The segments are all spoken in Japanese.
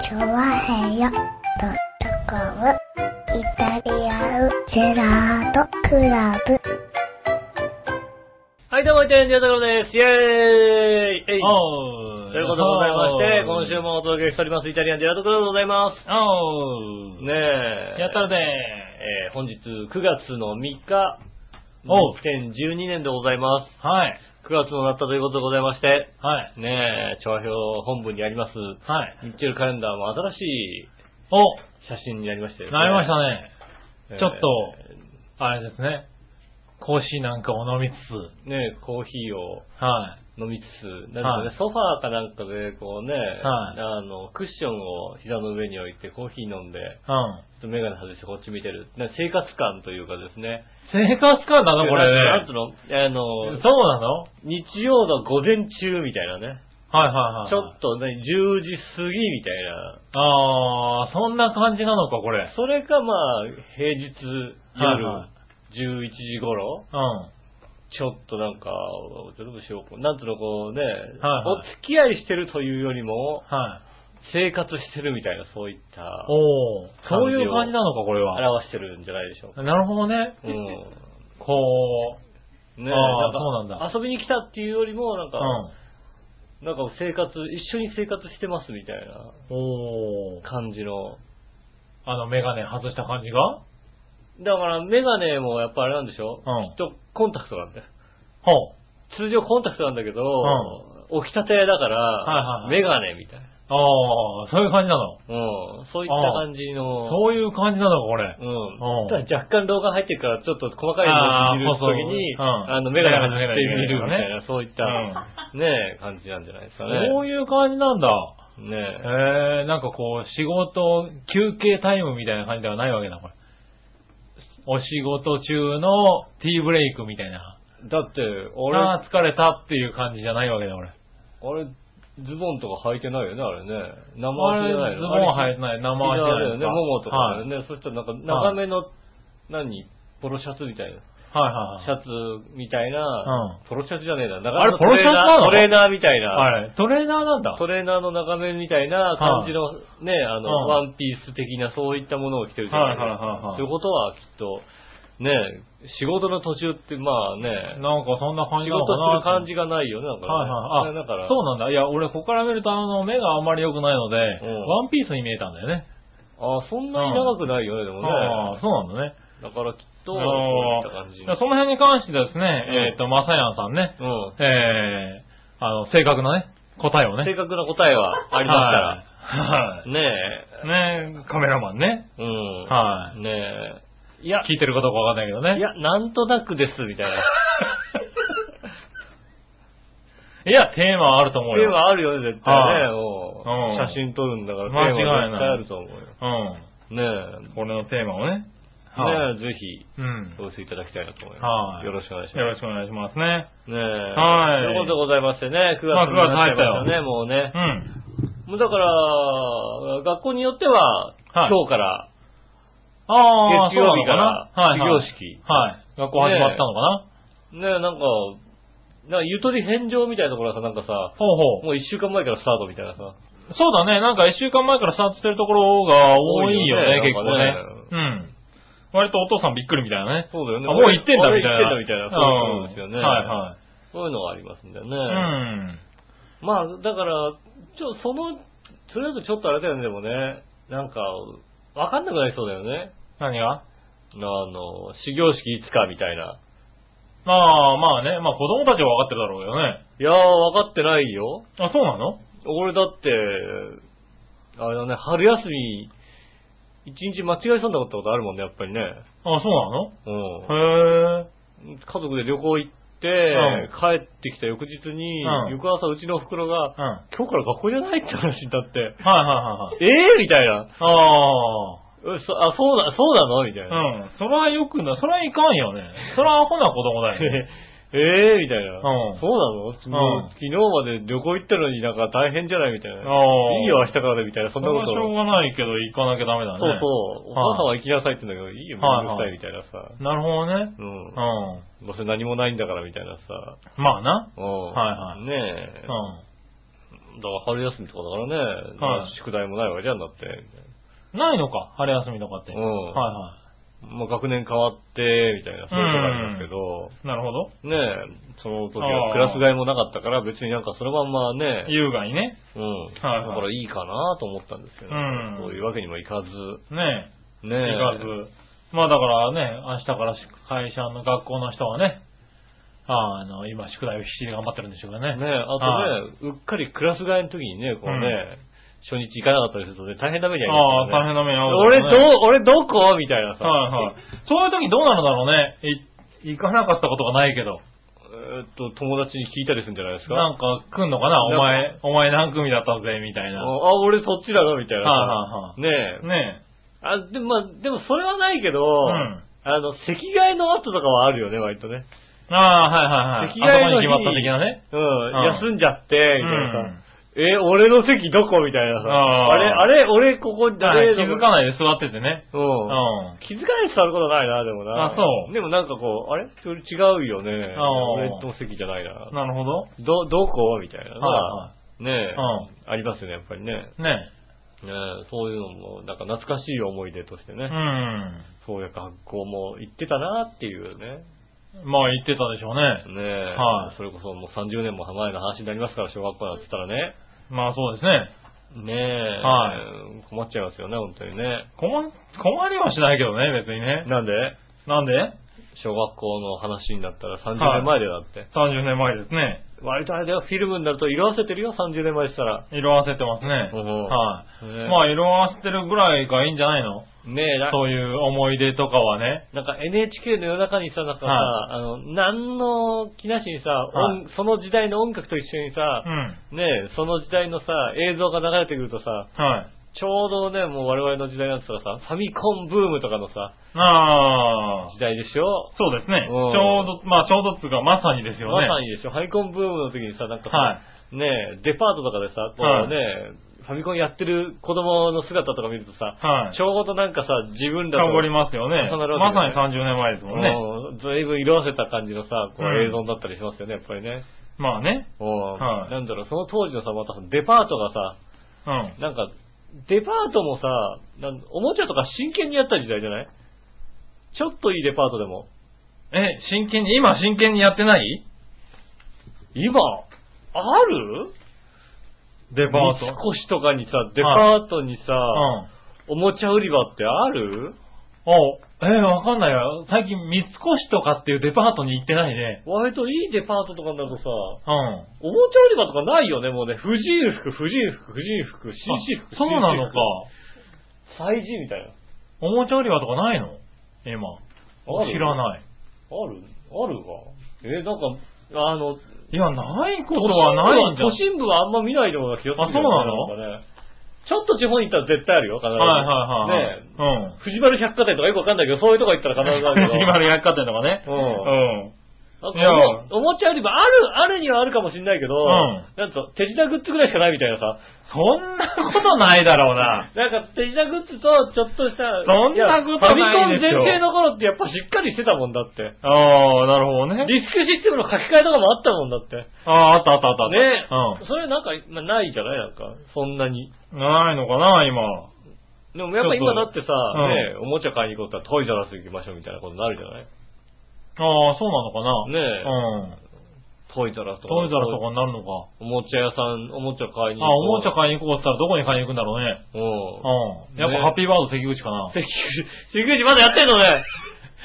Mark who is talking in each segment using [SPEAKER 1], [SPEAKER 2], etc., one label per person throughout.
[SPEAKER 1] チョワヘヨドットコムイタリアンジェラートクラブ。
[SPEAKER 2] はい、どうも、イタリアンジェラートクラブです。イェーイえい
[SPEAKER 3] おー
[SPEAKER 2] ということでございまして、今週。もお届けしております、イタリアンジェラートクラブでございま
[SPEAKER 3] お
[SPEAKER 2] す。
[SPEAKER 3] ー
[SPEAKER 2] ねえ。
[SPEAKER 3] やったらで
[SPEAKER 2] えー本日9月の3日、
[SPEAKER 3] おう
[SPEAKER 2] 2012年でございま
[SPEAKER 3] ーはい。
[SPEAKER 2] す。9月のなったということでございまして、
[SPEAKER 3] はい。
[SPEAKER 2] ねえ、調和表本部にあります、
[SPEAKER 3] はい。
[SPEAKER 2] ミッチェルカレンダーも新しい
[SPEAKER 3] お
[SPEAKER 2] 写真になりましたよね。
[SPEAKER 3] なりましたね。
[SPEAKER 2] えー
[SPEAKER 3] ちょっと、あれですね。コーヒーなんかを飲みつ
[SPEAKER 2] ねえ、コーヒーを
[SPEAKER 3] つ。は
[SPEAKER 2] 飲みつつ、なんか
[SPEAKER 3] は
[SPEAKER 2] ね、ソファーかなんかで、こうね、
[SPEAKER 3] はい
[SPEAKER 2] あの、クッションを膝の上に置いてコーヒー飲んで、
[SPEAKER 3] い。うん。
[SPEAKER 2] ちょっとメガネ外してこっち見てる。な生活感というかですね。
[SPEAKER 3] 生活感だな、これ
[SPEAKER 2] なん
[SPEAKER 3] ね
[SPEAKER 2] つう。のあの、
[SPEAKER 3] そうなのはい
[SPEAKER 2] 日曜の午前中みたいなね。
[SPEAKER 3] はいはい。
[SPEAKER 2] ちょっとね、10時過ぎみたいな。
[SPEAKER 3] あー、そんな感じなのか、これ。
[SPEAKER 2] それかまあ、平日
[SPEAKER 3] はい
[SPEAKER 2] 夜
[SPEAKER 3] は
[SPEAKER 2] 11時頃、
[SPEAKER 3] うん。
[SPEAKER 2] ちょっとなんか、どうしよう。なんつうの、こうね、
[SPEAKER 3] はい
[SPEAKER 2] お付き合いしてるというよりも、
[SPEAKER 3] はい。
[SPEAKER 2] 生活してるみたいな、そういった、
[SPEAKER 3] お
[SPEAKER 2] 感
[SPEAKER 3] ー、
[SPEAKER 2] じを
[SPEAKER 3] そういう感じなのか、これは。
[SPEAKER 2] 表してるんじゃないでしょうか。
[SPEAKER 3] なるほどね。
[SPEAKER 2] うん。
[SPEAKER 3] こう、
[SPEAKER 2] ねえ
[SPEAKER 3] ああ
[SPEAKER 2] か
[SPEAKER 3] そうなんだ
[SPEAKER 2] 遊びに来たっていうよりも、なん
[SPEAKER 3] う
[SPEAKER 2] か、
[SPEAKER 3] ん。
[SPEAKER 2] なんか生活、一緒に生活してますみたいな
[SPEAKER 3] おー、
[SPEAKER 2] 感じの。
[SPEAKER 3] あの、メガネ外した感じが
[SPEAKER 2] だから、メガネもやっぱあれなんでしょ
[SPEAKER 3] う
[SPEAKER 2] き
[SPEAKER 3] ん
[SPEAKER 2] っとコンタクトなんだよ。
[SPEAKER 3] ほう。
[SPEAKER 2] 通常コンタクトなんだけど、
[SPEAKER 3] う
[SPEAKER 2] 起きたてだから、
[SPEAKER 3] はいは
[SPEAKER 2] メ
[SPEAKER 3] い
[SPEAKER 2] ガネみたいな。
[SPEAKER 3] あー、そういう感じなの。
[SPEAKER 2] うん。そういった感じの、
[SPEAKER 3] そういう感じなのか、これ。
[SPEAKER 2] うん
[SPEAKER 3] うん。
[SPEAKER 2] ただ若干老眼入ってるから、ちょっと細かい
[SPEAKER 3] ああ
[SPEAKER 2] のを見るときに、
[SPEAKER 3] 細いうん
[SPEAKER 2] あの、メガネ外してみるみたい
[SPEAKER 3] メガネ
[SPEAKER 2] な、そういった、ねえ、感じなんじゃないですかね。
[SPEAKER 3] そういう感じなんだ。
[SPEAKER 2] ねえ。
[SPEAKER 3] へえ、なんかこう、仕事、休憩タイムみたいな感じではないわけだ、これ。お仕事中のティーブレイクみたいな。
[SPEAKER 2] だって、俺、
[SPEAKER 3] ああ、疲れたっていう感じじゃないわけだ、これ。
[SPEAKER 2] あれ、ズボンとか履いてないよね、あれね。生
[SPEAKER 3] あ
[SPEAKER 2] 足
[SPEAKER 3] れ、
[SPEAKER 2] じ
[SPEAKER 3] ズ
[SPEAKER 2] ゃない
[SPEAKER 3] ボ
[SPEAKER 2] の
[SPEAKER 3] ンは
[SPEAKER 2] あ
[SPEAKER 3] い
[SPEAKER 2] れ
[SPEAKER 3] てない、生足じゃ
[SPEAKER 2] 膝
[SPEAKER 3] な
[SPEAKER 2] だ
[SPEAKER 3] いで
[SPEAKER 2] よ
[SPEAKER 3] す
[SPEAKER 2] ね、
[SPEAKER 3] か。
[SPEAKER 2] ももとかだ
[SPEAKER 3] は
[SPEAKER 2] よ
[SPEAKER 3] い、
[SPEAKER 2] ね。そしたらなんか、長めの、何ポロシャツみたいな。
[SPEAKER 3] はいはい
[SPEAKER 2] シ
[SPEAKER 3] はい。
[SPEAKER 2] ャツみたいな、ポロシャツじゃねえな。長めの
[SPEAKER 3] あれポロシャツなの
[SPEAKER 2] トレーナートレーナーみたいな。
[SPEAKER 3] はい。トレーナーなんだ。
[SPEAKER 2] トレーナーの長めみたいな感じの、ね、あの、
[SPEAKER 3] うん
[SPEAKER 2] ワンピース的なそういったものを着てるじゃないです
[SPEAKER 3] はいはいはい
[SPEAKER 2] か
[SPEAKER 3] は。い
[SPEAKER 2] ということは、きっと、ね、仕事の途中って、まあね、
[SPEAKER 3] なんかそんな感
[SPEAKER 2] 仕
[SPEAKER 3] じなの
[SPEAKER 2] 事
[SPEAKER 3] か
[SPEAKER 2] す
[SPEAKER 3] な
[SPEAKER 2] る感じがないよね、なんかね。
[SPEAKER 3] はいはい。あ、
[SPEAKER 2] だから、
[SPEAKER 3] そうなんだ。いや、俺、ここから見ると、あの、目があんまり良くないので、
[SPEAKER 2] うん
[SPEAKER 3] ワンピースに見えたんだよね。
[SPEAKER 2] あ、そんなに長くないよね、でもね。
[SPEAKER 3] ああ、そうなんだね。
[SPEAKER 2] だからきっと、そうい
[SPEAKER 3] あー
[SPEAKER 2] った感じ。
[SPEAKER 3] だからその辺に関してですね、えっ、
[SPEAKER 2] ん
[SPEAKER 3] と、まさやんさんね、
[SPEAKER 2] う
[SPEAKER 3] えー、あの、正確なね、答えを
[SPEAKER 2] ん。正
[SPEAKER 3] ね。
[SPEAKER 2] 確な答えはありま
[SPEAKER 3] はい
[SPEAKER 2] したら、ね
[SPEAKER 3] はい。ねカメラマンね。
[SPEAKER 2] え、うん。
[SPEAKER 3] はい。
[SPEAKER 2] ね
[SPEAKER 3] いや。聞いてるかどうかわかんないけど
[SPEAKER 2] え、
[SPEAKER 3] ね。
[SPEAKER 2] いや、なんとなくです、みたいな。
[SPEAKER 3] いや、テーマはあると思う
[SPEAKER 2] テー
[SPEAKER 3] よ。
[SPEAKER 2] マあるよね、絶対ね。
[SPEAKER 3] はい
[SPEAKER 2] もう
[SPEAKER 3] うん
[SPEAKER 2] 写真撮るんだから、
[SPEAKER 3] 間違いな
[SPEAKER 2] テーマ絶
[SPEAKER 3] い
[SPEAKER 2] 対あると思うよ。ね
[SPEAKER 3] うん。これのテーマをね。
[SPEAKER 2] え、
[SPEAKER 3] はい。
[SPEAKER 2] ねえ、ぜひ、
[SPEAKER 3] うん。
[SPEAKER 2] お寄せいただきたいなと思いま
[SPEAKER 3] は
[SPEAKER 2] す。
[SPEAKER 3] い
[SPEAKER 2] よろしくお願いします。
[SPEAKER 3] よろしくお願いしますね。
[SPEAKER 2] ねえ。
[SPEAKER 3] はい
[SPEAKER 2] ということでございましてね、9
[SPEAKER 3] まあ
[SPEAKER 2] 月に
[SPEAKER 3] 九月
[SPEAKER 2] なっちゃいまし
[SPEAKER 3] 入ったた
[SPEAKER 2] ね、もうね
[SPEAKER 3] う。ん。
[SPEAKER 2] もうだから、学校によっては、今
[SPEAKER 3] はい
[SPEAKER 2] 日から
[SPEAKER 3] ああ、
[SPEAKER 2] 月曜日から
[SPEAKER 3] そうなのかなはいはい
[SPEAKER 2] 始業式
[SPEAKER 3] はい。学校始まったのかな、
[SPEAKER 2] ねえ、なんか、なんかゆとり返上みたいなところはさ、なんかさ、
[SPEAKER 3] ほうほう。
[SPEAKER 2] もう一週間前からスタートみたいなさ。
[SPEAKER 3] そうだね。なんか一週間前からスタートしてるところが多いよね、
[SPEAKER 2] 多い
[SPEAKER 3] 結
[SPEAKER 2] よ
[SPEAKER 3] 構
[SPEAKER 2] ね
[SPEAKER 3] ね。うん。割とお父さんびっくりみたいなね。
[SPEAKER 2] そうだよ
[SPEAKER 3] あ、
[SPEAKER 2] ね。
[SPEAKER 3] もう行ってんだみたいな。
[SPEAKER 2] 俺行ってんだみたいな。そういうことですよね。
[SPEAKER 3] うんはいはい。
[SPEAKER 2] そういうのがありますんでね。
[SPEAKER 3] うん。
[SPEAKER 2] まあ、だから、ちょ、その、とりあえずちょっとあれだよね、でもね。なんか、わかんなくなりそうだよね。
[SPEAKER 3] 何が
[SPEAKER 2] あの、始業式いつかみたいな。
[SPEAKER 3] まあまあね。まあ子供たちは分かってるだろうけどね。
[SPEAKER 2] いやー、わかってないよ。
[SPEAKER 3] あ、そうなの
[SPEAKER 2] 俺だって、あれだね、春休み、一日間違えそうになったことあるもんね、やっぱりね。
[SPEAKER 3] あ、そう
[SPEAKER 2] うん。
[SPEAKER 3] なのへえ。
[SPEAKER 2] 家族で旅行行って、帰ってきた翌日に、
[SPEAKER 3] うん
[SPEAKER 2] 翌朝うちの袋が、
[SPEAKER 3] うん。はい
[SPEAKER 2] 今日から学校じゃないって話になって、
[SPEAKER 3] はいはいはい。
[SPEAKER 2] えー、みたいな。
[SPEAKER 3] あ
[SPEAKER 2] うそあ、そうな、そうなのみたいな。
[SPEAKER 3] あ。うん。それはよくな、それはいかんよね。それはアホな子供だ よね。
[SPEAKER 2] えー、みたいな。
[SPEAKER 3] うん
[SPEAKER 2] そうなの、
[SPEAKER 3] うん
[SPEAKER 2] 昨日まで旅行行ったのになんか大変じゃないみたいな。
[SPEAKER 3] ああ
[SPEAKER 2] いいよ、明日からで、みたいな。そ
[SPEAKER 3] そ
[SPEAKER 2] ん
[SPEAKER 3] れ
[SPEAKER 2] なこ
[SPEAKER 3] は
[SPEAKER 2] と。
[SPEAKER 3] しょう
[SPEAKER 2] そ
[SPEAKER 3] がないけど、行かなきゃダメだ
[SPEAKER 2] う
[SPEAKER 3] ね。
[SPEAKER 2] そう。お母さんは行きなさいって言うんだけど、いいよ、
[SPEAKER 3] は
[SPEAKER 2] め
[SPEAKER 3] い
[SPEAKER 2] んどくさいみたいなさ。
[SPEAKER 3] なるほどね。
[SPEAKER 2] うん。
[SPEAKER 3] う
[SPEAKER 2] どうせ何もないんだからみたいなさ。
[SPEAKER 3] ん。まあな。
[SPEAKER 2] うん。
[SPEAKER 3] はいはい
[SPEAKER 2] ねえ。
[SPEAKER 3] うん。
[SPEAKER 2] から春休みとかだからね、
[SPEAKER 3] はい
[SPEAKER 2] 宿題もないわけじゃんだって。みたい
[SPEAKER 3] ないのか、春休みとかって。
[SPEAKER 2] うん
[SPEAKER 3] は
[SPEAKER 2] なまあ、学年変わって、みたいな、そういうとこありますけど、
[SPEAKER 3] いはい。なるほど。
[SPEAKER 2] ねえ、その時はクラス替えもなかったから、別になんかそのまんまね、
[SPEAKER 3] 優雅にね。
[SPEAKER 2] うん。だ
[SPEAKER 3] はいはい
[SPEAKER 2] からいいかなと思ったんですけど、
[SPEAKER 3] うん
[SPEAKER 2] そういうわけにもいかず、
[SPEAKER 3] ね
[SPEAKER 2] ね
[SPEAKER 3] え。
[SPEAKER 2] え。
[SPEAKER 3] 行かず。まあだからね、明日から会社の学校の人はね、あの、今宿題を必死で頑張ってるんでしょうかね。
[SPEAKER 2] ねえ、あ
[SPEAKER 3] は
[SPEAKER 2] とね、うっかりクラス替えの時にね、こうね、初日行かなかったりするとね、大変な目に遭い
[SPEAKER 3] ああ、
[SPEAKER 2] ますか
[SPEAKER 3] 大
[SPEAKER 2] らね。
[SPEAKER 3] 変な目に遭うだ
[SPEAKER 2] 俺ど、俺
[SPEAKER 3] ろうね、
[SPEAKER 2] どこみたいなさ。
[SPEAKER 3] はいはい。そういう時どうなるんだろうね。い行かなかったことがないけど。
[SPEAKER 2] えーっと、友達に聞いたりするんじゃないですか。
[SPEAKER 3] なんか来んのかなお
[SPEAKER 2] なんか
[SPEAKER 3] 前、お前何組だったぜ、みたいな。
[SPEAKER 2] あ、
[SPEAKER 3] は
[SPEAKER 2] 俺そっちだな、みたい
[SPEAKER 3] い
[SPEAKER 2] な
[SPEAKER 3] は
[SPEAKER 2] さ。ね
[SPEAKER 3] いはい。
[SPEAKER 2] え。
[SPEAKER 3] ね
[SPEAKER 2] あ、でも、まあ、でもそれはないけど、
[SPEAKER 3] え。うん。
[SPEAKER 2] あの、席替えの後とかはあるよね、割とね。
[SPEAKER 3] ああ、はいはいはい。
[SPEAKER 2] 席替えの日
[SPEAKER 3] 頭に決まった的なね。
[SPEAKER 2] うん、休んじゃって、みたいな
[SPEAKER 3] うん
[SPEAKER 2] さ。え、俺の席どこみたいなさ。
[SPEAKER 3] あー
[SPEAKER 2] あれ、あれ、俺ここ
[SPEAKER 3] は
[SPEAKER 2] 誰
[SPEAKER 3] い気づかないで座っててね。
[SPEAKER 2] う。
[SPEAKER 3] うんん。
[SPEAKER 2] 気づかない人あることないな、でもな。
[SPEAKER 3] あそう
[SPEAKER 2] でもなんかこう、あれそれ違うよね。
[SPEAKER 3] ああ
[SPEAKER 2] 俺の席じゃないな。
[SPEAKER 3] なるほど。は
[SPEAKER 2] ど、どこみたいなの
[SPEAKER 3] い
[SPEAKER 2] が。
[SPEAKER 3] は
[SPEAKER 2] ねえ、
[SPEAKER 3] う
[SPEAKER 2] ありますよね、やっぱりね。ね
[SPEAKER 3] い。ね
[SPEAKER 2] えそういうのも、なんか懐かしい思い出としてね。
[SPEAKER 3] え。うん。
[SPEAKER 2] そういう学校も行ってたなっていうね。
[SPEAKER 3] まあ言ってたでしょうね。
[SPEAKER 2] ねえ、
[SPEAKER 3] はい
[SPEAKER 2] それこそもう30年も前の話になりますから、小学校なんて言ったらね。
[SPEAKER 3] まあそうですね。
[SPEAKER 2] ねえ、
[SPEAKER 3] は
[SPEAKER 2] 困っちゃいますよね、本当にね。
[SPEAKER 3] 困、困りはしないけどね、別にね。
[SPEAKER 2] なんで
[SPEAKER 3] なんで
[SPEAKER 2] 小学校の話になったら30年前だよ、だって。
[SPEAKER 3] ?30 年前ですね。
[SPEAKER 2] 割とあれだよ、フィルムになると色あせてるよ、30年前したら。
[SPEAKER 3] 色あせてますね。
[SPEAKER 2] うんうん
[SPEAKER 3] はい。
[SPEAKER 2] ね
[SPEAKER 3] まあ色あせてるぐらいがいいんじゃないの
[SPEAKER 2] ねえ、な
[SPEAKER 3] そういう思い出とかはね。
[SPEAKER 2] なんか NHK の夜中にさ、なんかさ、
[SPEAKER 3] は
[SPEAKER 2] あの、何の気なしにさ、
[SPEAKER 3] はい
[SPEAKER 2] 音その時代の音楽と一緒にさ
[SPEAKER 3] う、ん。
[SPEAKER 2] ねえ、その時代のさ、映像が流れてくるとさ、
[SPEAKER 3] はい。
[SPEAKER 2] ちょうどね、もう我々の時代になってたらさ、ファミコンブームとかのさ、
[SPEAKER 3] ああ。
[SPEAKER 2] 時代でしょ
[SPEAKER 3] そうですね。ち
[SPEAKER 2] うん
[SPEAKER 3] ょうど、まあちょうどっていうかまさにですよ
[SPEAKER 2] ま
[SPEAKER 3] ね。
[SPEAKER 2] さにでしょファミコンブームの時にさ、なんかさ、
[SPEAKER 3] は
[SPEAKER 2] ねえ、デパートとかでさ、こうね、ファミコンやってる子供の姿とか見るとさ、
[SPEAKER 3] はい。
[SPEAKER 2] ちょうどなんかさ、自分ら
[SPEAKER 3] か
[SPEAKER 2] と、
[SPEAKER 3] りますよね。
[SPEAKER 2] 重なる
[SPEAKER 3] ま
[SPEAKER 2] わけ
[SPEAKER 3] さに
[SPEAKER 2] だ
[SPEAKER 3] 30年前ですもんね。
[SPEAKER 2] うんずいぶん色あせた感じのさ、こう
[SPEAKER 3] うん
[SPEAKER 2] 映像だったりしますよね、やっぱりね。
[SPEAKER 3] まあね。
[SPEAKER 2] うん
[SPEAKER 3] はい
[SPEAKER 2] なんだろう、その当時のさ、またさデパートがさ、
[SPEAKER 3] うん。
[SPEAKER 2] なんか、デパートもさ、なんおもちゃとか真剣にやった時代じゃないちょっといいデパートでも。
[SPEAKER 3] え、真剣に、今真剣にやってない
[SPEAKER 2] 今、ある
[SPEAKER 3] デパート。
[SPEAKER 2] 三越とかにさ、デパートにさ、
[SPEAKER 3] うん。
[SPEAKER 2] おもちゃ売り場ってある
[SPEAKER 3] おえーわかんないよ。最近三越とかっていうデパートに行ってないね。
[SPEAKER 2] 割といいデパートとかになるとさ、
[SPEAKER 3] うん。あ、
[SPEAKER 2] おもちゃ売り場とかないよね、もうね。婦人服、婦人服、婦人服、紳士服。
[SPEAKER 3] そうなのか。
[SPEAKER 2] 紳士服。祭事みたいな。
[SPEAKER 3] おもちゃ売り場とかないの今。
[SPEAKER 2] ある
[SPEAKER 3] 知らない。
[SPEAKER 2] あるあるが。えーなんか、あの、
[SPEAKER 3] いや、ないことはないんじゃん。
[SPEAKER 2] 都心部はあんま見ないような気がするよね、
[SPEAKER 3] あそうなの
[SPEAKER 2] んかねちょっと地方に行ったら絶対あるよ、必ず。
[SPEAKER 3] はいはいはい。
[SPEAKER 2] ねえ
[SPEAKER 3] うん。
[SPEAKER 2] 藤丸百貨店とかよくわかんないけど、そういうとこ行ったら必ずあ るけど。
[SPEAKER 3] 今の百貨店とかね。
[SPEAKER 2] うん。あ
[SPEAKER 3] いや
[SPEAKER 2] おもおもちゃ売り場、ある、あるにはあるかもしんないけど、
[SPEAKER 3] ん
[SPEAKER 2] なんと、手品グッズぐらいしかないみたいなさ。
[SPEAKER 3] そんなことないだろうな。
[SPEAKER 2] なんか、手品グッズと、ちょっとした、
[SPEAKER 3] そんなことないでしょ
[SPEAKER 2] やファミコン前提の頃ってやっぱしっかりしてたもんだって。
[SPEAKER 3] ああ、なるほどね。
[SPEAKER 2] ディスクシステムの書き換えとかもあったもんだって。
[SPEAKER 3] ああ、あったあったあった。
[SPEAKER 2] ね
[SPEAKER 3] う
[SPEAKER 2] それなんか、まあないじゃないなんか、そんなに。
[SPEAKER 3] ん。ないのかな、今。
[SPEAKER 2] でもやっぱ今だってさ、
[SPEAKER 3] うん
[SPEAKER 2] ねえおもちゃ買いに行こうとったらトイザらス行きましょうみたいなことになるじゃない
[SPEAKER 3] ああ、そうなのかな。
[SPEAKER 2] ねトイザラス
[SPEAKER 3] うん。
[SPEAKER 2] とか。
[SPEAKER 3] トイザラスとかになるのか。
[SPEAKER 2] おもちゃ屋さん、おもちゃ買いに
[SPEAKER 3] あ、おもちゃ
[SPEAKER 2] い
[SPEAKER 3] 買いに行こうって言ったらどこに買いに行くんだろうね。
[SPEAKER 2] に行こ
[SPEAKER 3] うん。やっ
[SPEAKER 2] ね
[SPEAKER 3] ぱハッピーバード関口か
[SPEAKER 2] う。。
[SPEAKER 3] な
[SPEAKER 2] 関口、関口まだやってんのね。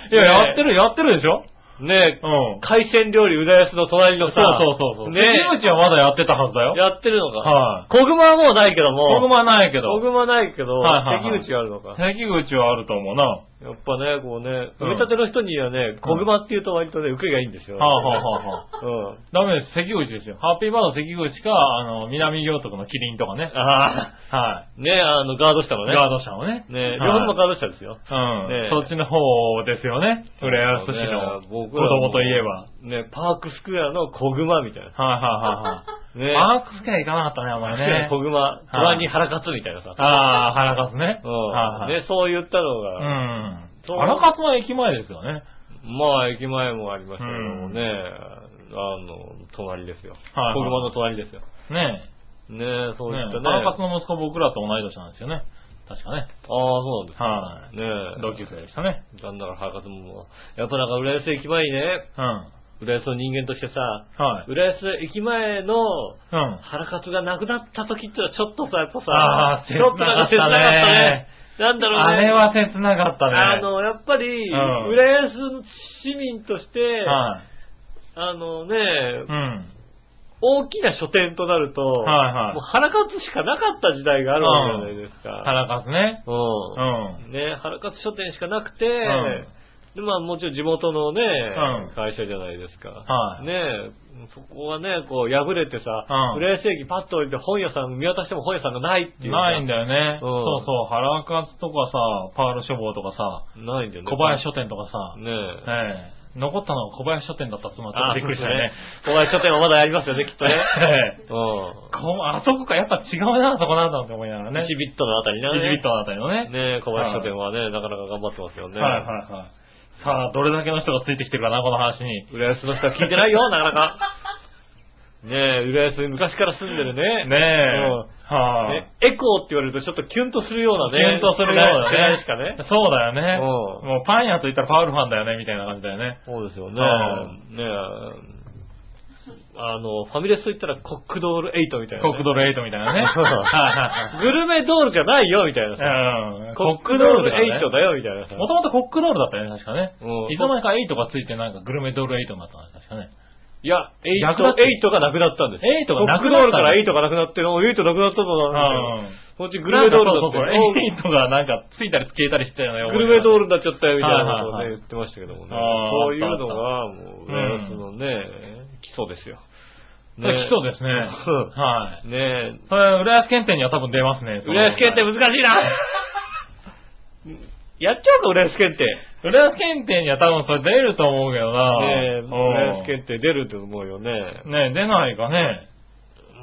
[SPEAKER 3] い
[SPEAKER 2] ねえ
[SPEAKER 3] や、やってる、やってるでしょ
[SPEAKER 2] ねえ、
[SPEAKER 3] うん。
[SPEAKER 2] 海鮮料理うだやすの隣の
[SPEAKER 3] そう
[SPEAKER 2] さ。
[SPEAKER 3] そうそうそう。
[SPEAKER 2] ね
[SPEAKER 3] 関口はまだやってたはず
[SPEAKER 2] え、
[SPEAKER 3] だよ。
[SPEAKER 2] やってるのか。。
[SPEAKER 3] はい
[SPEAKER 2] 小熊はもうないけども。
[SPEAKER 3] 僕もはないけど。
[SPEAKER 2] 小熊ないけど、
[SPEAKER 3] はいはいはい
[SPEAKER 2] 関口があるのか。
[SPEAKER 3] 関口はあると思うな。は
[SPEAKER 2] やっぱね、こうね、
[SPEAKER 3] う
[SPEAKER 2] 埋め
[SPEAKER 3] ん
[SPEAKER 2] 立ての人にはね、小熊って言うと割とね、受けがいいんですよ。
[SPEAKER 3] あ、はあはあはあ、
[SPEAKER 2] うん。
[SPEAKER 3] ダメです、関口ですよ。ハッピーバード関口か、あの、南行徳のキリンとかね。
[SPEAKER 2] あ
[SPEAKER 3] は
[SPEAKER 2] あ、ねえ、あの、ガード下の
[SPEAKER 3] い。
[SPEAKER 2] ね。
[SPEAKER 3] ガード車をね。
[SPEAKER 2] ねえ、
[SPEAKER 3] は
[SPEAKER 2] 両方
[SPEAKER 3] い
[SPEAKER 2] ともガード下ですよ。
[SPEAKER 3] うん、
[SPEAKER 2] ねえ
[SPEAKER 3] そっちの方ですよね。浦安市の
[SPEAKER 2] ね
[SPEAKER 3] 子
[SPEAKER 2] 僕らも
[SPEAKER 3] 供といえば。
[SPEAKER 2] ね、パークスクエアの小熊みたいな。
[SPEAKER 3] はいはい
[SPEAKER 2] ね
[SPEAKER 3] はいはい。パークスケア行かなかったね、お前ね
[SPEAKER 2] 小。熊、
[SPEAKER 3] は
[SPEAKER 2] 熊
[SPEAKER 3] い
[SPEAKER 2] に腹立つみたいなさ。
[SPEAKER 3] ああ、原勝ね。
[SPEAKER 2] うん。
[SPEAKER 3] はいはい。
[SPEAKER 2] ね、そう言ったの
[SPEAKER 3] う
[SPEAKER 2] が、
[SPEAKER 3] ん。
[SPEAKER 2] そう
[SPEAKER 3] 原勝の駅前ですよね。
[SPEAKER 2] まあ、駅前もありましたけどもね、
[SPEAKER 3] う
[SPEAKER 2] あの、隣ですよ。
[SPEAKER 3] はいはい
[SPEAKER 2] 小熊の隣ですよ。
[SPEAKER 3] ね
[SPEAKER 2] ねえ、そういったね。
[SPEAKER 3] ね田中の息子僕らと同い年なんですよね。確か
[SPEAKER 2] あ
[SPEAKER 3] ね。
[SPEAKER 2] あ、そうなんです
[SPEAKER 3] はい。
[SPEAKER 2] ねえ。
[SPEAKER 3] 同級生でしたね。
[SPEAKER 2] なんだから、博士も、やっぱなんか、浦安駅前にね、
[SPEAKER 3] うん。
[SPEAKER 2] 浦安の人間としてさ、
[SPEAKER 3] はい。
[SPEAKER 2] 浦安駅前の
[SPEAKER 3] うん。
[SPEAKER 2] 原活がなくなった時ってのはちょっとさ、やっぱ
[SPEAKER 3] あ
[SPEAKER 2] さ
[SPEAKER 3] あ、
[SPEAKER 2] ちょっとなんか切なかったね。なんだろうね。
[SPEAKER 3] あれは切なかったね。
[SPEAKER 2] あの、やっぱり、
[SPEAKER 3] うん
[SPEAKER 2] 浦安市民として、
[SPEAKER 3] はい。
[SPEAKER 2] あのね、
[SPEAKER 3] うん。
[SPEAKER 2] 大きな書店となると、
[SPEAKER 3] はいはい
[SPEAKER 2] もう原活しかなかった時代があるわけじゃないですか。
[SPEAKER 3] 腹かすね。
[SPEAKER 2] う。
[SPEAKER 3] うんん。
[SPEAKER 2] ね、原活書店しかなくて、
[SPEAKER 3] ん
[SPEAKER 2] で、まあもちろん地元のね、
[SPEAKER 3] うん
[SPEAKER 2] 会社じゃないですか。
[SPEAKER 3] はい
[SPEAKER 2] ねそこはね、こう破れてさ、
[SPEAKER 3] うん
[SPEAKER 2] 浦安駅パッと降りて本屋さん見渡しても本屋さんがないっていう。
[SPEAKER 3] ないん
[SPEAKER 2] だ。
[SPEAKER 3] だ
[SPEAKER 2] う
[SPEAKER 3] よね。そ
[SPEAKER 2] ん
[SPEAKER 3] うそう、腹かすとかさ、パール書房とかさ、
[SPEAKER 2] ないんだよね。
[SPEAKER 3] 小林書店とかさ、
[SPEAKER 2] ねえ。
[SPEAKER 3] ええ残ったのは小林書店だったっての
[SPEAKER 2] あ
[SPEAKER 3] はちょっとびっくりしたよね。
[SPEAKER 2] そうですね。小林書店はまだやりますよね、きっ とね。
[SPEAKER 3] ええ
[SPEAKER 2] う
[SPEAKER 3] こあそこか、やっぱ違うな、あそこなんだって思いながら
[SPEAKER 2] ん。
[SPEAKER 3] ね。
[SPEAKER 2] 1ビットのあたりな
[SPEAKER 3] 1ビットのあたりのね。
[SPEAKER 2] ねえ小林書店はね、なかなか頑張ってますよね。
[SPEAKER 3] はいはいはい。さあ、どれだけの人がついてきてるかな、この話に。
[SPEAKER 2] 浦安の人は聞いてないよ、なかな か。ねえ、浦安に昔から住んでるね。
[SPEAKER 3] ねえ。はあ。
[SPEAKER 2] ねエコーって言われるとちょっとキュンとするような
[SPEAKER 3] キ
[SPEAKER 2] ね。
[SPEAKER 3] ュンとするような
[SPEAKER 2] 世代
[SPEAKER 3] ね。
[SPEAKER 2] しかね。
[SPEAKER 3] そうだよね。
[SPEAKER 2] うん
[SPEAKER 3] もうパン屋といったらパウルファンだよね、みたいな感じだよ ね。
[SPEAKER 2] そうですよね。
[SPEAKER 3] う
[SPEAKER 2] ねえ。あの、ファミレスと言ったらコックドール8みたいな、
[SPEAKER 3] コックド
[SPEAKER 2] ル。
[SPEAKER 3] ル8みたいなね。
[SPEAKER 2] そうグルメドールじゃないよ、みたいなさ。
[SPEAKER 3] うん
[SPEAKER 2] コ
[SPEAKER 3] コ
[SPEAKER 2] ッ
[SPEAKER 3] ッ
[SPEAKER 2] ク
[SPEAKER 3] ク
[SPEAKER 2] ド
[SPEAKER 3] ド
[SPEAKER 2] ー
[SPEAKER 3] ー
[SPEAKER 2] ル
[SPEAKER 3] ル
[SPEAKER 2] 8だよ、みたいなさ。
[SPEAKER 3] もともとコックドールだったよね、確かね
[SPEAKER 2] うん。
[SPEAKER 3] いつの間にか8がついてなんかグルメドール8になったのね、確かね。
[SPEAKER 2] いや、エイ
[SPEAKER 3] 逆
[SPEAKER 2] ト
[SPEAKER 3] だって
[SPEAKER 2] エイトがなくなったんです。
[SPEAKER 3] エイトがな
[SPEAKER 2] コック
[SPEAKER 3] くな
[SPEAKER 2] ドー
[SPEAKER 3] ったの
[SPEAKER 2] ルからエイトがなくなって、おエイトなくなったのなん
[SPEAKER 3] うん
[SPEAKER 2] こっちグルメドールだ
[SPEAKER 3] そう
[SPEAKER 2] っ
[SPEAKER 3] そう
[SPEAKER 2] て
[SPEAKER 3] そう8がなんかついたり消えたりしてたよね、
[SPEAKER 2] お、グルメドー
[SPEAKER 3] ル。
[SPEAKER 2] ルになっちゃったよみたいなことをね、
[SPEAKER 3] はいはいは
[SPEAKER 2] 言ってましたけどもね。
[SPEAKER 3] あー
[SPEAKER 2] そういうのが、もう、
[SPEAKER 3] あった
[SPEAKER 2] 浦安のね、基礎ですよ。
[SPEAKER 3] 基礎ですね。
[SPEAKER 2] うん
[SPEAKER 3] はい。
[SPEAKER 2] ねえ、
[SPEAKER 3] それ、浦安検定には多分出ますね。
[SPEAKER 2] 浦安検定
[SPEAKER 3] 定
[SPEAKER 2] 難しいなやっちゃうか、浦安検定。
[SPEAKER 3] 浦安検定には多分それ出ると思うけどな。
[SPEAKER 2] ねえ、
[SPEAKER 3] うん
[SPEAKER 2] 浦安検定出ると思うよね。
[SPEAKER 3] ねえ出ないかね。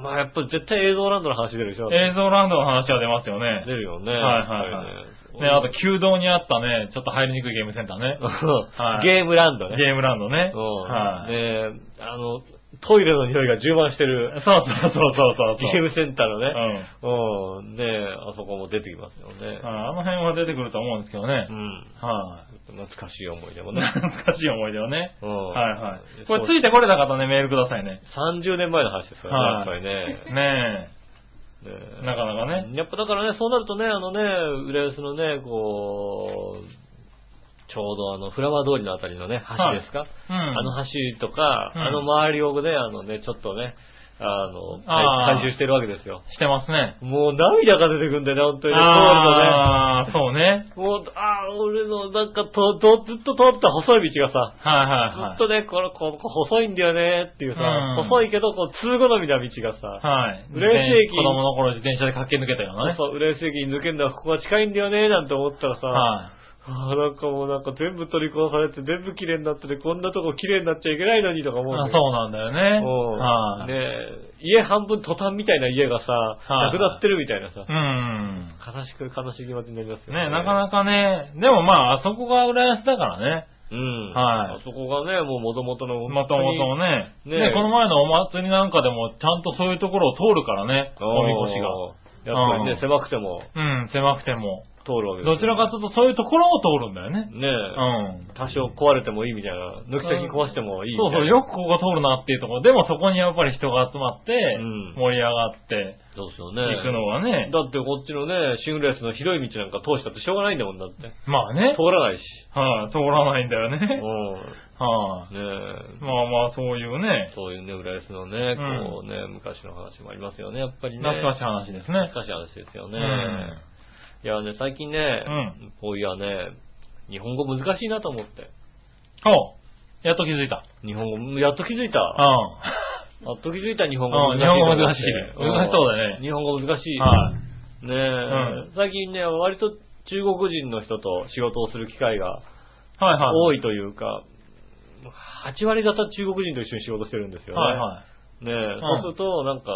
[SPEAKER 2] まあやっぱ絶対映像ランドの話出るでしょ。
[SPEAKER 3] 映像ランドの話は出ますよ
[SPEAKER 2] 出
[SPEAKER 3] ね。
[SPEAKER 2] るよね。
[SPEAKER 3] はいはいはい
[SPEAKER 2] やっぱり
[SPEAKER 3] ね、あと、旧道にあったね、ちょっと入りにくいゲームセンターね。はい
[SPEAKER 2] ゲームランドね。
[SPEAKER 3] ゲームランドね。
[SPEAKER 2] うん
[SPEAKER 3] はい。
[SPEAKER 2] ねえあの、トイレの匂いが充満してる
[SPEAKER 3] そうそうそうそうそう。
[SPEAKER 2] ゲームセンターの
[SPEAKER 3] う
[SPEAKER 2] ね。う
[SPEAKER 3] ん。
[SPEAKER 2] ん。ねえあそこも出てきますよね。
[SPEAKER 3] ああの辺は出てくると思うんですけどね
[SPEAKER 2] う。ん。
[SPEAKER 3] は
[SPEAKER 2] 懐かしい思い出
[SPEAKER 3] い。
[SPEAKER 2] も ね。
[SPEAKER 3] 懐かしい思い出をね。
[SPEAKER 2] うん。
[SPEAKER 3] はいはい。これつ
[SPEAKER 2] い
[SPEAKER 3] いてこれた方ね、メールくださいね。
[SPEAKER 2] 30年前の話ですからね、やっぱりね。
[SPEAKER 3] ね
[SPEAKER 2] ね
[SPEAKER 3] え。なかなかね。
[SPEAKER 2] やっぱだからね、そうなるとね、あのね、浦安のね、こう、ちょうどあの、フラワー通りのあたりのね、橋ですか、
[SPEAKER 3] うん。
[SPEAKER 2] あの橋とか、
[SPEAKER 3] うん
[SPEAKER 2] あの周りをね、あのね、ちょっとね、あの、
[SPEAKER 3] あー
[SPEAKER 2] 回収してるわけですよ。
[SPEAKER 3] してますね。
[SPEAKER 2] もう涙が出てくるんだよね、本当にね。
[SPEAKER 3] ああ、そうね。
[SPEAKER 2] 通るとね。もう、ああ、俺の、なんかと、と、ずっと通った細い道がさ、
[SPEAKER 3] はいはいは
[SPEAKER 2] ずっと
[SPEAKER 3] い。
[SPEAKER 2] ね、この、ここ細いんだよねっていうさ、
[SPEAKER 3] うん
[SPEAKER 2] 細いけど、こう、通好みな道がさ、
[SPEAKER 3] はい。
[SPEAKER 2] 嬉しい
[SPEAKER 3] 自転子供の頃自転車で駆け抜けたようなね。
[SPEAKER 2] そう、浦安駅に抜けんだ、ここが近いんだよね、なんて思ったらさ、
[SPEAKER 3] は
[SPEAKER 2] あーなんかもうなんか全部取り壊されて、全部綺麗になってて、こんなとこ綺麗になっちゃいけないのにとか
[SPEAKER 3] い。
[SPEAKER 2] 思うんだ
[SPEAKER 3] あ
[SPEAKER 2] けど
[SPEAKER 3] そうなんだよね。
[SPEAKER 2] う
[SPEAKER 3] は
[SPEAKER 2] ん
[SPEAKER 3] い。
[SPEAKER 2] ねえ家半分トタンみたいな家がさ、
[SPEAKER 3] は
[SPEAKER 2] ないくなってるみたいなさ、
[SPEAKER 3] うん。
[SPEAKER 2] 悲しく悲しい気持ちになりますよね。
[SPEAKER 3] ね、なかなかね、でもまあ、あそこが浦安だからね。
[SPEAKER 2] うん。
[SPEAKER 3] は
[SPEAKER 2] あ
[SPEAKER 3] い
[SPEAKER 2] そこがね、もう元々の。
[SPEAKER 3] もともとね。
[SPEAKER 2] ね
[SPEAKER 3] ね、この前のお祭りなんかでも、ちゃんとそういうところを通るからね、おみこしが。
[SPEAKER 2] が。やっぱり
[SPEAKER 3] う
[SPEAKER 2] ね、
[SPEAKER 3] ん
[SPEAKER 2] 狭くても
[SPEAKER 3] うん、狭くても。
[SPEAKER 2] 通るわけですよ
[SPEAKER 3] どちらかというと、そういうところを通るんだよ
[SPEAKER 2] ね
[SPEAKER 3] ね。
[SPEAKER 2] え、
[SPEAKER 3] うん。
[SPEAKER 2] 多少壊れてもいいみたいな、抜き先壊してもいいみ
[SPEAKER 3] そ
[SPEAKER 2] たい
[SPEAKER 3] う
[SPEAKER 2] な。
[SPEAKER 3] そう、よくここが通るなっていうところ。でもそこにやっぱり人が集まって
[SPEAKER 2] うん、
[SPEAKER 3] 盛り上がって
[SPEAKER 2] そうですよね。
[SPEAKER 3] いくのはね。
[SPEAKER 2] だってこっちのね、シングレースの広い道なんか通したってしょうがないんだもんだって。
[SPEAKER 3] まあね。
[SPEAKER 2] 通らないし。
[SPEAKER 3] はい、通らないんだよ
[SPEAKER 2] う
[SPEAKER 3] ね。
[SPEAKER 2] ん。
[SPEAKER 3] はい、
[SPEAKER 2] ねえ。
[SPEAKER 3] まあまあ、そういうね、
[SPEAKER 2] そういうね、浦安のね、
[SPEAKER 3] う
[SPEAKER 2] こ
[SPEAKER 3] ん
[SPEAKER 2] うね、昔の話もありますよね、やっぱりね。
[SPEAKER 3] 懐かしい話ですね。
[SPEAKER 2] 懐かしい話ですよ
[SPEAKER 3] う
[SPEAKER 2] ね。
[SPEAKER 3] ん。
[SPEAKER 2] いやね、最近ね、
[SPEAKER 3] うん
[SPEAKER 2] こういやね、日本語難しいなと思って。
[SPEAKER 3] おやっと気づいた。
[SPEAKER 2] 日本語、やっと気づいた。
[SPEAKER 3] う
[SPEAKER 2] や
[SPEAKER 3] ん。
[SPEAKER 2] っと気づいた日本
[SPEAKER 3] う
[SPEAKER 2] 語難
[SPEAKER 3] ん
[SPEAKER 2] しいと思って。
[SPEAKER 3] 日本語難しい難しそうだね
[SPEAKER 2] ん日本語難しい。
[SPEAKER 3] はい。
[SPEAKER 2] ねえ、
[SPEAKER 3] う
[SPEAKER 2] 最近ね、割と中国人の人と仕事をする機会が
[SPEAKER 3] はいはい。
[SPEAKER 2] 多
[SPEAKER 3] い。
[SPEAKER 2] いというか、8割方中国人と一緒に仕事してるんですよね。
[SPEAKER 3] はいはい。
[SPEAKER 2] ねえ、そうすると、なんか、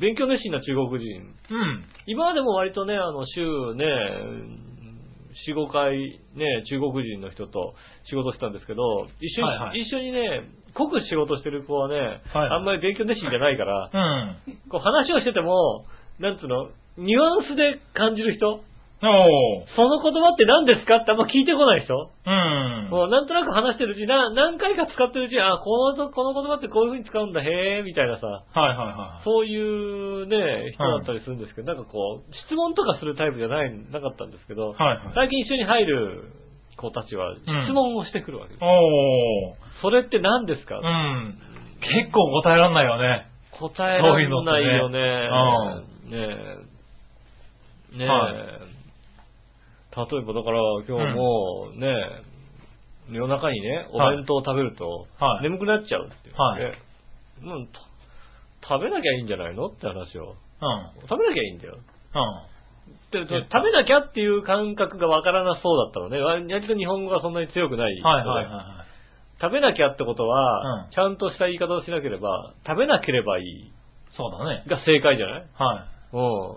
[SPEAKER 2] 勉強熱心な中国人。
[SPEAKER 3] うん。
[SPEAKER 2] 今までも割とね、あの、週ね、4、5回ね、中国人の人と仕事してたんですけど、一緒に、
[SPEAKER 3] はいはい
[SPEAKER 2] 一緒にね、濃く仕事してる子はね、
[SPEAKER 3] はい
[SPEAKER 2] あんまり勉強熱心じゃないから、
[SPEAKER 3] うん。
[SPEAKER 2] こう話をしてても、なんつうの、ニュアンスで感じる人
[SPEAKER 3] おー。
[SPEAKER 2] その言葉って何ですかってあんま聞いてこない人、
[SPEAKER 3] うん。
[SPEAKER 2] もうなんとなく話してるうちな、何回か使ってるうちに、あ、この、この言葉ってこういう風に使うんだ、へーみたいなさ、
[SPEAKER 3] はいはいはい。
[SPEAKER 2] そういうね、人だったりするんですけど、なんかこう、質問とかするタイプじゃない、なかったんですけど、
[SPEAKER 3] はいはい。
[SPEAKER 2] 最近一緒に入る子たちは質問をしてくるわけです。
[SPEAKER 3] おー。
[SPEAKER 2] それって何ですか、
[SPEAKER 3] うん。結構答えらんないよね。
[SPEAKER 2] 答えられないよね。ねえ。ねえ、
[SPEAKER 3] はい
[SPEAKER 2] 例えばだから今日もねえ、夜中にね、お
[SPEAKER 3] はい
[SPEAKER 2] 弁当を食べると、
[SPEAKER 3] はい
[SPEAKER 2] 眠くなっちゃうっていう、
[SPEAKER 3] はい
[SPEAKER 2] ねうんと食べなきゃいいんじゃないのって話を。
[SPEAKER 3] うん。
[SPEAKER 2] 食べなきゃいいんだよ。
[SPEAKER 3] うん。
[SPEAKER 2] でで食べなきゃっていう感覚がわからなそうだったのね。割と日本語がそんなに強くない人で。
[SPEAKER 3] はいはいは
[SPEAKER 2] 食べなきゃってことは、
[SPEAKER 3] うん
[SPEAKER 2] ちゃんとした言い方をしなければ、食べなければいい
[SPEAKER 3] い。そうだね。
[SPEAKER 2] が正解じゃない
[SPEAKER 3] は
[SPEAKER 2] うん。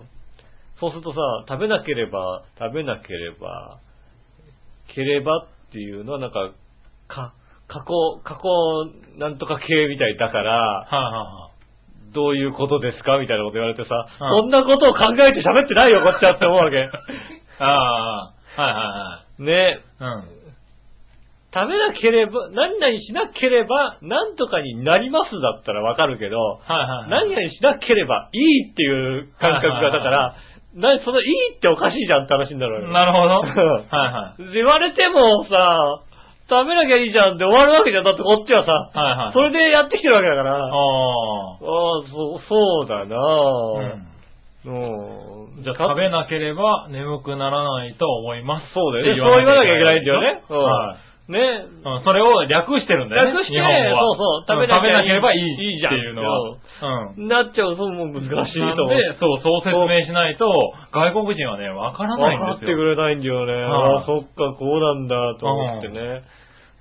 [SPEAKER 2] そうするとさ、食べなければ、食べなければ、ければっていうのはなんか、か、過去、過去なんとか系みたいだか
[SPEAKER 3] い。
[SPEAKER 2] ら、
[SPEAKER 3] はいは
[SPEAKER 2] どういうことですかみたいなこと言われてさ、
[SPEAKER 3] うん
[SPEAKER 2] そんなことを考えて喋ってないよ、こっちはって思うわけ。
[SPEAKER 3] いはい。 ああ、は
[SPEAKER 2] ね。
[SPEAKER 3] いはいはい。うん。
[SPEAKER 2] 食べなければ、何々しなければ、なんとかになりますだったらわかるけど、
[SPEAKER 3] はいはいはい。
[SPEAKER 2] 何々しなければいいっていう感覚が、だから、な、そのいいっておかしいじゃんって話になるわけ。
[SPEAKER 3] なるほど。はい
[SPEAKER 2] うん
[SPEAKER 3] は。
[SPEAKER 2] 言われてもさ、食べなきゃいいじゃんって終わるわけじゃん。だってこっちはいさ、
[SPEAKER 3] はいはい。
[SPEAKER 2] それでやってきてるわけだから。ああ、
[SPEAKER 3] あ
[SPEAKER 2] そう、そうだな
[SPEAKER 3] あ。う
[SPEAKER 2] ぁ
[SPEAKER 3] ん。
[SPEAKER 2] うん。
[SPEAKER 3] じゃあ
[SPEAKER 2] か
[SPEAKER 3] 食べなければ眠くならないと思います。
[SPEAKER 2] そうだよ
[SPEAKER 3] っ
[SPEAKER 2] ね。
[SPEAKER 3] て
[SPEAKER 2] そう言わなきゃいけないんだよね。うん
[SPEAKER 3] はい。
[SPEAKER 2] ね。
[SPEAKER 3] うんそれを略してるんだよね。
[SPEAKER 2] 略して
[SPEAKER 3] 日本語は
[SPEAKER 2] そうそう食べなきゃ
[SPEAKER 3] ん食べなければい
[SPEAKER 2] いい
[SPEAKER 3] い
[SPEAKER 2] いいじゃん
[SPEAKER 3] っていうのは。うん。
[SPEAKER 2] なっちゃう、そう、もう難しいと思
[SPEAKER 3] なん
[SPEAKER 2] う。
[SPEAKER 3] で、そう、そう説明しないと、外国人はね、わからない
[SPEAKER 2] 分
[SPEAKER 3] ん
[SPEAKER 2] かって
[SPEAKER 3] です
[SPEAKER 2] く
[SPEAKER 3] よ。
[SPEAKER 2] れないんだよね。
[SPEAKER 3] はい
[SPEAKER 2] ああ、そっか、こうなんだ、と思ってね。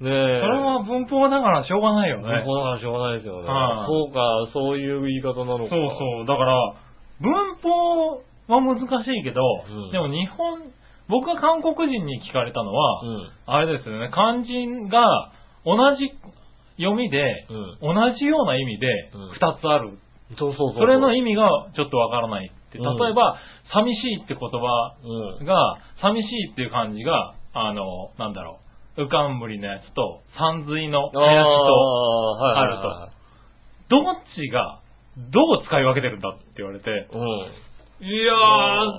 [SPEAKER 2] ねえ。
[SPEAKER 3] それは文法だからしょうがないよ
[SPEAKER 2] そ
[SPEAKER 3] ね
[SPEAKER 2] う。だからしょうがないですよね。
[SPEAKER 3] はい
[SPEAKER 2] そうか、そういう言い方なのか。
[SPEAKER 3] そうそう。だから、文法は難しいけど、
[SPEAKER 2] うん
[SPEAKER 3] でも日本、僕が韓国人に聞かれたのは、
[SPEAKER 2] うん。
[SPEAKER 3] あれですよね、漢字が同じ読みで、
[SPEAKER 2] うん。
[SPEAKER 3] 同じような意味で
[SPEAKER 2] うん
[SPEAKER 3] 2つある。
[SPEAKER 2] そうそうそう。
[SPEAKER 3] それの意味がちょっとわからないって。
[SPEAKER 2] う
[SPEAKER 3] 例
[SPEAKER 2] ん
[SPEAKER 3] えば、寂しいって言葉
[SPEAKER 2] うん。
[SPEAKER 3] が、寂しいっていう漢字が、あの、なんだろう、浮かんぶりのやつと、山水の
[SPEAKER 2] あ
[SPEAKER 3] 林と、
[SPEAKER 2] あーはいはいはい
[SPEAKER 3] あどっちが、どう使い分けてるんだって言われて、
[SPEAKER 2] うん。
[SPEAKER 3] いやー
[SPEAKER 2] あ、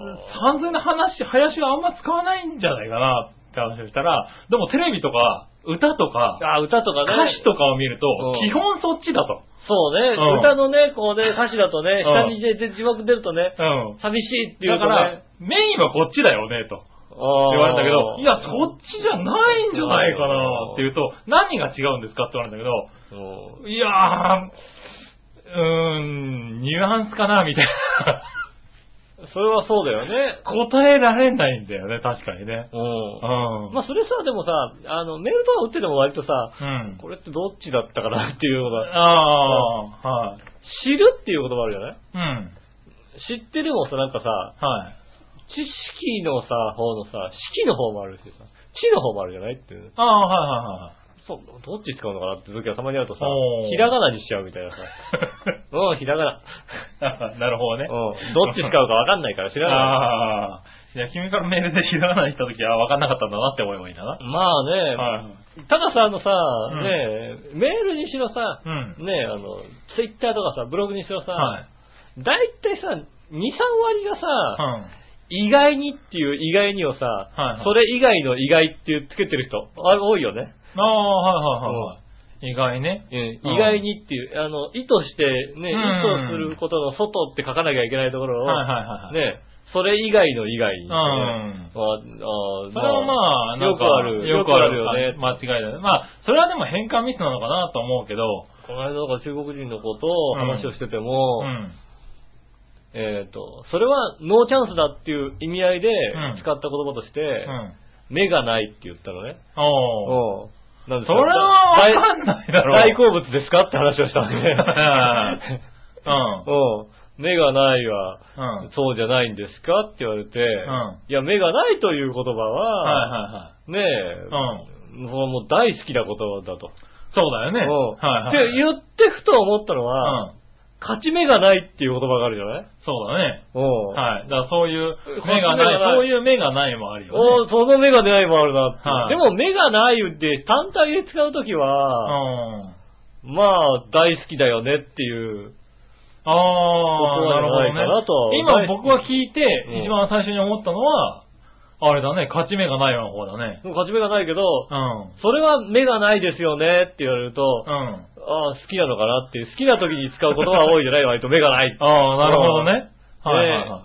[SPEAKER 3] 完全な話、林はあんま使わないんじゃないかなって話をしたら、でもテレビとか、歌とか、
[SPEAKER 2] あ、歌とかね。
[SPEAKER 3] 歌詞とかを見ると
[SPEAKER 2] うん、
[SPEAKER 3] 基本そっちだと。
[SPEAKER 2] そうね、
[SPEAKER 3] うん
[SPEAKER 2] 歌のね、こうね、歌詞だとね、下
[SPEAKER 3] うん
[SPEAKER 2] にねで字幕出るとね、
[SPEAKER 3] うん。
[SPEAKER 2] 寂しいっていう
[SPEAKER 3] だ
[SPEAKER 2] とね、
[SPEAKER 3] から、メインはこっちだよね、と
[SPEAKER 2] 言
[SPEAKER 3] 言われたけど、いや、そっちじゃないんじゃないかなって言うと、何が違うんですかって言われたけど、
[SPEAKER 2] うん
[SPEAKER 3] いやー、うーん、ニュアンスかな、みたい な。
[SPEAKER 2] それはそうだよね。
[SPEAKER 3] 答えられないんだよね、確かにね。
[SPEAKER 2] うん
[SPEAKER 3] う。ん。
[SPEAKER 2] まあ、それさ、でもさ、あの、メールとか打ってても割とさ、
[SPEAKER 3] うん。
[SPEAKER 2] これってどっちだったかなっていうのが、
[SPEAKER 3] ああー、はい。
[SPEAKER 2] 知るっていう言葉あるじゃない
[SPEAKER 3] うん。
[SPEAKER 2] 知ってるもさ、なんかさ、
[SPEAKER 3] はい。
[SPEAKER 2] 知識のさ、方のさ、式の方もあるしさ、知の方もあるじゃないっていう。
[SPEAKER 3] ああ、はい
[SPEAKER 2] そう、どっち使うのかなって時はたまにあるとさ
[SPEAKER 3] お、ー
[SPEAKER 2] ひらがなにしちゃうみたいなさ。うん、ひらが な。
[SPEAKER 3] はいはい。なるほどね。
[SPEAKER 2] うん、どっち使うかわかんないから知らない。
[SPEAKER 3] ああ。いや、君からメールで知らない人ときは分かんなかったんだなって思えばいいんだな。
[SPEAKER 2] まあね、
[SPEAKER 3] はい。
[SPEAKER 2] たださ、あのさ、
[SPEAKER 3] ん
[SPEAKER 2] ねえメールにしろさ、
[SPEAKER 3] うん。
[SPEAKER 2] ねえあの、ツイッターとかさ、ブログにしろさ、
[SPEAKER 3] はい。
[SPEAKER 2] だいたいさ、2、3割がさ、
[SPEAKER 3] うん。
[SPEAKER 2] 意外にっていう意外にをさ、
[SPEAKER 3] いはい
[SPEAKER 2] それ以外の意外っていうつけてる人、あれ多いよね。
[SPEAKER 3] ああ、はいはいはいはい。意外ね。
[SPEAKER 2] うん意
[SPEAKER 3] うん
[SPEAKER 2] 外にっていう、あの、意図してね、意
[SPEAKER 3] うん
[SPEAKER 2] 図することの外って書かなきゃいけないところを、
[SPEAKER 3] はいはいはいはい。
[SPEAKER 2] ね、それ以外の以外に、ね。
[SPEAKER 3] う
[SPEAKER 2] ああ
[SPEAKER 3] んそれはまあ、
[SPEAKER 2] よくある。
[SPEAKER 3] よくあるよ
[SPEAKER 2] よくあるよ
[SPEAKER 3] ね。
[SPEAKER 2] ね。
[SPEAKER 3] 間違いだね。まあ、それはでも変換ミスなのかなと思うけど、
[SPEAKER 2] この間なんか中国人の子と話をしてても
[SPEAKER 3] う、ん。
[SPEAKER 2] えっ、と、それはノーチャンスだっていう意味合いで使
[SPEAKER 3] ん
[SPEAKER 2] った言葉として、
[SPEAKER 3] うん。
[SPEAKER 2] 目がないって言ったのね。
[SPEAKER 3] おー。
[SPEAKER 2] うん。なんです
[SPEAKER 3] そ
[SPEAKER 2] か
[SPEAKER 3] れは分かんないだろ。
[SPEAKER 2] 大大好物ですかって話をしたんで。
[SPEAKER 3] う
[SPEAKER 2] うん。目がないは、
[SPEAKER 3] ん。うん。
[SPEAKER 2] そうじゃないんですかって言われて、
[SPEAKER 3] ん
[SPEAKER 2] いや、目がないという言葉は、
[SPEAKER 3] はいはいはい。
[SPEAKER 2] ねえ、
[SPEAKER 3] うん。
[SPEAKER 2] もうもう大好きな言葉だと。
[SPEAKER 3] そうだよね。
[SPEAKER 2] うん
[SPEAKER 3] はいはい。
[SPEAKER 2] で言ってふと思ったの
[SPEAKER 3] う
[SPEAKER 2] は、
[SPEAKER 3] ん。
[SPEAKER 2] 勝ち目がないっていう言葉があるじゃない
[SPEAKER 3] そうだね。
[SPEAKER 2] うん。
[SPEAKER 3] はい。だからそういう
[SPEAKER 2] うん
[SPEAKER 3] 目がない、そ
[SPEAKER 2] そうう
[SPEAKER 3] いう目がないもあるよね。
[SPEAKER 2] おーその目がないもあるなって。
[SPEAKER 3] はい
[SPEAKER 2] でも目がないって単体で使うときは、
[SPEAKER 3] うん。
[SPEAKER 2] まあ大好きだよねっていう。
[SPEAKER 3] ああ、なるほどね
[SPEAKER 2] 僕はじゃないかなとは。
[SPEAKER 3] 今僕が聞いて
[SPEAKER 2] う、ん
[SPEAKER 3] 一番最初に思ったのは、あれだね、勝ち目がないような方だね。
[SPEAKER 2] でも勝ち目がないけど、
[SPEAKER 3] うん。
[SPEAKER 2] それは目がないですよねって言われると、
[SPEAKER 3] う
[SPEAKER 2] あ
[SPEAKER 3] ん。
[SPEAKER 2] あー、好きなのかなっていう、好きな時に使うことが多いじゃない割と目がない。
[SPEAKER 3] ああ、なるほどね。
[SPEAKER 2] うん
[SPEAKER 3] はいはいは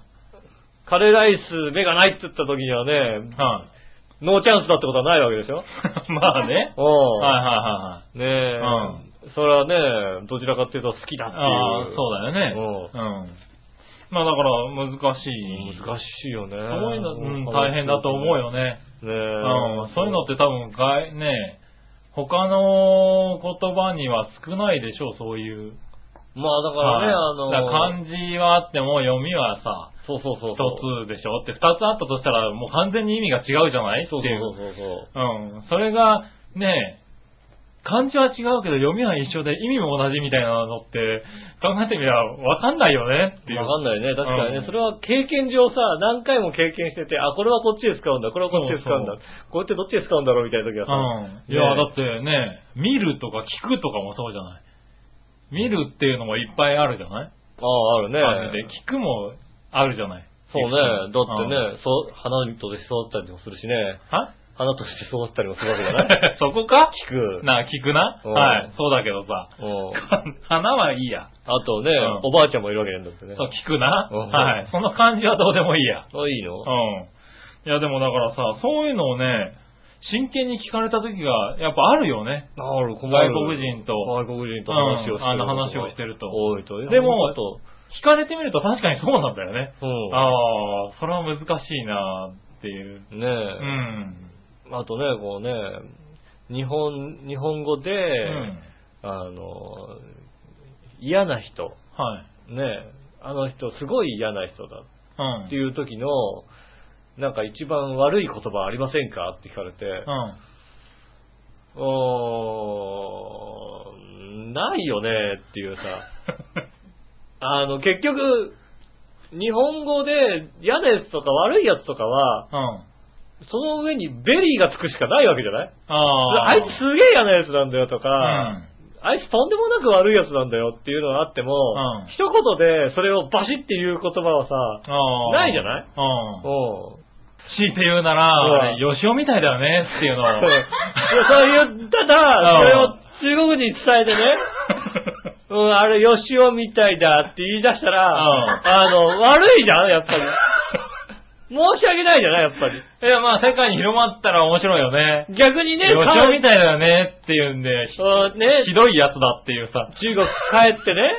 [SPEAKER 2] カレーライス目がないって言った時にはね
[SPEAKER 3] い。、は
[SPEAKER 2] ノーチャンスだってことはないわけでしょ
[SPEAKER 3] い。まあね。
[SPEAKER 2] う
[SPEAKER 3] は
[SPEAKER 2] ん。
[SPEAKER 3] いはいはいはい。
[SPEAKER 2] ねえ、それはね、どちらかっていうと好きだっていう。
[SPEAKER 3] ああ、そうだよね。うん。まあだから難しい。
[SPEAKER 2] 難しいよね。
[SPEAKER 3] そういうの、うん、大変だと思うよね。
[SPEAKER 2] ねえ。
[SPEAKER 3] うん。そういうのって多分外、ね、他の言葉には少ないでしょう、そういう。
[SPEAKER 2] まあだからね、あの、
[SPEAKER 3] だから漢字はあっても読みはさ、
[SPEAKER 2] そうそうそう
[SPEAKER 3] 一
[SPEAKER 2] そう。
[SPEAKER 3] つでしょって二つあったとしたらもう完全に意味が違うじゃないって
[SPEAKER 2] そう
[SPEAKER 3] い
[SPEAKER 2] そう
[SPEAKER 3] う。
[SPEAKER 2] そうそう。
[SPEAKER 3] うん。それが、ね、漢字は違うけど読みは一緒で意味も同じみたいなのって考えてみりゃわかんないよねっていう。
[SPEAKER 2] わかんないね。確かにね、
[SPEAKER 3] うん
[SPEAKER 2] それは経験上さ、何回も経験してて、あ、これはこっちで使うんだ、これはこっちで使うんだ、
[SPEAKER 3] そう
[SPEAKER 2] これってどっちで使うんだろうみたいな時はさ、
[SPEAKER 3] うん。いや、だってね、見るとか聞くとかもそうじゃない。見るっていうのもいっぱいあるじゃな
[SPEAKER 2] ああ、
[SPEAKER 3] い
[SPEAKER 2] あ
[SPEAKER 3] 感
[SPEAKER 2] る
[SPEAKER 3] じで
[SPEAKER 2] ね。
[SPEAKER 3] 聞くもあるじゃない
[SPEAKER 2] そうね。だってね、
[SPEAKER 3] うん
[SPEAKER 2] そう、花として育ったりもするしね、
[SPEAKER 3] は
[SPEAKER 2] 花として育ったりもするわけじゃない
[SPEAKER 3] そこか
[SPEAKER 2] 聞く。
[SPEAKER 3] なあ、聞くな
[SPEAKER 2] うん
[SPEAKER 3] はい。そうだけどさ。
[SPEAKER 2] うん
[SPEAKER 3] 花はいいや。
[SPEAKER 2] あとね、
[SPEAKER 3] うん
[SPEAKER 2] おばあちゃんもいるわけなんだってね
[SPEAKER 3] そう、。聞くな
[SPEAKER 2] うん
[SPEAKER 3] はい。その感じはどうでもいいや。
[SPEAKER 2] あ、いいの
[SPEAKER 3] うん。いや、でもだからさ、そういうのをね、真剣に聞かれた時が、やっぱあるよね。
[SPEAKER 2] なるほど
[SPEAKER 3] 外国人と
[SPEAKER 2] 外国人と話をしてる。
[SPEAKER 3] うんあの話をしてると
[SPEAKER 2] 多いと。
[SPEAKER 3] でも
[SPEAKER 2] あと、
[SPEAKER 3] 聞かれてみると確かにそうなんだよね。
[SPEAKER 2] うん。
[SPEAKER 3] ああ、それは難しいなってい
[SPEAKER 2] ね
[SPEAKER 3] う。う
[SPEAKER 2] え、
[SPEAKER 3] ん。
[SPEAKER 2] あとね、こうね、日本、日本語で、
[SPEAKER 3] うん。
[SPEAKER 2] あの、嫌な人、
[SPEAKER 3] はい。
[SPEAKER 2] ね、あの人すごい嫌な人だ
[SPEAKER 3] うん。
[SPEAKER 2] っていう時の、なんか一番悪い言葉ありませんかって聞かれて、
[SPEAKER 3] うん。
[SPEAKER 2] おーないよねっていう さ、あの結局、日本語で嫌なやつとか悪いやつとかは、
[SPEAKER 3] うん。
[SPEAKER 2] その上にベリーがつくしかないわけじゃない
[SPEAKER 3] ああ。
[SPEAKER 2] あいつすげえ嫌なやつなんだよと
[SPEAKER 3] う
[SPEAKER 2] か、
[SPEAKER 3] ん。
[SPEAKER 2] あいつとんでもなく悪いやつなんだよっていうのがあっても、
[SPEAKER 3] うん
[SPEAKER 2] 一言でそれをバシって言う言葉はさ、
[SPEAKER 3] ああ。
[SPEAKER 2] ないじゃない
[SPEAKER 3] うん。
[SPEAKER 2] おう
[SPEAKER 3] 強いて言うなら、あれ、吉尾みたいだよねっていうのを。
[SPEAKER 2] そうそう言ったら、それを中国人に伝えてね、うん、あれ、吉尾みたいだって言い出した
[SPEAKER 3] うん
[SPEAKER 2] ら、あの、悪いじゃん、やっぱり。申し訳ないじゃない、やっぱり。
[SPEAKER 3] いや、まあ、世界に広まったら面白いよね。
[SPEAKER 2] 逆にね、
[SPEAKER 3] 吉
[SPEAKER 2] か
[SPEAKER 3] 尾みたいだよねっていうんで、ひ
[SPEAKER 2] うん ね、
[SPEAKER 3] ひどいやつだっていうさ。
[SPEAKER 2] 中国帰ってね、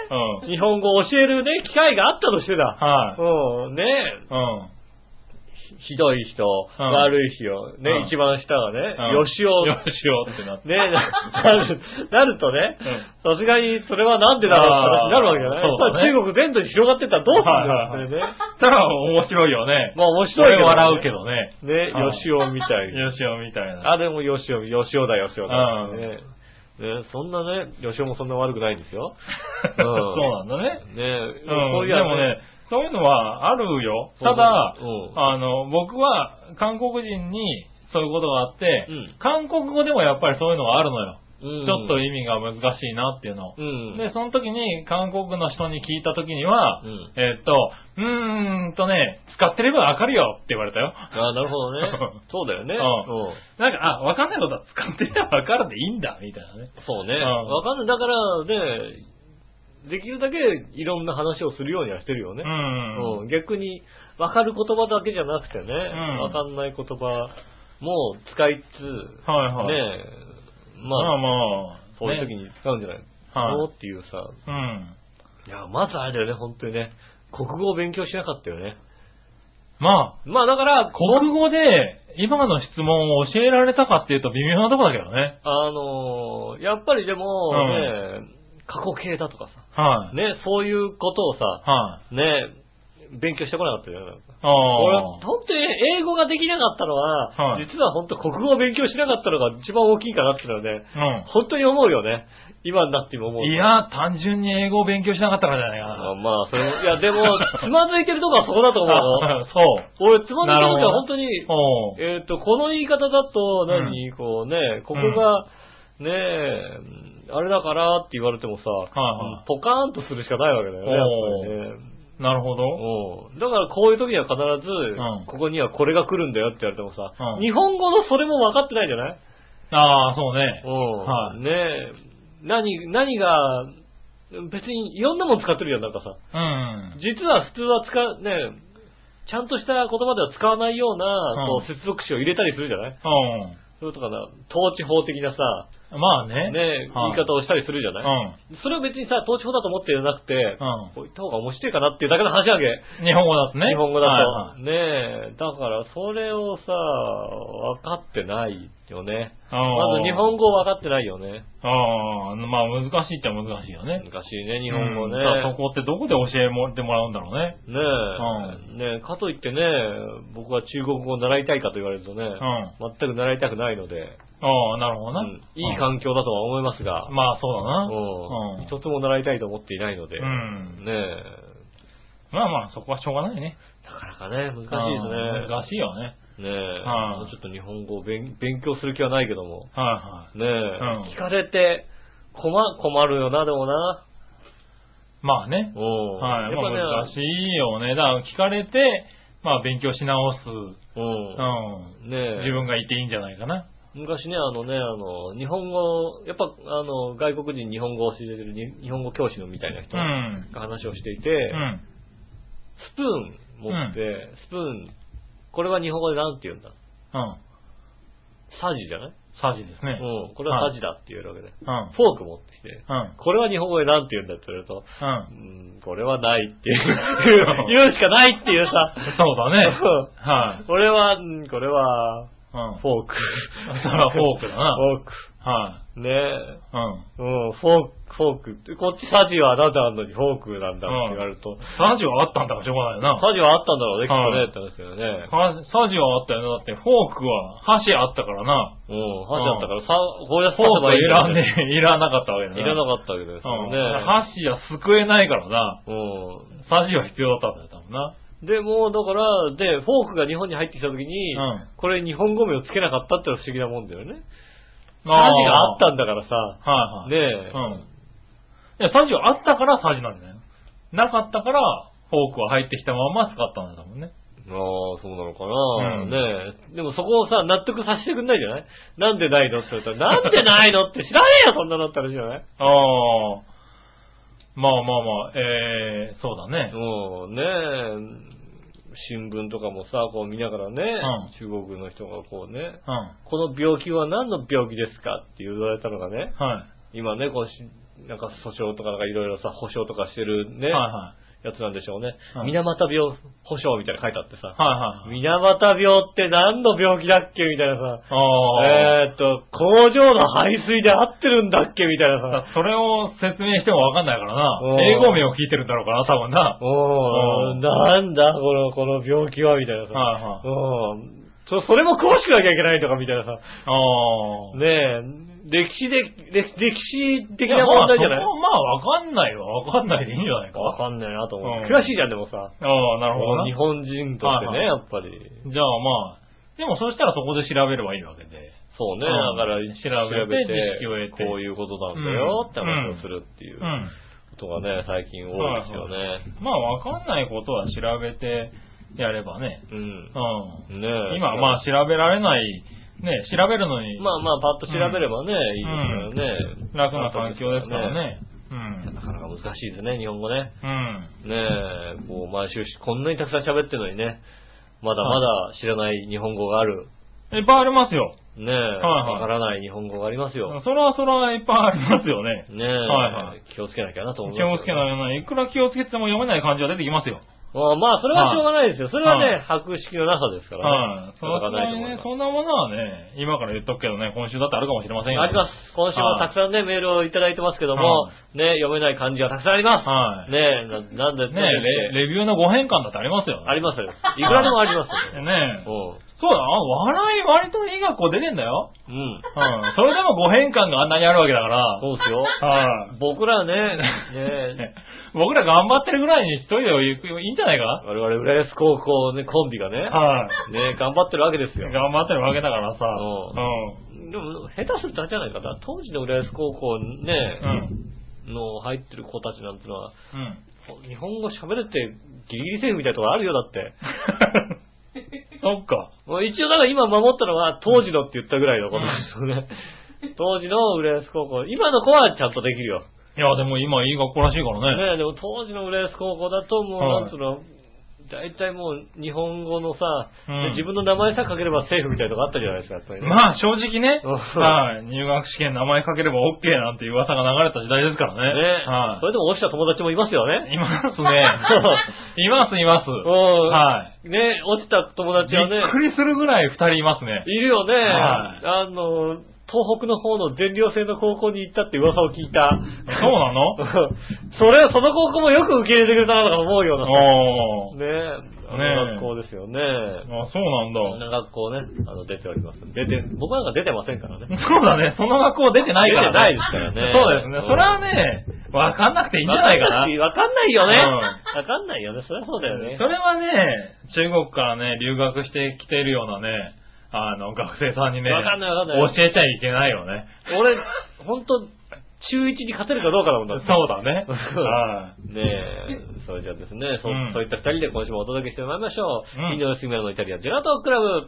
[SPEAKER 3] うん。
[SPEAKER 2] 日本語を教えるね、機会があったとしてだ。
[SPEAKER 3] はい。
[SPEAKER 2] うん、ね、
[SPEAKER 3] うん。
[SPEAKER 2] ひどい人、
[SPEAKER 3] うん
[SPEAKER 2] 悪い人、ね、
[SPEAKER 3] うん
[SPEAKER 2] 一番下がね、
[SPEAKER 3] うん
[SPEAKER 2] 吉尾、ね、
[SPEAKER 3] 吉尾ってなって。
[SPEAKER 2] なるなるとね
[SPEAKER 3] う ん、
[SPEAKER 2] さすがにそれはなんでだろうって話になるわけじゃない
[SPEAKER 3] あーそうだね
[SPEAKER 2] やっぱり中国全土に広がってったらどうす
[SPEAKER 3] は
[SPEAKER 2] るん
[SPEAKER 3] い
[SPEAKER 2] だよ、それね。
[SPEAKER 3] たら面白いよね。
[SPEAKER 2] まあ面
[SPEAKER 3] そ
[SPEAKER 2] 白い
[SPEAKER 3] れ
[SPEAKER 2] けど、
[SPEAKER 3] 笑うけどね。
[SPEAKER 2] ね、
[SPEAKER 3] はい
[SPEAKER 2] 吉尾みたい。
[SPEAKER 3] 吉尾みたい な。
[SPEAKER 2] あ、でも吉尾、吉尾だ、吉尾だ。
[SPEAKER 3] うん
[SPEAKER 2] ねねそんなね、吉尾もそんな悪くないんですよ。
[SPEAKER 3] そうなんだね。
[SPEAKER 2] ねえ、
[SPEAKER 3] うん。でもね、そういうのはあるよ。ただ、
[SPEAKER 2] うん
[SPEAKER 3] あの、僕は韓国人にそういうことがあって、
[SPEAKER 2] うん
[SPEAKER 3] 韓国語でもやっぱりそういうのがあるのよ。
[SPEAKER 2] うん
[SPEAKER 3] ちょっと意味が難しいなっていうのを。
[SPEAKER 2] うん。
[SPEAKER 3] で、その時に韓国の人に聞いた時には、
[SPEAKER 2] うん
[SPEAKER 3] えーっと、うーんとね、使ってればわかるよって言われたよ。。
[SPEAKER 2] あーなるほどね そうだよね。
[SPEAKER 3] うん
[SPEAKER 2] うん
[SPEAKER 3] なんか、あ、わかんないことは使ってればわかるでいいんだ、みたいなね。
[SPEAKER 2] そうね。
[SPEAKER 3] うん
[SPEAKER 2] わかんない。だから、ね、できるだけいろんな話をするようにはしてるよね
[SPEAKER 3] う。ん。
[SPEAKER 2] うん逆に、わかる言葉だけじゃなくてね、
[SPEAKER 3] ん
[SPEAKER 2] わかんない言葉も使いつつ、
[SPEAKER 3] はいはい。
[SPEAKER 2] ね、ま
[SPEAKER 3] まあ
[SPEAKER 2] あ、
[SPEAKER 3] まあ、
[SPEAKER 2] そういう時
[SPEAKER 3] ね。
[SPEAKER 2] に使うんじゃない
[SPEAKER 3] はい
[SPEAKER 2] のっていうさ、
[SPEAKER 3] うん。
[SPEAKER 2] いや、まずあれだよね、本当にね、国語を勉強しなかったよね。
[SPEAKER 3] まあ、
[SPEAKER 2] まあだから、
[SPEAKER 3] 国語で今の質問を教えられたかっていうと微妙なとこだけどね。
[SPEAKER 2] あのーやっぱりでもね、過去形だとかさ、
[SPEAKER 3] はい。
[SPEAKER 2] ね、そういうことをさ、
[SPEAKER 3] は
[SPEAKER 2] ね、勉強してこなかったじゃん。なんか
[SPEAKER 3] ああ
[SPEAKER 2] 俺、本当に英語ができなかったのは、
[SPEAKER 3] はい
[SPEAKER 2] 実は本当国語を勉強しなかったのが一番大きいかなっていうのはね、
[SPEAKER 3] う
[SPEAKER 2] 本当に思うよね。今になっても思う。
[SPEAKER 3] ん。いや、単純に英語を勉強しなかったからじゃないか
[SPEAKER 2] まあ、
[SPEAKER 3] な。
[SPEAKER 2] まあ、それも、いや、で も、つまずいてるとこはそこだと思うの。
[SPEAKER 3] あ そう。
[SPEAKER 2] 俺、つまずいてるとこは本当に、
[SPEAKER 3] おう
[SPEAKER 2] えっ、と、この言い方だと何、こうね、ここが、ねえ、うんあれだからって言われてもさ、
[SPEAKER 3] はいはい
[SPEAKER 2] ポカーンとするしかないわけだよね、やっぱりね。
[SPEAKER 3] なるほど。
[SPEAKER 2] うんだからこういう時には必ず、
[SPEAKER 3] うん
[SPEAKER 2] ここにはこれが来るんだよって言われてもさ、
[SPEAKER 3] うん
[SPEAKER 2] 日本語のそれも分かってないじゃない
[SPEAKER 3] ああ、そうね
[SPEAKER 2] う。
[SPEAKER 3] は
[SPEAKER 2] ん
[SPEAKER 3] い
[SPEAKER 2] ねえ、何、何が、別にいろんなもの使ってるじゃん、なんかさ。
[SPEAKER 3] うん。
[SPEAKER 2] 実は普通は使う、ねえ、ちゃんとした言葉では使わないような、こう
[SPEAKER 3] う
[SPEAKER 2] 接続詞を入れたりするじゃないそれとかな、統治法的なさ、
[SPEAKER 3] うん。まあね。
[SPEAKER 2] ねえ、言
[SPEAKER 3] はい
[SPEAKER 2] 方をしたりするじゃ
[SPEAKER 3] う
[SPEAKER 2] ない、それを別にさ、統治法だと思ってなくて、
[SPEAKER 3] うん
[SPEAKER 2] こう言った方が面白いかなっていうだけの話なわけ。
[SPEAKER 3] ん。日本語だとね。
[SPEAKER 2] 日本語だ
[SPEAKER 3] はい
[SPEAKER 2] と
[SPEAKER 3] は。い
[SPEAKER 2] ねえ、だからそれをさ、分かってないよね。まず日本語分かってないよね。
[SPEAKER 3] ああ、まあ難しいっちゃ難しいよね。
[SPEAKER 2] 難しいね、日本語ね。
[SPEAKER 3] うんだからそこってどこで教えてもらうんだろうね。
[SPEAKER 2] ねえ、ねえ、かといってね、僕は中国語を習いたいかと言われるとね、
[SPEAKER 3] ん
[SPEAKER 2] 全く習いたくないので、
[SPEAKER 3] ああ、なるほどな。
[SPEAKER 2] うんいい環境だとは思いますが、
[SPEAKER 3] まあそうだな。
[SPEAKER 2] うん
[SPEAKER 3] うん
[SPEAKER 2] 一つも習いたいと思っていないので、
[SPEAKER 3] うん
[SPEAKER 2] ねえ、
[SPEAKER 3] まあまあそこはしょうがないね。
[SPEAKER 2] なかなかね、難しいです
[SPEAKER 3] うん
[SPEAKER 2] ね。
[SPEAKER 3] 難しいよね。
[SPEAKER 2] ねえ、
[SPEAKER 3] はい
[SPEAKER 2] もうちょっと日本語を勉勉強する気はないけども、
[SPEAKER 3] はいはい。
[SPEAKER 2] ねえ、
[SPEAKER 3] ん
[SPEAKER 2] 聞かれて困、困るよな、でもな。
[SPEAKER 3] まあね。
[SPEAKER 2] うん。
[SPEAKER 3] はい。
[SPEAKER 2] やっ
[SPEAKER 3] ま
[SPEAKER 2] ぱ
[SPEAKER 3] あ
[SPEAKER 2] ね、
[SPEAKER 3] 難しいよね。だから聞かれて、まあ勉強し直す。うん。
[SPEAKER 2] うん。ねえ
[SPEAKER 3] 自分がいていいんじゃないかな。
[SPEAKER 2] 昔ね、あのね、あの、日本語、やっぱ、あの、外国人に日本語を教えてるに日本語教師のみたいな人
[SPEAKER 3] う
[SPEAKER 2] が
[SPEAKER 3] ん。
[SPEAKER 2] 話をしていうて、
[SPEAKER 3] ん。
[SPEAKER 2] スプーン持って、スプーン、これは日本語でなんて言うんだ
[SPEAKER 3] うん。
[SPEAKER 2] サジじゃない
[SPEAKER 3] サジですね。
[SPEAKER 2] うん。これはサジだって言えるわけで。
[SPEAKER 3] うん。うん。
[SPEAKER 2] フォーク持ってきて、
[SPEAKER 3] うん。
[SPEAKER 2] これは日本語でなんて言うんだって言われると、
[SPEAKER 3] うん
[SPEAKER 2] う。ん、これはないって いう、言うしかないっていうさ、
[SPEAKER 3] そうだね。は い。
[SPEAKER 2] これは、うんこれは、
[SPEAKER 3] うん。
[SPEAKER 2] フォーク。
[SPEAKER 3] それはフォークだな
[SPEAKER 2] フォー
[SPEAKER 3] は
[SPEAKER 2] ク。ねえ。
[SPEAKER 3] い。うん。
[SPEAKER 2] うん、フォーク、フォークって、こっちサジはあなたなのにフォークなんだって言われると、
[SPEAKER 3] サジはあったんだからしょうがないよな。
[SPEAKER 2] サジはあったんだろうね、きっと
[SPEAKER 3] は
[SPEAKER 2] ね、
[SPEAKER 3] い
[SPEAKER 2] って話だよね。
[SPEAKER 3] はサジはあったよな。だって、フォークは箸あったからな。
[SPEAKER 2] うん、サジだったから、さ、こうやって
[SPEAKER 3] フォークはいら
[SPEAKER 2] ん
[SPEAKER 3] ねえ、いらなかったわけだ
[SPEAKER 2] いら
[SPEAKER 3] か
[SPEAKER 2] なかったわけですよね。
[SPEAKER 3] 箸じゃ救えないからな。
[SPEAKER 2] う
[SPEAKER 3] サジは必要だったんだよ、多分な。
[SPEAKER 2] ん。で、もうだから、で、フォークが日本に入ってきた時に、
[SPEAKER 3] うん
[SPEAKER 2] これ日本語名をつけなかったってのは不思議なもんだよね。サジ
[SPEAKER 3] あー
[SPEAKER 2] があったんだからさ、
[SPEAKER 3] はいはい。
[SPEAKER 2] ねえ
[SPEAKER 3] うん。いや、サジはあったからサジなんだよ。なかったから、フォークは入ってきたまんま使ったんだもんね。
[SPEAKER 2] ああ、そうなのかな、
[SPEAKER 3] うん
[SPEAKER 2] ねえ。でもそこをさ、納得させてくんないじゃないなんでないのって言われたら、なんでないのって知らねえよ、そんなのって話じゃない
[SPEAKER 3] ああ。まあまあまあ、えー、そうだね。
[SPEAKER 2] もうね新聞とかもさ、こう見ながらね、中国の人がこうね、
[SPEAKER 3] うん。
[SPEAKER 2] この病気は何の病気ですかって言われたのがね、
[SPEAKER 3] は
[SPEAKER 2] 今ね、こうし、なんか訴訟とかなんかいろいろさ、保証とかしてる
[SPEAKER 3] い。
[SPEAKER 2] ね、
[SPEAKER 3] はいは
[SPEAKER 2] やつなんでしょうね。
[SPEAKER 3] うん
[SPEAKER 2] 水俣病保証みたいなの書いてあって
[SPEAKER 3] い。
[SPEAKER 2] さ、
[SPEAKER 3] はいはいはい。
[SPEAKER 2] 水俣病って何の病気だっけみたいなさ、
[SPEAKER 3] あ
[SPEAKER 2] え
[SPEAKER 3] あ。
[SPEAKER 2] ーっと、工場の排水で合ってるんだっけみたいなさ、
[SPEAKER 3] それを説明してもわかんないからな
[SPEAKER 2] うん。
[SPEAKER 3] 英語名を聞いてるんだろうからな、多分な。
[SPEAKER 2] お
[SPEAKER 3] う
[SPEAKER 2] ー、
[SPEAKER 3] ん
[SPEAKER 2] なんだこの、この病気はみたいなさ、
[SPEAKER 3] はいはい。
[SPEAKER 2] うん。そ、それも詳しくなきゃいけないとかみたいなさ。
[SPEAKER 3] ああ。
[SPEAKER 2] ねえ、歴史で、歴歴史的
[SPEAKER 3] いや
[SPEAKER 2] な問題じゃない
[SPEAKER 3] まあ、そこはまあわかんないわ。わかんないでいいんじゃないか。
[SPEAKER 2] わかんないなと思う。
[SPEAKER 3] うん
[SPEAKER 2] 悔しいじゃん、でもさ。
[SPEAKER 3] ああ、なるほど
[SPEAKER 2] 日
[SPEAKER 3] な。
[SPEAKER 2] 本人として
[SPEAKER 3] はいは
[SPEAKER 2] ね、
[SPEAKER 3] い
[SPEAKER 2] やっぱり。
[SPEAKER 3] じゃあまあ、でもそしたらそこで調べればいいわけで。
[SPEAKER 2] そうね、だ
[SPEAKER 3] うん
[SPEAKER 2] から
[SPEAKER 3] 調べて知識を得て。
[SPEAKER 2] こういうことなんだよって話をするっていううんことがね、最近多いですよね。
[SPEAKER 3] まあわかんないことは調べてやればね。
[SPEAKER 2] うん
[SPEAKER 3] う。ん。
[SPEAKER 2] ねえ
[SPEAKER 3] 今はまあ調べられない、ね、調べるのに
[SPEAKER 2] まあまあ、パッと調べればね、いいですよね。
[SPEAKER 3] 楽な環境ですから。ね。うん
[SPEAKER 2] な。かなか難しいですね、日本語ね。
[SPEAKER 3] うん。
[SPEAKER 2] ねえ、こう毎週しこんなにたくさん喋ってるのにね、まだまだ知らない日本語がある。
[SPEAKER 3] いっぱいありますよ。
[SPEAKER 2] ねえ、
[SPEAKER 3] はいはい
[SPEAKER 2] わからない日本語がありますよ。
[SPEAKER 3] それはそれはいっぱいありますよね。
[SPEAKER 2] ねえ、
[SPEAKER 3] はいは
[SPEAKER 2] 気をつけなきゃなと思い
[SPEAKER 3] 気
[SPEAKER 2] ま
[SPEAKER 3] を
[SPEAKER 2] す
[SPEAKER 3] つ
[SPEAKER 2] よ
[SPEAKER 3] け
[SPEAKER 2] ね、
[SPEAKER 3] ないよな。いくら気をつけても読めない漢字は出てきますよ。
[SPEAKER 2] あまあ、それはしょうがないですよ。それは
[SPEAKER 3] は
[SPEAKER 2] ね、白式の中ですから
[SPEAKER 3] は
[SPEAKER 2] ね。
[SPEAKER 3] い。
[SPEAKER 2] 仕
[SPEAKER 3] そ
[SPEAKER 2] 方が
[SPEAKER 3] ん
[SPEAKER 2] ない
[SPEAKER 3] な
[SPEAKER 2] と思い
[SPEAKER 3] ね
[SPEAKER 2] ま、す。
[SPEAKER 3] そんなものはね、今から言っとくけどね、今週だってあるかもしれませんよ。
[SPEAKER 2] あります。今週はたくさんね、メールをいただいてますけども
[SPEAKER 3] は、
[SPEAKER 2] ね、読めない漢字がたくさんあります。
[SPEAKER 3] はい
[SPEAKER 2] ねななんで
[SPEAKER 3] ねレ、レビューのご変換だってありますよ。
[SPEAKER 2] ありますよ。いくらでもありますよ。
[SPEAKER 3] ね
[SPEAKER 2] うん
[SPEAKER 3] そうだ、あ笑い割といい学校出てんだよ。
[SPEAKER 2] うん。
[SPEAKER 3] うん。それでもご変換があんなにあるわけだから。
[SPEAKER 2] そうですよ。
[SPEAKER 3] はい。
[SPEAKER 2] 僕らね、ね
[SPEAKER 3] ね僕ら頑張ってるぐらいに一人で行くいいんじゃないか
[SPEAKER 2] 我々浦安高校ね、コンビがね、
[SPEAKER 3] はい。
[SPEAKER 2] ね、頑張ってるわけですよ。
[SPEAKER 3] 頑張ってるわけだからさ。
[SPEAKER 2] うでも、下手するとあれじゃないかな。当時の浦安高校ね、
[SPEAKER 3] うん。うん。
[SPEAKER 2] の入ってる子たちなんてのは、
[SPEAKER 3] うん。
[SPEAKER 2] 日本語喋れてギリギリセーフみたいなところあるよ、だって。
[SPEAKER 3] そっか。
[SPEAKER 2] もう一応だから今守ったのは当時のって言ったぐらいのことですよね。当時の浦安高校、今の子はちゃんとできるよ。
[SPEAKER 3] いや、でも今いい学校らしいからね。
[SPEAKER 2] ねえ、でも当時の浦安高校だともう、
[SPEAKER 3] はい
[SPEAKER 2] なんつうの、大体もう日本語のさ、
[SPEAKER 3] うん
[SPEAKER 2] で自分の名前さえ書ければセーフみたいなとこあったじゃないですか、やっぱりね、
[SPEAKER 3] まあ正直ね、
[SPEAKER 2] うん
[SPEAKER 3] はい、入学試験名前書ければ OK なんていう噂が流れた時代ですからね。
[SPEAKER 2] ねえ、
[SPEAKER 3] は
[SPEAKER 2] それでも落ちた友達もいますよね。
[SPEAKER 3] い。います ね。いますいます。
[SPEAKER 2] うん。
[SPEAKER 3] は
[SPEAKER 2] ねえ落ちた友
[SPEAKER 3] い。
[SPEAKER 2] 達
[SPEAKER 3] び
[SPEAKER 2] はね、
[SPEAKER 3] っくりするぐらい二人いますね。
[SPEAKER 2] いるよね。
[SPEAKER 3] はい
[SPEAKER 2] あの、東北の方の全寮制の高校に行ったって噂を聞いた。
[SPEAKER 3] そうなの
[SPEAKER 2] それ、その高校もよく受け入れてくれたなとか思うような。
[SPEAKER 3] おー。
[SPEAKER 2] ねえ、あ
[SPEAKER 3] ね
[SPEAKER 2] の
[SPEAKER 3] え
[SPEAKER 2] 学校ですよね。
[SPEAKER 3] あ、
[SPEAKER 2] こ
[SPEAKER 3] そう
[SPEAKER 2] ん
[SPEAKER 3] なんだ。
[SPEAKER 2] な学校ね、あの、出ております。出て、僕なんか出てませんからね。
[SPEAKER 3] そうだね、その学校出てないから
[SPEAKER 2] 出てないですからね
[SPEAKER 3] そうですね
[SPEAKER 2] うん。
[SPEAKER 3] それはね、わかんなくていいんじゃないかな。
[SPEAKER 2] わかんないよね。
[SPEAKER 3] うん
[SPEAKER 2] わかんないよね。そりゃそうだよね
[SPEAKER 3] そ。れはね、中国からね、留学してきてるようなね、あの、学生さんにね、
[SPEAKER 2] わかんないわかんない
[SPEAKER 3] 教えちゃいけないよね。
[SPEAKER 2] 俺、ほんと、中1に勝てるかどうかだもんだ
[SPEAKER 3] そう
[SPEAKER 2] って
[SPEAKER 3] だね。
[SPEAKER 2] うん
[SPEAKER 3] は
[SPEAKER 2] ねえ、それじゃあですね、そ,、う
[SPEAKER 3] うん
[SPEAKER 2] そういった二人で今週もお届けしてまいりましょう。
[SPEAKER 3] うん
[SPEAKER 2] 井上杉村のイタリアンジェラートクラブ。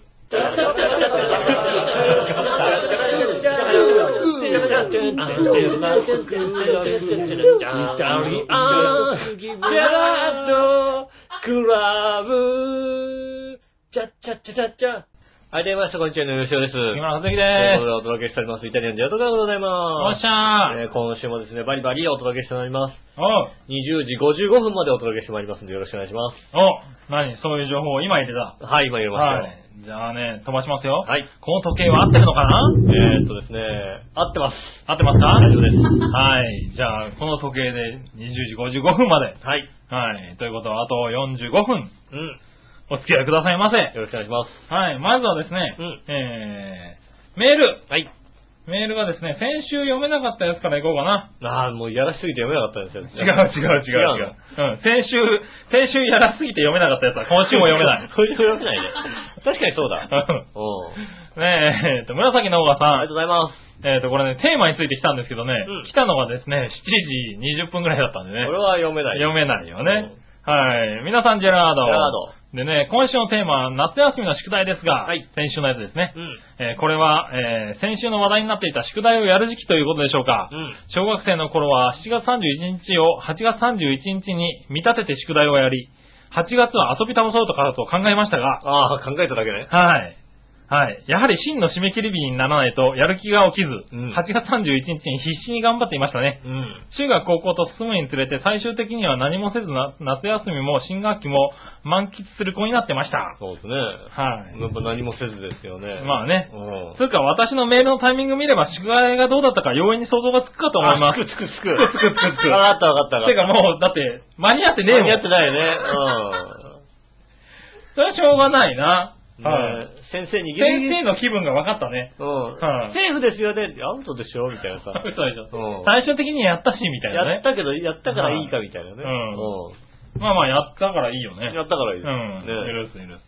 [SPEAKER 2] はい、電話したこんにちは、井上杉村です。
[SPEAKER 3] い。木村和之
[SPEAKER 2] ということでお届
[SPEAKER 3] で
[SPEAKER 2] けしております。イタリアンジェラートクラブでござい
[SPEAKER 3] す。
[SPEAKER 2] ま
[SPEAKER 3] お
[SPEAKER 2] す。
[SPEAKER 3] っしゃ
[SPEAKER 2] え
[SPEAKER 3] ー。
[SPEAKER 2] ー今週もですね、バリバリお届けしてまいります。
[SPEAKER 3] おう
[SPEAKER 2] 20時55分までお届けしてまいりますんでよろしくお願いしま
[SPEAKER 3] お何そういう情報を今入れた。
[SPEAKER 2] す。はい、今入れましたよ。
[SPEAKER 3] はい。じゃあね、飛ばしますよ。
[SPEAKER 2] はい。
[SPEAKER 3] この時計は合ってるのかな
[SPEAKER 2] えー、っとですね、合ってます。
[SPEAKER 3] 合ってますか
[SPEAKER 2] 大丈夫です
[SPEAKER 3] はい。じゃあ、この時計で20時55分まで。
[SPEAKER 2] はい。
[SPEAKER 3] はい。ということは、あと45分、
[SPEAKER 2] うん。
[SPEAKER 3] お付き合いくださいませ。
[SPEAKER 2] よろしくお願いします。
[SPEAKER 3] はい、まずはですね、
[SPEAKER 2] うん
[SPEAKER 3] えー、メール。
[SPEAKER 2] はい。
[SPEAKER 3] メールがですね、先週読めなかったやつからいこうか
[SPEAKER 2] ああ、
[SPEAKER 3] な。
[SPEAKER 2] もうやらしすぎて読めなかったんです
[SPEAKER 3] 違う
[SPEAKER 2] よ。
[SPEAKER 3] 違う違う違う。うん、先週、先週やらすぎて読めなかったやつは今週も読 めない。
[SPEAKER 2] これ読めないね。確かにそう だ。
[SPEAKER 3] う
[SPEAKER 2] おう
[SPEAKER 3] んねえ、えっと、紫のオ
[SPEAKER 2] あ
[SPEAKER 3] ーさ
[SPEAKER 2] りがとう。ござ
[SPEAKER 3] ん
[SPEAKER 2] います。
[SPEAKER 3] えっと、これね、テーマについて来たんですけどね、
[SPEAKER 2] うん
[SPEAKER 3] 来たのがですね、7時20分ぐらいだったんでね
[SPEAKER 2] これ、は読めない。
[SPEAKER 3] 読めないよね。はい。皆さん、ジェラード。
[SPEAKER 2] ジェラード
[SPEAKER 3] でね、今週のテーマは夏休みの宿題ですが、
[SPEAKER 2] はい
[SPEAKER 3] 先週のやつですね。
[SPEAKER 2] うん。
[SPEAKER 3] えーこれは、えー先週の話題になっていた宿題をやる時期ということでしょうか。
[SPEAKER 2] うん。
[SPEAKER 3] 小学生の頃は7月31日を8月31日に見立てて宿題をやり、8月は遊び倒そうとかと考えましたが、
[SPEAKER 2] ああ、考えただけね。
[SPEAKER 3] はい。はい。やはり真の締め切り日にならないとやる気が起きず、
[SPEAKER 2] うん
[SPEAKER 3] 8月31日に必死に頑張っていましたね。
[SPEAKER 2] うん。
[SPEAKER 3] 中学高校と進むにつれて最終的には何もせずな夏休みも新学期も満喫する子になってました。
[SPEAKER 2] そうですね。
[SPEAKER 3] はい。
[SPEAKER 2] やっぱ何もせずですよね。
[SPEAKER 3] まあね
[SPEAKER 2] うん。
[SPEAKER 3] つうか、私のメールのタイミング見れば、宿題がどうだったか容易に想像がつくかと思います。
[SPEAKER 2] あつくつくつく。
[SPEAKER 3] つくつ くつく
[SPEAKER 2] ああったわかったわかった。
[SPEAKER 3] てかもう、だって、間に合ってねえもん。
[SPEAKER 2] やってないよね。
[SPEAKER 3] それはしょうがないな。
[SPEAKER 2] うん。
[SPEAKER 3] はい
[SPEAKER 2] ねえ先生にギリ
[SPEAKER 3] 先
[SPEAKER 2] ギリ
[SPEAKER 3] 生の気分が分かったね。
[SPEAKER 2] うん。
[SPEAKER 3] はい
[SPEAKER 2] セーフですよね。アウトでしょみたいな さ。
[SPEAKER 3] 嘘でしょ
[SPEAKER 2] うん
[SPEAKER 3] 最終的にやったし、みたい
[SPEAKER 2] や
[SPEAKER 3] な
[SPEAKER 2] っ
[SPEAKER 3] ね。
[SPEAKER 2] たけど、やったからいいかみたいなね。
[SPEAKER 3] うん
[SPEAKER 2] う
[SPEAKER 3] まあまあ、やったからいいよね。
[SPEAKER 2] ん。やったからいい。
[SPEAKER 3] うん。
[SPEAKER 2] ね
[SPEAKER 3] 許す、許す。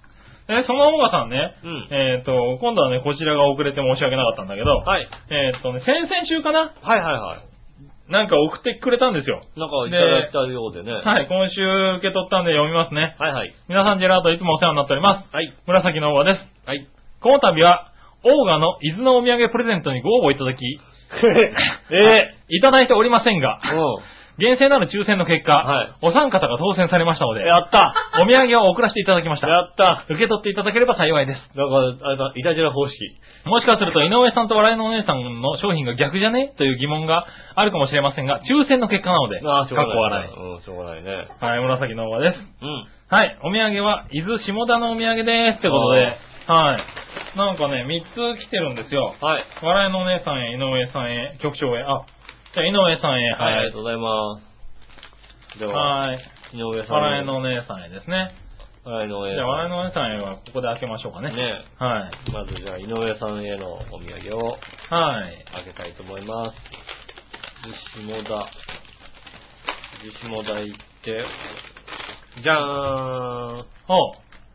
[SPEAKER 3] え、そのオガさんね、
[SPEAKER 2] うん
[SPEAKER 3] えっ、と、今度はね、こちらが遅れて申し訳なかったんだけど、
[SPEAKER 2] はい。
[SPEAKER 3] えっ、とね、先々週かな
[SPEAKER 2] はいはいは
[SPEAKER 3] なんか送ってくれたんですよ。
[SPEAKER 2] い。なんかいただいたようでね。い。
[SPEAKER 3] はい、今週受け取ったんで読みますね。
[SPEAKER 2] はいはい。
[SPEAKER 3] 皆さん、ジェラートいつもお世話になっております。
[SPEAKER 2] はい。
[SPEAKER 3] 紫のオーガです。
[SPEAKER 2] はい。
[SPEAKER 3] この度は、オーガの伊豆のお土産プレゼントにご応募いただき、
[SPEAKER 2] え
[SPEAKER 3] いただいておりませんが、
[SPEAKER 2] えうん。
[SPEAKER 3] 厳正なる抽選の結果、
[SPEAKER 2] はい
[SPEAKER 3] お三方が当選されましたので、
[SPEAKER 2] やった
[SPEAKER 3] お土産を送らせていただきました。
[SPEAKER 2] やった
[SPEAKER 3] 受け取っていただければ幸いです。
[SPEAKER 2] なんか、あれだ、いたじら方式。
[SPEAKER 3] もしかすると、井上さんと笑いのお姉さんの商品が逆じゃねという疑問があるかもしれませんが、抽選の結果なので、
[SPEAKER 2] ああ、しょうが
[SPEAKER 3] かっこ
[SPEAKER 2] な
[SPEAKER 3] 笑
[SPEAKER 2] い。うん、しょうがないね。
[SPEAKER 3] い。はい、紫の方です。
[SPEAKER 2] うん。
[SPEAKER 3] はい、お土産は、伊豆下田のお土産です。ってことで、はい。なんかね、3つ来てるんですよ。
[SPEAKER 2] はい。
[SPEAKER 3] 笑いのお姉さんへ、井上さんへ、局長へ、あ、じゃあ井上さんへ、
[SPEAKER 2] はい、あり
[SPEAKER 3] は
[SPEAKER 2] がとうございます。で
[SPEAKER 3] い。
[SPEAKER 2] は、
[SPEAKER 3] はい。
[SPEAKER 2] 井上さん。
[SPEAKER 3] 笑いのお姉さんへですね。
[SPEAKER 2] 笑いの
[SPEAKER 3] じ
[SPEAKER 2] 絵。
[SPEAKER 3] ゃあ、笑いのお姉さんへはここで開けましょうかね。
[SPEAKER 2] ね
[SPEAKER 3] はい。
[SPEAKER 2] まずじゃあ、井上さんへのお土産を
[SPEAKER 3] はい。
[SPEAKER 2] あげたいと思います。伊豆下田。伊豆下田行って、じゃーん。
[SPEAKER 3] おう、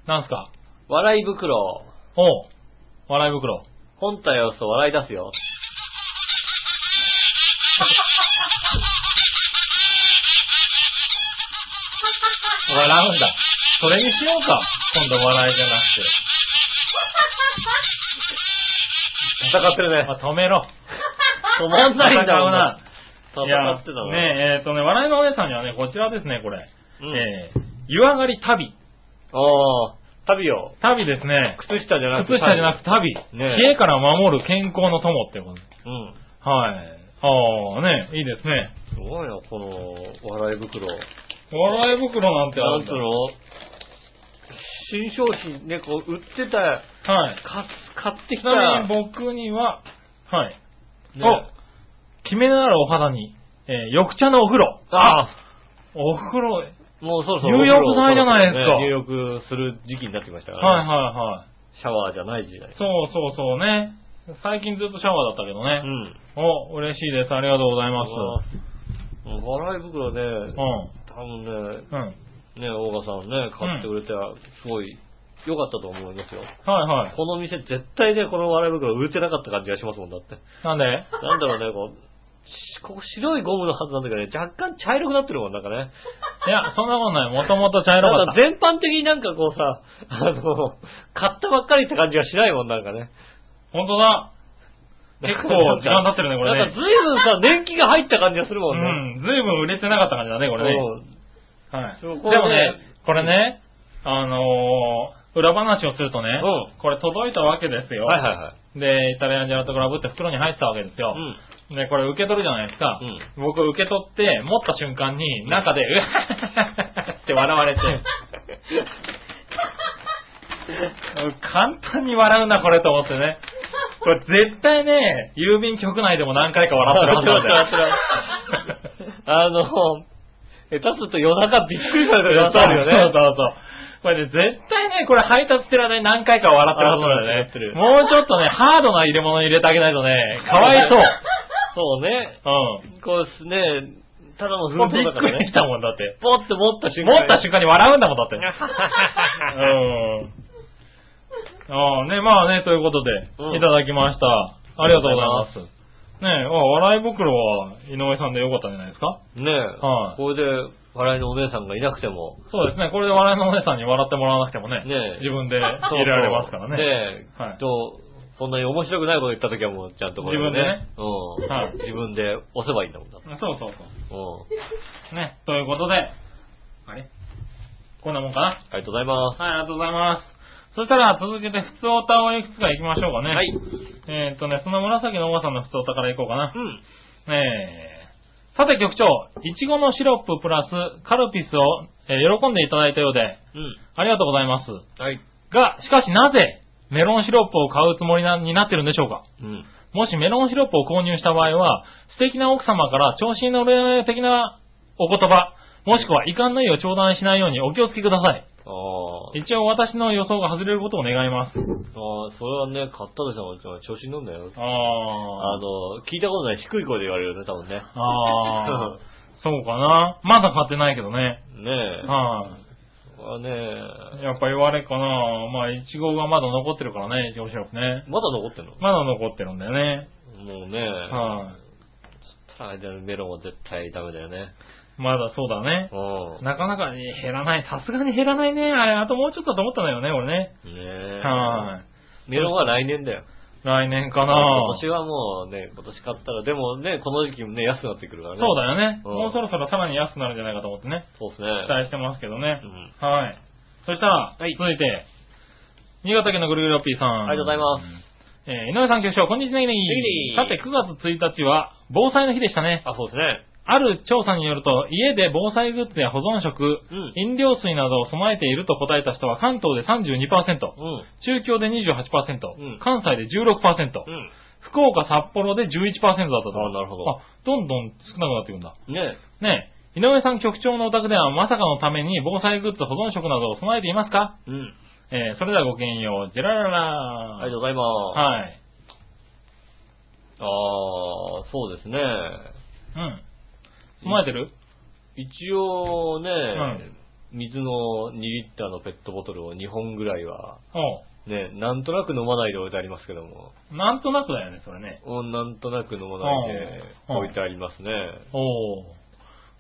[SPEAKER 3] なんすか
[SPEAKER 2] 笑い袋。
[SPEAKER 3] おう、笑い袋。
[SPEAKER 2] 本体を押すと笑い出すよ。
[SPEAKER 3] 笑うんだ。それにしようか。今度笑いじゃなく
[SPEAKER 2] 戦ってるね。
[SPEAKER 3] て。あ、止めろ。
[SPEAKER 2] 止まんないんだもんな。
[SPEAKER 3] 戦う
[SPEAKER 2] 戦ってたもん
[SPEAKER 3] いやねえ、えっ、とね、笑いのお姉さんにはね、こちらですね、これ。
[SPEAKER 2] うん
[SPEAKER 3] えー、湯上がり旅。
[SPEAKER 2] ああ、旅を。
[SPEAKER 3] 旅ですね。
[SPEAKER 2] 靴下じゃなくて。
[SPEAKER 3] 靴下じゃなくて旅。
[SPEAKER 2] ねえ
[SPEAKER 3] 冷えから守る健康の友ってことで
[SPEAKER 2] うん。
[SPEAKER 3] す。はい。ああ、ねいいですね。
[SPEAKER 2] すごいな、この、笑い袋。
[SPEAKER 3] 笑い袋なんてあ
[SPEAKER 2] な
[SPEAKER 3] る
[SPEAKER 2] ん
[SPEAKER 3] ん
[SPEAKER 2] つ
[SPEAKER 3] だ
[SPEAKER 2] うの新商品、ね、こう、売ってた、
[SPEAKER 3] はい。
[SPEAKER 2] か買ってき
[SPEAKER 3] ち
[SPEAKER 2] た、
[SPEAKER 3] なみに僕には、はい。
[SPEAKER 2] ね
[SPEAKER 3] お、決めならお肌に、えー緑茶のお風呂。
[SPEAKER 2] あ
[SPEAKER 3] お風呂、はい
[SPEAKER 2] もうそろそろ。
[SPEAKER 3] 入浴剤じゃないですか
[SPEAKER 2] 入浴する時期になってきましたか
[SPEAKER 3] は
[SPEAKER 2] ら、
[SPEAKER 3] い
[SPEAKER 2] ね。
[SPEAKER 3] は
[SPEAKER 2] シャワーじゃない時代
[SPEAKER 3] い。。そうそうそうね。最近ずっとシャワーだったけどね。
[SPEAKER 2] ん。
[SPEAKER 3] お、嬉しいです。ありがとうございます。
[SPEAKER 2] うん笑い袋ね、多分
[SPEAKER 3] うん。う
[SPEAKER 2] ね、
[SPEAKER 3] ん。
[SPEAKER 2] ね、大賀さんね、買ってくれて、すごい、良かったと思いますよ。
[SPEAKER 3] はいはい。
[SPEAKER 2] この店絶対ね、この笑い袋売れてなかった感じがしますもんだって。
[SPEAKER 3] なんで
[SPEAKER 2] なんだろうね、こう、しここ白いゴムのはずなんだけどね、若干茶色くなってるもん、なんかね。
[SPEAKER 3] いや、そんなことない。もともと茶色
[SPEAKER 2] な
[SPEAKER 3] か
[SPEAKER 2] んか
[SPEAKER 3] った。
[SPEAKER 2] 全般的になんかこうさ、あの、買ったばっかりって感じがしないもん、なんかね。
[SPEAKER 3] 本当だ。結構 時間経ってるね、こ
[SPEAKER 2] な
[SPEAKER 3] れ
[SPEAKER 2] ん
[SPEAKER 3] ね
[SPEAKER 2] か。随分さ、年季が入った感じがするも
[SPEAKER 3] うん
[SPEAKER 2] ね。
[SPEAKER 3] ん。ずいぶん売れてなかった感じだね、これね。
[SPEAKER 2] うん
[SPEAKER 3] はい。で
[SPEAKER 2] そう
[SPEAKER 3] も
[SPEAKER 2] これね
[SPEAKER 3] ね、これね、あのー、裏話をするとね、
[SPEAKER 2] う
[SPEAKER 3] これ届いたわけですよ。
[SPEAKER 2] はいはいはい。
[SPEAKER 3] で、イタリアンジェラートクラブって袋に入ってたわけですよ。
[SPEAKER 2] うん。
[SPEAKER 3] で、これ受け取るじゃないですか。
[SPEAKER 2] う
[SPEAKER 3] 僕受け取って、持った瞬間に、中で、うわっって笑われて。簡単に笑うな、これと思ってね。これ絶対ね、郵便局内でも何回か笑ってるはずなんだよ。
[SPEAKER 2] あの、下手すると夜中びっくりされるやつあるよね。
[SPEAKER 3] そうそうそう。これね、絶対ね、これ配達してる間に何回かは笑ってるは
[SPEAKER 2] あそ
[SPEAKER 3] ず
[SPEAKER 2] うだね
[SPEAKER 3] なんだよね。もうちょっとね、ハードな入れ物入れてあげないとね、かわいそう。
[SPEAKER 2] そうね。こうですね、ただの
[SPEAKER 3] う
[SPEAKER 2] 奮
[SPEAKER 3] ん。もうび
[SPEAKER 2] 闘だ
[SPEAKER 3] っ
[SPEAKER 2] か
[SPEAKER 3] く
[SPEAKER 2] ら
[SPEAKER 3] り
[SPEAKER 2] ね
[SPEAKER 3] し。たもんだって。
[SPEAKER 2] ポって持った瞬間に。
[SPEAKER 3] 持った瞬間に笑うんだもん、だって。
[SPEAKER 2] 間。
[SPEAKER 3] うん。ああ、ね、まあね、ということで、
[SPEAKER 2] うん
[SPEAKER 3] いただきました。ありがとうございま
[SPEAKER 2] あ
[SPEAKER 3] す。
[SPEAKER 2] りがとうございま
[SPEAKER 3] ねえ、あ笑い袋は井上さんでよかったんじゃないですか
[SPEAKER 2] ねえ。
[SPEAKER 3] はい
[SPEAKER 2] これで、笑いのお姉さんがいなくても。
[SPEAKER 3] そうですね、これで笑いのお姉さんに笑ってもらわなくてもね、
[SPEAKER 2] ねえ
[SPEAKER 3] 自分で入れられますからね。
[SPEAKER 2] ねえ。
[SPEAKER 3] はい
[SPEAKER 2] と、そんなに面白くないこと言った時はもう、ちゃんとこれを
[SPEAKER 3] 自分でねはい
[SPEAKER 2] うん。自分で押せばいいんだもんだ。
[SPEAKER 3] そうそうそう。
[SPEAKER 2] うん。
[SPEAKER 3] ね、ということで、あれこんなもんかな
[SPEAKER 2] ありがとうございます。
[SPEAKER 3] はい、ありがとうございます。そしたら続けて、普通おたをいくつか行きましょうかね。
[SPEAKER 2] はい。
[SPEAKER 3] えーっとね、その紫のおばさんの普通おたから行こうかな。
[SPEAKER 2] うん。
[SPEAKER 3] えー、さて局長、いちごのシロッププラスカルピスを、えー喜んでいただいたようで、
[SPEAKER 2] うん。
[SPEAKER 3] ありがとうございます。
[SPEAKER 2] はい。
[SPEAKER 3] が、しかしなぜ、メロンシロップを買うつもりなになってるんでしょうか
[SPEAKER 2] うん。
[SPEAKER 3] もしメロンシロップを購入した場合は、素敵な奥様から調子に乗れ的なお言葉、もしくは遺憾の意を頂戴しないようにお気をつけください。
[SPEAKER 2] ああ。
[SPEAKER 3] 一応私の予想が外れることを願います。
[SPEAKER 2] ああ、それはね、買ったとしても調子に乗るんだよ。あ
[SPEAKER 3] あー。
[SPEAKER 2] の、聞いたことない低い声で言われるよね、多分ね。
[SPEAKER 3] あー。そうかな。まだ買ってないけどね。
[SPEAKER 2] ねえ。
[SPEAKER 3] はい、
[SPEAKER 2] あね
[SPEAKER 3] やっぱ言われっかなまあ、イチゴがまだ残ってるからね、イチゴシロップね
[SPEAKER 2] え。。まだ残ってんの
[SPEAKER 3] まだ残ってるんだよね。
[SPEAKER 2] もうね。。
[SPEAKER 3] はい
[SPEAKER 2] メロンは絶対ダメだよね。
[SPEAKER 3] い。まだそうだね
[SPEAKER 2] う。ん。
[SPEAKER 3] なかなかね減らない。さすがに減らないね。あれ、あともうちょっとだと思ったんだよね、俺ね。
[SPEAKER 2] ねえ。
[SPEAKER 3] はい。
[SPEAKER 2] メロンは来年だよ。
[SPEAKER 3] 来年かな
[SPEAKER 2] 今年はもうね、今年買ったら、でもね、この時期もね、安くなってくるからね。
[SPEAKER 3] そうだよね。
[SPEAKER 2] うん
[SPEAKER 3] もうそろそろさらに安くなるんじゃないかと思ってね。
[SPEAKER 2] そうです
[SPEAKER 3] 期
[SPEAKER 2] ね。
[SPEAKER 3] 待してますけどね
[SPEAKER 2] う。ん
[SPEAKER 3] はい。そしたら、
[SPEAKER 2] はい
[SPEAKER 3] 続いて、新潟県のぐるぐるラッピーさん。
[SPEAKER 2] ありがとうございます
[SPEAKER 3] す。えー井上さん決勝、こんにちは、ねぎねぎ
[SPEAKER 2] ねぎねぎ
[SPEAKER 3] さて、9月1日は、防災の日でしたね。
[SPEAKER 2] あ、そうですね。
[SPEAKER 3] ある調査によると、家で防災グッズや保存食、
[SPEAKER 2] うん
[SPEAKER 3] 飲料水などを備えていると答えた人は、関東で32%、
[SPEAKER 2] うん。
[SPEAKER 3] 中京で28%、
[SPEAKER 2] うん
[SPEAKER 3] 関西で16%、
[SPEAKER 2] うん。
[SPEAKER 3] 福岡、札幌で11%だったと。
[SPEAKER 2] あなるほど
[SPEAKER 3] あ、どんどん少なくなっていくんだ。
[SPEAKER 2] ね
[SPEAKER 3] ねえ、井上さん局長のお宅ではまさかのために防災グッズ保存食などを備えていますか
[SPEAKER 2] うん。
[SPEAKER 3] えー、それではごきげんよう、ジェラララ
[SPEAKER 2] ありがとうございます。
[SPEAKER 3] はい。
[SPEAKER 2] ああ、そうですね。
[SPEAKER 3] うん。備えてる
[SPEAKER 2] 一応ね、
[SPEAKER 3] ん
[SPEAKER 2] 水の2リッターのペットボトルを2本ぐらいは、
[SPEAKER 3] お
[SPEAKER 2] ね、なんとなく飲まないで置いてありますけども、
[SPEAKER 3] うなんとなくだよね、それね。
[SPEAKER 2] うんなんとなく飲まないで
[SPEAKER 3] うん
[SPEAKER 2] 置いてありますね。
[SPEAKER 3] おう。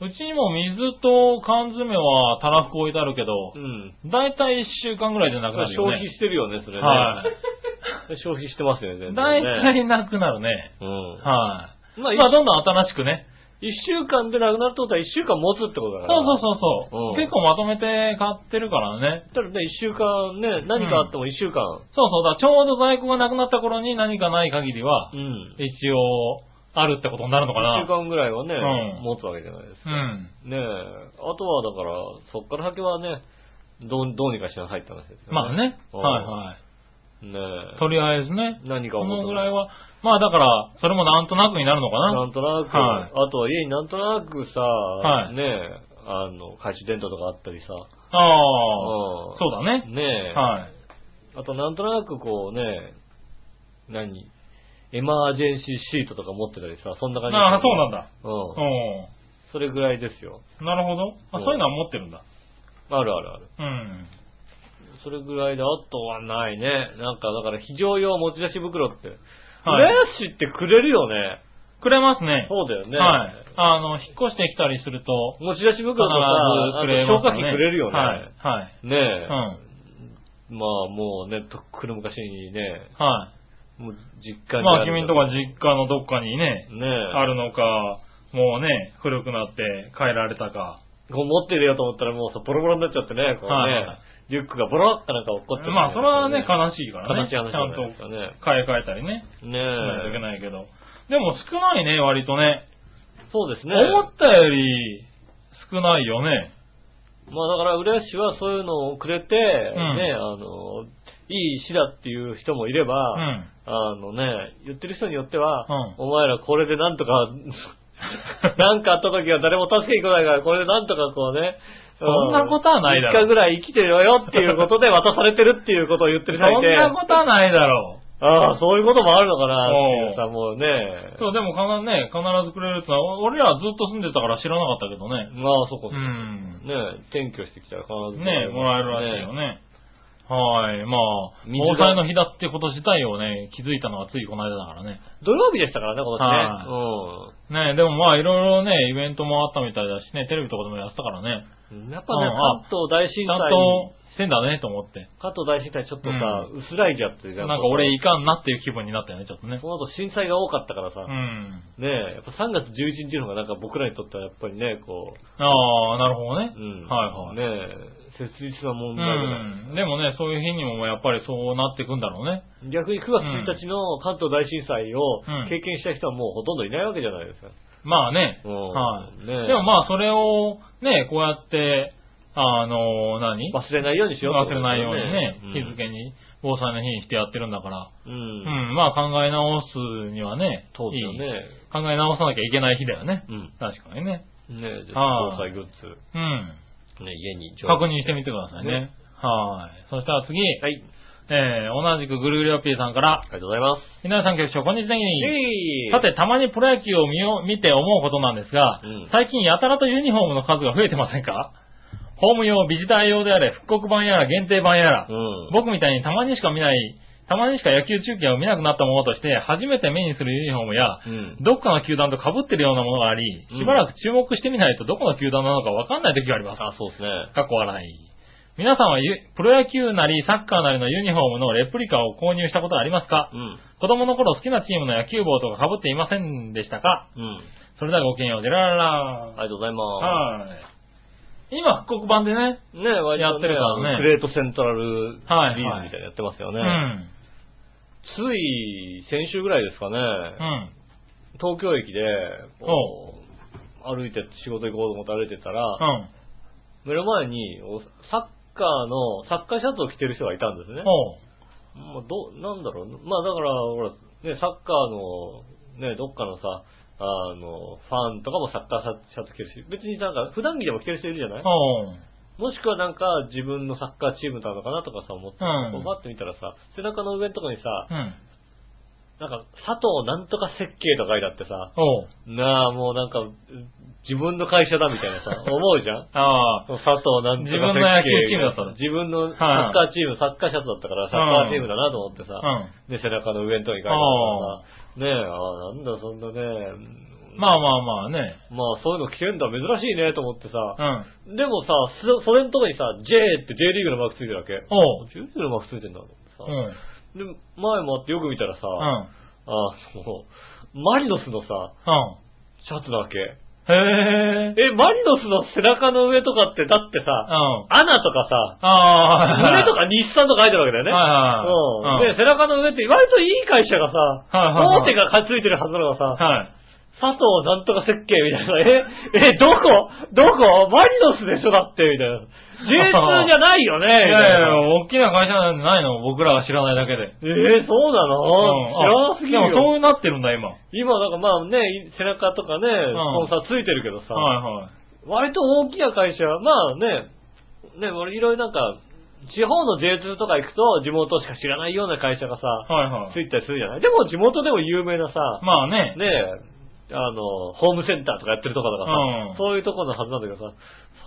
[SPEAKER 3] うちにも水と缶詰はたらふく置いてあるけど
[SPEAKER 2] う、ん。
[SPEAKER 3] だいたい1週間ぐらいでなくなる
[SPEAKER 2] 消
[SPEAKER 3] よね。
[SPEAKER 2] 費してるよね、それね。
[SPEAKER 3] はい。
[SPEAKER 2] 消費してますよね、全然、ね。
[SPEAKER 3] だいたいなくなるね。
[SPEAKER 2] うん。
[SPEAKER 3] はい。
[SPEAKER 2] まあ
[SPEAKER 3] まあ、
[SPEAKER 2] い
[SPEAKER 3] どんどん新しくね。
[SPEAKER 2] 一週間でなくなるってことは一週間持つってこと
[SPEAKER 3] そ
[SPEAKER 2] だ
[SPEAKER 3] う
[SPEAKER 2] から。
[SPEAKER 3] そう
[SPEAKER 2] う
[SPEAKER 3] そうそう。
[SPEAKER 2] うん
[SPEAKER 3] 結構まとめて買ってるからね。
[SPEAKER 2] そう。ただね、一週間ね、何かあっても一週間。
[SPEAKER 3] そうそうだ、ちょうど在庫がなくなった頃に何かない限りは
[SPEAKER 2] う、ん。一
[SPEAKER 3] 一応、あるってことになるのか
[SPEAKER 2] 週
[SPEAKER 3] な。
[SPEAKER 2] 間ぐらいはね、
[SPEAKER 3] うん
[SPEAKER 2] 持つわけじゃないです
[SPEAKER 3] う
[SPEAKER 2] か。
[SPEAKER 3] ん。
[SPEAKER 2] ねえ。あとはだから、そっから先はね、どう、どうにかしなさいって話ですよね。
[SPEAKER 3] まあね。
[SPEAKER 2] うん
[SPEAKER 3] はいは
[SPEAKER 2] ね
[SPEAKER 3] い。とりあえずね
[SPEAKER 2] え。。何か
[SPEAKER 3] こ
[SPEAKER 2] を求め
[SPEAKER 3] のぐらいは、まあだから、それもなんとなくになるのか
[SPEAKER 2] な
[SPEAKER 3] な。
[SPEAKER 2] んとなく、
[SPEAKER 3] はい
[SPEAKER 2] あとは家になんとなくさ、
[SPEAKER 3] い
[SPEAKER 2] ねえ、あの、懐中電灯とかあったりさ、
[SPEAKER 3] ああ、
[SPEAKER 2] ん
[SPEAKER 3] そうだね。
[SPEAKER 2] ねえ、
[SPEAKER 3] はい。
[SPEAKER 2] あとなんとなくこうね、何エマージェンシーシートとか持ってたりさ、そんな感じ。
[SPEAKER 3] ああ、そうなんだ。
[SPEAKER 2] うん。
[SPEAKER 3] う
[SPEAKER 2] それぐらいですよ。
[SPEAKER 3] ん。なるほど。あ、
[SPEAKER 2] うん
[SPEAKER 3] そういうのは持ってるんだ。
[SPEAKER 2] あるあるある。
[SPEAKER 3] うん。
[SPEAKER 2] それぐらいで、あとはないね。なんか、だから非常用持ち出し袋って。
[SPEAKER 3] はい
[SPEAKER 2] レーシってくれるよね。
[SPEAKER 3] くれますね。
[SPEAKER 2] そうだよね。
[SPEAKER 3] はい。あの、引っ越してきたりすると、
[SPEAKER 2] 持ち出し袋とさ、あと
[SPEAKER 3] 必ずくれ
[SPEAKER 2] 消
[SPEAKER 3] ます
[SPEAKER 2] 火
[SPEAKER 3] ね
[SPEAKER 2] 器くれるよね。
[SPEAKER 3] はい。はい。
[SPEAKER 2] ね
[SPEAKER 3] う
[SPEAKER 2] え
[SPEAKER 3] ん。、は
[SPEAKER 2] まあもうね、とっくの昔にね、
[SPEAKER 3] い。
[SPEAKER 2] もう実家に
[SPEAKER 3] ま
[SPEAKER 2] る
[SPEAKER 3] あ君んとか実家のどっかにね、
[SPEAKER 2] ねえ。
[SPEAKER 3] あるのか、もうね、古くなって帰られたか。
[SPEAKER 2] こう持って入れようと思ったらもうさ、ボロボロになっちゃってね、こうね、
[SPEAKER 3] はいはい
[SPEAKER 2] リュックがボロッかなんか落っこって、
[SPEAKER 3] まあそれはね、悲しいから
[SPEAKER 2] 悲
[SPEAKER 3] ね。
[SPEAKER 2] しい話じ
[SPEAKER 3] ちゃん
[SPEAKER 2] ゃないです
[SPEAKER 3] と
[SPEAKER 2] かね。
[SPEAKER 3] 買い替えたり
[SPEAKER 2] ね
[SPEAKER 3] ね。しないといけ
[SPEAKER 2] え。
[SPEAKER 3] ないけど。でも少ないね、割とね。
[SPEAKER 2] そうですね。
[SPEAKER 3] 思ったより少ないよね。
[SPEAKER 2] まあだから、浦安市はそういうのをくれて、
[SPEAKER 3] ん
[SPEAKER 2] ね、あの、いい市だっていう人もいれば、
[SPEAKER 3] うん。
[SPEAKER 2] あのね、言ってる人によっては、
[SPEAKER 3] うん
[SPEAKER 2] お前らこれでなんとか、 なんかあった時は誰も助けに来ないから、これでなんとかこうね、
[SPEAKER 3] そんなことはないだろ
[SPEAKER 2] 3日ぐらい生きてろよっていうことで渡されてるっていうことを言って
[SPEAKER 3] そ
[SPEAKER 2] る
[SPEAKER 3] ん
[SPEAKER 2] 人がいて。
[SPEAKER 3] なことはないだろう。
[SPEAKER 2] ああ、そういうこともあるのかなっていうさ、もうね。
[SPEAKER 3] そう、でもかなね、必ずくれるってのは、俺らはずっと住んでたから知らなかったけどね。
[SPEAKER 2] まあ、そこ、
[SPEAKER 3] う
[SPEAKER 2] ね
[SPEAKER 3] ん。
[SPEAKER 2] 転居してきたら必ず
[SPEAKER 3] ねもらえるらしいよ
[SPEAKER 2] ね。
[SPEAKER 3] ね。はい。まあ、
[SPEAKER 2] 水が
[SPEAKER 3] 防災の日だってこと自体をね、気づいたのはついこの間だからね。
[SPEAKER 2] 土曜日でしたからね、今
[SPEAKER 3] ねでもまあ、いろいろね、イベントもあったみたいだしね、テレビとかでもやってたからね。
[SPEAKER 2] 年ね。うん。やっぱね、
[SPEAKER 3] うん
[SPEAKER 2] 関東大震
[SPEAKER 3] ちゃん
[SPEAKER 2] 災、
[SPEAKER 3] としてんだね、と思って。
[SPEAKER 2] 関東大震災ちょっとさ、薄らいじゃって
[SPEAKER 3] なんか俺
[SPEAKER 2] い
[SPEAKER 3] いかんなっていう気分になったよね、ちょっとね
[SPEAKER 2] そ。の後震災が多かったからさ、
[SPEAKER 3] うん。
[SPEAKER 2] ねえ、やっぱ3月11日の方がなんか僕らにとってはやっぱりね、こ
[SPEAKER 3] ああ、なるほどね
[SPEAKER 2] う、う。ん。
[SPEAKER 3] はいはい。
[SPEAKER 2] ねえ、切実な問題だから
[SPEAKER 3] うん。でもね、そういう日にもやっぱりそうなってくんだろうね。
[SPEAKER 2] 逆に9月1日の関東大震災を
[SPEAKER 3] うん
[SPEAKER 2] 経験した人はもうほとんどいないわけじゃないですか。
[SPEAKER 3] まあね。
[SPEAKER 2] うん
[SPEAKER 3] はい。
[SPEAKER 2] ねえ
[SPEAKER 3] でもまあ、それを、ね、こうやって、あの、何
[SPEAKER 2] 忘れないようにしよう
[SPEAKER 3] 忘れないようにね、
[SPEAKER 2] うん
[SPEAKER 3] 日付に、防災の日にしてやってるんだから。
[SPEAKER 2] うん。
[SPEAKER 3] うん、まあ考え直すにはね、
[SPEAKER 2] そうですよ
[SPEAKER 3] いい
[SPEAKER 2] ね。
[SPEAKER 3] 考え直さなきゃいけない日だよね。
[SPEAKER 2] うん。
[SPEAKER 3] 確かにね。
[SPEAKER 2] ねじゃあ
[SPEAKER 3] はい、
[SPEAKER 2] 防災グッズ、
[SPEAKER 3] うん。
[SPEAKER 2] ね、家に一応
[SPEAKER 3] 確認してみてくださいね
[SPEAKER 2] ね。
[SPEAKER 3] はい。そしたら次、
[SPEAKER 2] はい。
[SPEAKER 3] えー、同じくぐるぐるよっぴーさんから
[SPEAKER 2] あ、りがとうございます。
[SPEAKER 3] 皆さん局長、こんにちは。
[SPEAKER 2] えい
[SPEAKER 3] さ、て、たまにプロ野球を見よ見て思うことなんですが、
[SPEAKER 2] うん
[SPEAKER 3] 最近やたらとユニフォームの数が増えてませんかホーム用、ビジター用であれ、復刻版やら、限定版やら、
[SPEAKER 2] うん。
[SPEAKER 3] 僕みたいにたまにしか見ない、たまにしか野球中継を見なくなったものとして、初めて目にするユニフォームや、
[SPEAKER 2] うん。
[SPEAKER 3] どっかの球団と被ってるようなものがあり、
[SPEAKER 2] うん
[SPEAKER 3] しばらく注目してみないとどこの球団なのかわかんない時があります。
[SPEAKER 2] あ、そうですね。
[SPEAKER 3] 過去笑い。皆さんはゆプロ野球なりサッカーなりのユニフォームのレプリカを購入したことはありますか
[SPEAKER 2] うん。
[SPEAKER 3] 子供の頃好きなチームの野球帽とか被っていませんでしたか
[SPEAKER 2] うん。
[SPEAKER 3] それではごきげんよう、ジェラララ
[SPEAKER 2] ありがとうございま
[SPEAKER 3] はい。今、復刻版でね、
[SPEAKER 2] す。ね割と
[SPEAKER 3] やってるからね
[SPEAKER 2] あのクレートセントラルシリーズみ
[SPEAKER 3] はい
[SPEAKER 2] たいなのやってますよ
[SPEAKER 3] う
[SPEAKER 2] ね。
[SPEAKER 3] ん。
[SPEAKER 2] つい、先週ぐらいですかね、
[SPEAKER 3] うん。
[SPEAKER 2] 東京駅で、こう歩いて、仕事行こうと思って歩いてたら、
[SPEAKER 3] うん。
[SPEAKER 2] 目の前に、おサッカーの、サッカーシャツを着てる人がいたんですね。ま
[SPEAKER 3] おう。
[SPEAKER 2] あ、どう、なんだろう。まあ、だから、ほら、ね、サッカーの、ね、どっかのさ、あの、ファンとかもサッカーシャツ着てるし、別になんか、普段着でも着てる人いるじゃない
[SPEAKER 3] おう。
[SPEAKER 2] もしくはなんか、自分のサッカーチームなのかなとかさ、思って、
[SPEAKER 3] うん
[SPEAKER 2] こうバッて見たらさ、背中の上のとこにさ、
[SPEAKER 3] うん。
[SPEAKER 2] なんか、佐藤なんとか設計とか書いてあってさ、
[SPEAKER 3] おう。
[SPEAKER 2] なあ、もうなんか、自分の会社だみたいなさ、思うじゃん
[SPEAKER 3] ああ。
[SPEAKER 2] 佐藤なんとか
[SPEAKER 3] 自分の野球チームだったの
[SPEAKER 2] 自分の
[SPEAKER 3] い
[SPEAKER 2] サッカーチーム、サッカーシャツだったから、サッカーチームだなと思ってさ、
[SPEAKER 3] う
[SPEAKER 2] で、
[SPEAKER 3] ん。
[SPEAKER 2] 背中の上のとこに書いてあるからさ、ねえ、ああ、なんだそんなね、
[SPEAKER 3] まあ
[SPEAKER 2] ま
[SPEAKER 3] まあまあね。
[SPEAKER 2] あ、そういうの着てんだ、珍しいねと思って
[SPEAKER 3] う
[SPEAKER 2] さ、
[SPEAKER 3] ん。
[SPEAKER 2] でもさ、そそれのとこにさ、J って J リーグのマークついてるわけ。
[SPEAKER 3] おう。
[SPEAKER 2] J リーグのマークついてんだと思
[SPEAKER 3] う
[SPEAKER 2] っ
[SPEAKER 3] ん。
[SPEAKER 2] てさ、で、前もあってよく見たらさ、
[SPEAKER 3] う
[SPEAKER 2] あ
[SPEAKER 3] ん。
[SPEAKER 2] そう、マリノスのさ、シャツだわけ。
[SPEAKER 3] うん。へえ。
[SPEAKER 2] え、マリノスの背中の上とかって、だって
[SPEAKER 3] うん。
[SPEAKER 2] さ、
[SPEAKER 3] あ
[SPEAKER 2] アナとかさ、
[SPEAKER 3] あ。
[SPEAKER 2] 胸とか日産とか書いてるわけだよね。
[SPEAKER 3] はいは
[SPEAKER 2] うん。
[SPEAKER 3] いはい
[SPEAKER 2] で、背中の上って割といい会社がさ、
[SPEAKER 3] はいはいはい
[SPEAKER 2] 大手が担いてるはずなのがさ、
[SPEAKER 3] はい。
[SPEAKER 2] 佐藤なんとか設計みたいな、え、え、どこ どこマリノスでしょだって、みたいな。J2 じゃないよね、
[SPEAKER 3] いやい
[SPEAKER 2] みたい
[SPEAKER 3] やいや、
[SPEAKER 2] な。
[SPEAKER 3] 大きな会社なんじゃないの僕らが知らないだけで。
[SPEAKER 2] えー、そうな
[SPEAKER 3] うん
[SPEAKER 2] の、
[SPEAKER 3] あ
[SPEAKER 2] 知らなすぎる
[SPEAKER 3] でもそ
[SPEAKER 2] よ。
[SPEAKER 3] うなってるんだ、今。はい
[SPEAKER 2] 今、なんかまあね、背中とかね、スポンサーついてるけどさ、
[SPEAKER 3] はい。
[SPEAKER 2] 割と大きな会社、まあね、ね、俺いろいろなんか、地方の J2 とか行くと地元しか知らないような会社がさ、
[SPEAKER 3] はいは
[SPEAKER 2] つ
[SPEAKER 3] い。
[SPEAKER 2] いたりするじゃないでも地元でも有名なさ、
[SPEAKER 3] まあね。
[SPEAKER 2] ねえ、あの、ホームセンターとかやってるとかだからさ、
[SPEAKER 3] うん
[SPEAKER 2] そういうとこのはずなんだけどさ、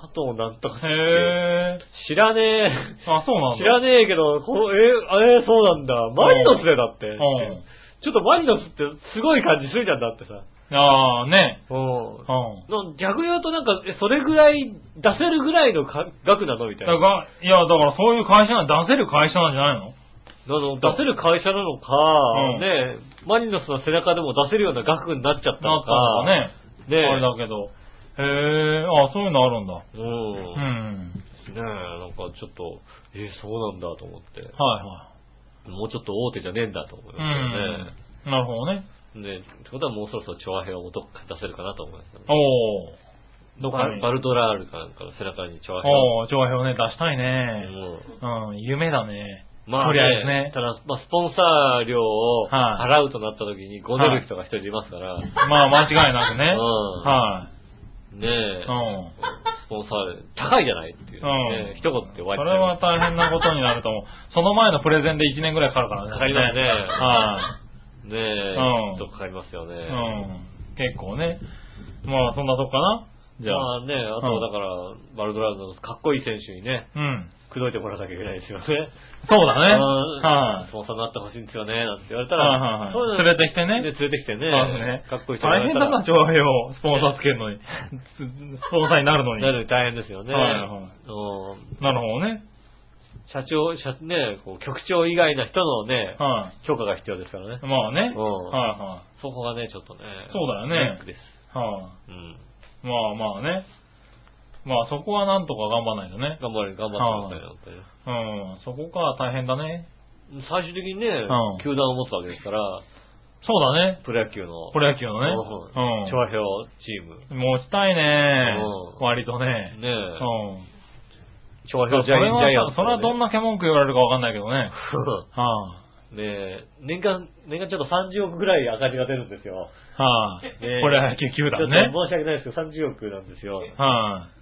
[SPEAKER 2] 佐藤なんとかっていう
[SPEAKER 3] へえ。
[SPEAKER 2] 知らねえ、
[SPEAKER 3] あ、そうなんだ。
[SPEAKER 2] 知らねえけど、こうえー、えー、そうなんだ、マリノスでだって、
[SPEAKER 3] うん
[SPEAKER 2] ちょっとマリノスってすごい感じするじゃんだってさ、
[SPEAKER 3] ああ、ね。
[SPEAKER 2] うん
[SPEAKER 3] う、ん。
[SPEAKER 2] の逆に言うとなんか、えそれぐらい出せるぐらいのか額なのみたい
[SPEAKER 3] だ
[SPEAKER 2] な。
[SPEAKER 3] か
[SPEAKER 2] な
[SPEAKER 3] ら、いや、だからそういう会社なん、出せる会社なんじゃないの
[SPEAKER 2] の出せる会社なのか、ね
[SPEAKER 3] ん
[SPEAKER 2] えマリノスの背中でも出せるような額になっちゃった
[SPEAKER 3] な
[SPEAKER 2] の
[SPEAKER 3] ったの
[SPEAKER 2] か。
[SPEAKER 3] かね。
[SPEAKER 2] ねえ
[SPEAKER 3] あれだけど。へえ、あそういうのあるんだ。
[SPEAKER 2] うん。
[SPEAKER 3] う
[SPEAKER 2] ね
[SPEAKER 3] ん。
[SPEAKER 2] え、なんかちょっと、えーそうなんだと思って。
[SPEAKER 3] はいは
[SPEAKER 2] もうちょっと大手じゃねえんだと思い
[SPEAKER 3] い。う
[SPEAKER 2] ます
[SPEAKER 3] ん。なるほどね。
[SPEAKER 2] よね。ねってことはもうそろそろチョアヘアをどっか出せるかなと思いますよね。
[SPEAKER 3] おー。
[SPEAKER 2] どっか
[SPEAKER 3] はい
[SPEAKER 2] バルドラールかなんかの背中にチョアヘアを。
[SPEAKER 3] おー、調和表ね、出したいね。
[SPEAKER 2] うん
[SPEAKER 3] うん、夢だね。
[SPEAKER 2] まあ、
[SPEAKER 3] とりあえずね
[SPEAKER 2] ただ、まあ、スポンサー料を
[SPEAKER 3] は
[SPEAKER 2] 払うとなった時に、ごねる人が一人いますから、
[SPEAKER 3] まあ、間違いなくね。
[SPEAKER 2] うん
[SPEAKER 3] は
[SPEAKER 2] ねえ、
[SPEAKER 3] い。うん。
[SPEAKER 2] スポンサー高いじゃないっていう、ね
[SPEAKER 3] うん
[SPEAKER 2] 一言って終わっ
[SPEAKER 3] そ
[SPEAKER 2] ちゃう。
[SPEAKER 3] れは大変なことになると思う。その前のプレゼンで1年ぐらいかかるからね。
[SPEAKER 2] かかりますね
[SPEAKER 3] は
[SPEAKER 2] ねえ、
[SPEAKER 3] うん
[SPEAKER 2] きっとかかりますよね。
[SPEAKER 3] い。うん。結構ね。まあ、そんなとこかなじゃ
[SPEAKER 2] ま
[SPEAKER 3] あ。
[SPEAKER 2] あね、あとはだから、バルドラールのかっこいい選手にね、
[SPEAKER 3] うん。
[SPEAKER 2] 口説いてもらわなきゃいけないですよね。
[SPEAKER 3] そうだ
[SPEAKER 2] う
[SPEAKER 3] ね。
[SPEAKER 2] ん
[SPEAKER 3] はい
[SPEAKER 2] ス。ポンサーになってほしいんですよね、なんて言われた
[SPEAKER 3] は
[SPEAKER 2] ら、
[SPEAKER 3] いはいはい
[SPEAKER 2] そういうの
[SPEAKER 3] 連れてきてね
[SPEAKER 2] で連れてきてね
[SPEAKER 3] そうですね。
[SPEAKER 2] かっこいい人
[SPEAKER 3] 大変だな、
[SPEAKER 2] な
[SPEAKER 3] 調和兵をスポンサーつけるのに。スポンサーになるのに。
[SPEAKER 2] なる大変ですよね。
[SPEAKER 3] はいはい
[SPEAKER 2] うん
[SPEAKER 3] なるほどね。
[SPEAKER 2] 社長、社、ね、こう局長以外な人のね、
[SPEAKER 3] は
[SPEAKER 2] 許可が必要ですからね
[SPEAKER 3] い。。まあね。はい
[SPEAKER 2] うん
[SPEAKER 3] は
[SPEAKER 2] そこがね、ちょっとね。
[SPEAKER 3] そうだよ
[SPEAKER 2] ネッ
[SPEAKER 3] ね
[SPEAKER 2] クです。
[SPEAKER 3] い。は
[SPEAKER 2] うん。
[SPEAKER 3] い。まあまあね。まあそこはなんとか頑張らないとね。
[SPEAKER 2] 頑張れ、頑張ってくださいよ、本当に
[SPEAKER 3] うん。そこか、大変だね。
[SPEAKER 2] 最終的にね、
[SPEAKER 3] ん
[SPEAKER 2] 球団を持つわけですから、
[SPEAKER 3] そうだね。
[SPEAKER 2] プロ野球の、
[SPEAKER 3] プロ野球の
[SPEAKER 2] う
[SPEAKER 3] ね。
[SPEAKER 2] ん。
[SPEAKER 3] う
[SPEAKER 2] 調和票チーム。
[SPEAKER 3] ん。持ちたいね
[SPEAKER 2] う。ん
[SPEAKER 3] 割とね。
[SPEAKER 2] ね
[SPEAKER 3] う
[SPEAKER 2] え
[SPEAKER 3] ん。。
[SPEAKER 2] 調和
[SPEAKER 3] それ
[SPEAKER 2] 票ジャイアンジャイア
[SPEAKER 3] は
[SPEAKER 2] ン、ツ
[SPEAKER 3] それはどんなケモンク言われるかわかんないけどね。は
[SPEAKER 2] ね え、年間、年間ちょっと30億ぐらい赤字が出るんですよ。
[SPEAKER 3] い。はい。
[SPEAKER 2] ねえ
[SPEAKER 3] プロ野球球
[SPEAKER 2] ちょっ
[SPEAKER 3] 団ね。
[SPEAKER 2] と申し訳ないですけど、30億なんですよ。ね
[SPEAKER 3] はい。